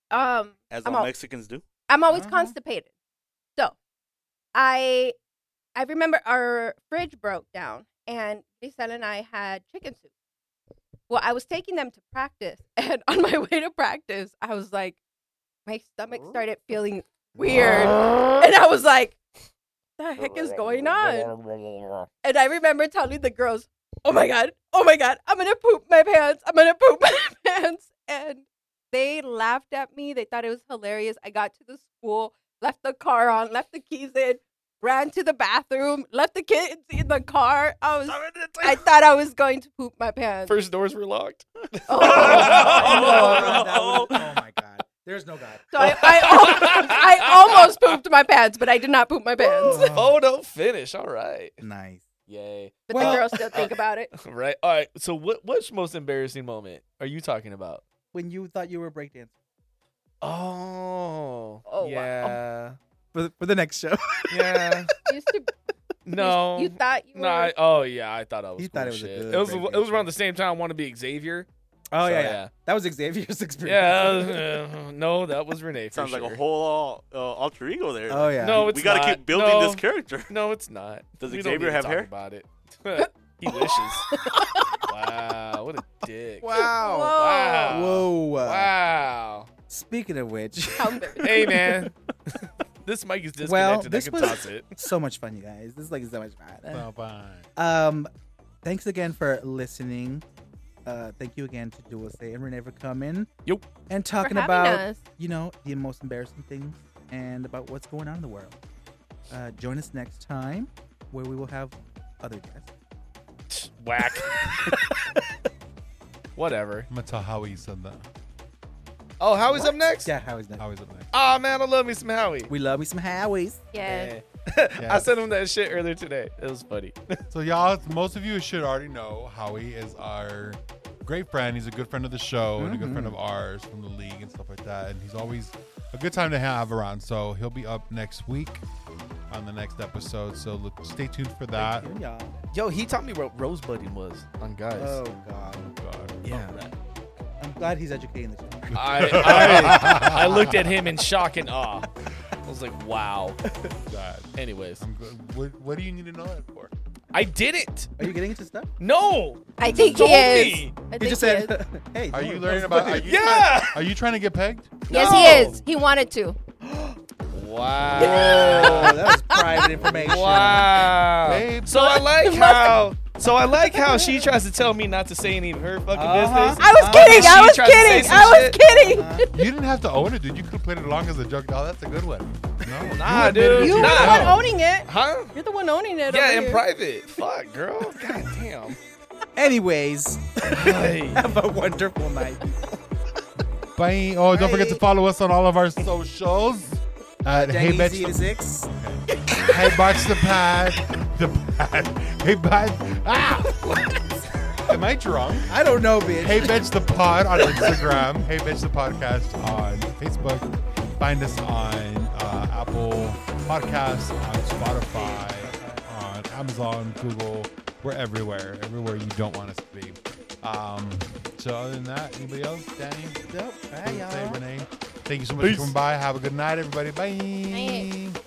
[SPEAKER 4] Um,
[SPEAKER 5] As
[SPEAKER 4] I'm
[SPEAKER 5] all
[SPEAKER 4] all-
[SPEAKER 5] Mexicans do.
[SPEAKER 4] I'm always
[SPEAKER 2] Uh-huh.
[SPEAKER 4] constipated. So, I I remember our fridge broke down, and Lisa and I had chicken soup. Well, I was taking them to practice, and on my way to practice, I was like, my stomach started feeling weird, and I was like, "The heck is going on?" And I remember telling the girls, "Oh my god, oh my god, I'm gonna poop my pants. I'm gonna poop my pants." And they laughed at me. They thought it was hilarious. I got to the school, left the car on, left the keys in, ran to the bathroom, left the kids in the car. I was, I thought I was going to poop my pants.
[SPEAKER 3] First doors were locked.
[SPEAKER 4] Oh.
[SPEAKER 5] Oh,
[SPEAKER 2] That was-
[SPEAKER 5] no.
[SPEAKER 2] oh my god. There's no god.
[SPEAKER 4] So I, I, al- I almost pooped my pants, but I did not poop my pants.
[SPEAKER 2] Ooh.
[SPEAKER 3] Photo Oh, finish. All right.
[SPEAKER 2] Um, Nice.
[SPEAKER 3] Yay.
[SPEAKER 4] But
[SPEAKER 2] Well-
[SPEAKER 4] the girls still think about it.
[SPEAKER 3] Right. All right. So what what's your most embarrassing moment are you talking about?
[SPEAKER 2] When you thought you were breakdancing
[SPEAKER 3] Oh.
[SPEAKER 4] Oh, wow.
[SPEAKER 3] yeah.
[SPEAKER 2] for the, for the next show,
[SPEAKER 3] Yeah.
[SPEAKER 4] You used to-
[SPEAKER 3] No.
[SPEAKER 4] you, you thought you were.
[SPEAKER 3] no, I, oh yeah, I thought I was.
[SPEAKER 2] You
[SPEAKER 3] cool
[SPEAKER 2] thought it
[SPEAKER 3] as
[SPEAKER 2] was a
[SPEAKER 3] shit.
[SPEAKER 2] good
[SPEAKER 3] It was.
[SPEAKER 2] breakdance
[SPEAKER 3] It was around
[SPEAKER 2] move.
[SPEAKER 3] the same time. I want to be Xavier.
[SPEAKER 2] oh
[SPEAKER 3] So,
[SPEAKER 2] yeah, yeah, that was Xavier's experience.
[SPEAKER 3] Yeah, uh, no, that was Renee. For
[SPEAKER 5] Sounds like
[SPEAKER 3] sure.
[SPEAKER 5] a whole uh, alter ego there.
[SPEAKER 2] oh yeah.
[SPEAKER 3] No, it's
[SPEAKER 5] we gotta
[SPEAKER 3] not.
[SPEAKER 5] keep building
[SPEAKER 3] no,
[SPEAKER 5] this character.
[SPEAKER 3] No, it's not.
[SPEAKER 5] Does
[SPEAKER 3] We don't
[SPEAKER 5] Xavier
[SPEAKER 3] need to
[SPEAKER 5] have
[SPEAKER 3] talk
[SPEAKER 5] hair?
[SPEAKER 3] About it. he wishes. wow, what a dick.
[SPEAKER 4] Whoa.
[SPEAKER 2] Wow.
[SPEAKER 3] oh, Wow.
[SPEAKER 2] Whoa.
[SPEAKER 3] Wow.
[SPEAKER 2] Speaking of which,
[SPEAKER 4] How embarrassing.
[SPEAKER 3] Hey man, this mic is disconnected.
[SPEAKER 2] Well,
[SPEAKER 3] I
[SPEAKER 2] this
[SPEAKER 3] can
[SPEAKER 2] was-
[SPEAKER 3] toss it.
[SPEAKER 2] so much fun, you guys. This is like so much fun.
[SPEAKER 1] Oh, fine.
[SPEAKER 2] Um, thanks again for listening. Uh, thank you again to Dulce and Renee for coming.
[SPEAKER 3] Yup.
[SPEAKER 2] And
[SPEAKER 4] for
[SPEAKER 2] talking
[SPEAKER 4] having
[SPEAKER 2] about
[SPEAKER 4] us.
[SPEAKER 2] you know, the most embarrassing things and about what's going on in the world. Uh, join us next time where we will have other guests.
[SPEAKER 3] Whack. Whatever.
[SPEAKER 1] I'm gonna tell Howie said that.
[SPEAKER 3] Oh, Howie's up next.
[SPEAKER 2] Yeah, Howie's next.
[SPEAKER 1] Howie's up next.
[SPEAKER 3] Oh man, I love me some Howie.
[SPEAKER 2] We love me some Howies.
[SPEAKER 4] Yes.
[SPEAKER 1] Yeah.
[SPEAKER 3] I sent him that shit earlier today. It was funny.
[SPEAKER 1] So y'all, most of you should already know Howie is our great friend. He's a good friend of the show and a good friend of ours from the league and stuff like that. And he's always a good time to have around. So he'll be up next week on the next episode. So look, stay tuned for that.
[SPEAKER 2] Here y'all.
[SPEAKER 3] Yo, he taught me what rosebudding was on guys.
[SPEAKER 2] Oh God,
[SPEAKER 1] God.
[SPEAKER 3] yeah.
[SPEAKER 2] I'm glad he's educating the children.
[SPEAKER 3] I, I, I looked at him in shock and awe. I was like, wow.
[SPEAKER 1] God.
[SPEAKER 3] Anyways,
[SPEAKER 1] I'm good. What, what do you need to know that for?
[SPEAKER 3] I didn't.
[SPEAKER 2] Are you getting into stuff?
[SPEAKER 3] No.
[SPEAKER 4] I think he
[SPEAKER 3] told
[SPEAKER 4] is.
[SPEAKER 3] me.
[SPEAKER 4] I think
[SPEAKER 2] He just
[SPEAKER 4] he
[SPEAKER 2] said,
[SPEAKER 4] is.
[SPEAKER 2] "Hey,
[SPEAKER 1] Are
[SPEAKER 2] don't
[SPEAKER 1] you
[SPEAKER 2] worry,
[SPEAKER 1] learning
[SPEAKER 2] don't
[SPEAKER 1] about?
[SPEAKER 2] worry.
[SPEAKER 1] Are you
[SPEAKER 3] Yeah.
[SPEAKER 1] Trying, are you trying to get pegged?
[SPEAKER 4] Yes,
[SPEAKER 3] No.
[SPEAKER 4] he is. He wanted to.
[SPEAKER 2] Oh,
[SPEAKER 3] Wow.
[SPEAKER 2] that was private information.
[SPEAKER 3] wow.
[SPEAKER 1] Babe,
[SPEAKER 3] So I like how. So I like how she tries to tell me not to say any of her fucking
[SPEAKER 2] Uh-huh.
[SPEAKER 3] business.
[SPEAKER 4] I was
[SPEAKER 2] Uh,
[SPEAKER 4] kidding.
[SPEAKER 3] she
[SPEAKER 4] I was
[SPEAKER 3] tried to say
[SPEAKER 4] kidding.
[SPEAKER 3] some
[SPEAKER 4] I was
[SPEAKER 3] shit.
[SPEAKER 4] kidding.
[SPEAKER 2] Uh,
[SPEAKER 1] You didn't have to own it, dude. You could have played it along as a joke. Oh, that's a good one. No,
[SPEAKER 3] Nah,
[SPEAKER 1] you admitted it
[SPEAKER 3] dude.
[SPEAKER 1] to
[SPEAKER 4] You were
[SPEAKER 3] Nah.
[SPEAKER 4] the
[SPEAKER 1] yourself.
[SPEAKER 4] one owning it.
[SPEAKER 3] Huh?
[SPEAKER 4] You're the one owning it.
[SPEAKER 3] Yeah,
[SPEAKER 4] over
[SPEAKER 3] in
[SPEAKER 4] here.
[SPEAKER 3] private. Fuck, girl. God damn.
[SPEAKER 2] anyways,
[SPEAKER 3] Hey.
[SPEAKER 2] have a wonderful night.
[SPEAKER 1] Bye. Oh, don't forget
[SPEAKER 2] Bye.
[SPEAKER 1] to follow us on all of our socials. At hey
[SPEAKER 2] Denny's
[SPEAKER 1] bitch, the,
[SPEAKER 2] eighty-six.
[SPEAKER 1] hey bitch the pad, the pad, hey bud. Ah, am I drunk?
[SPEAKER 2] I don't know, bitch.
[SPEAKER 1] Hey bitch the pod on Instagram. hey bitch the podcast on Facebook. Find us on uh, Apple Podcasts, on Spotify, on Amazon, Google. We're everywhere, everywhere you don't want us to be. Um, so other than that, anybody else? Danny.
[SPEAKER 2] Nope. Bye,
[SPEAKER 1] Say
[SPEAKER 2] y'all.
[SPEAKER 1] Renee. Thank you so much for coming by. Have a good night, everybody. Bye.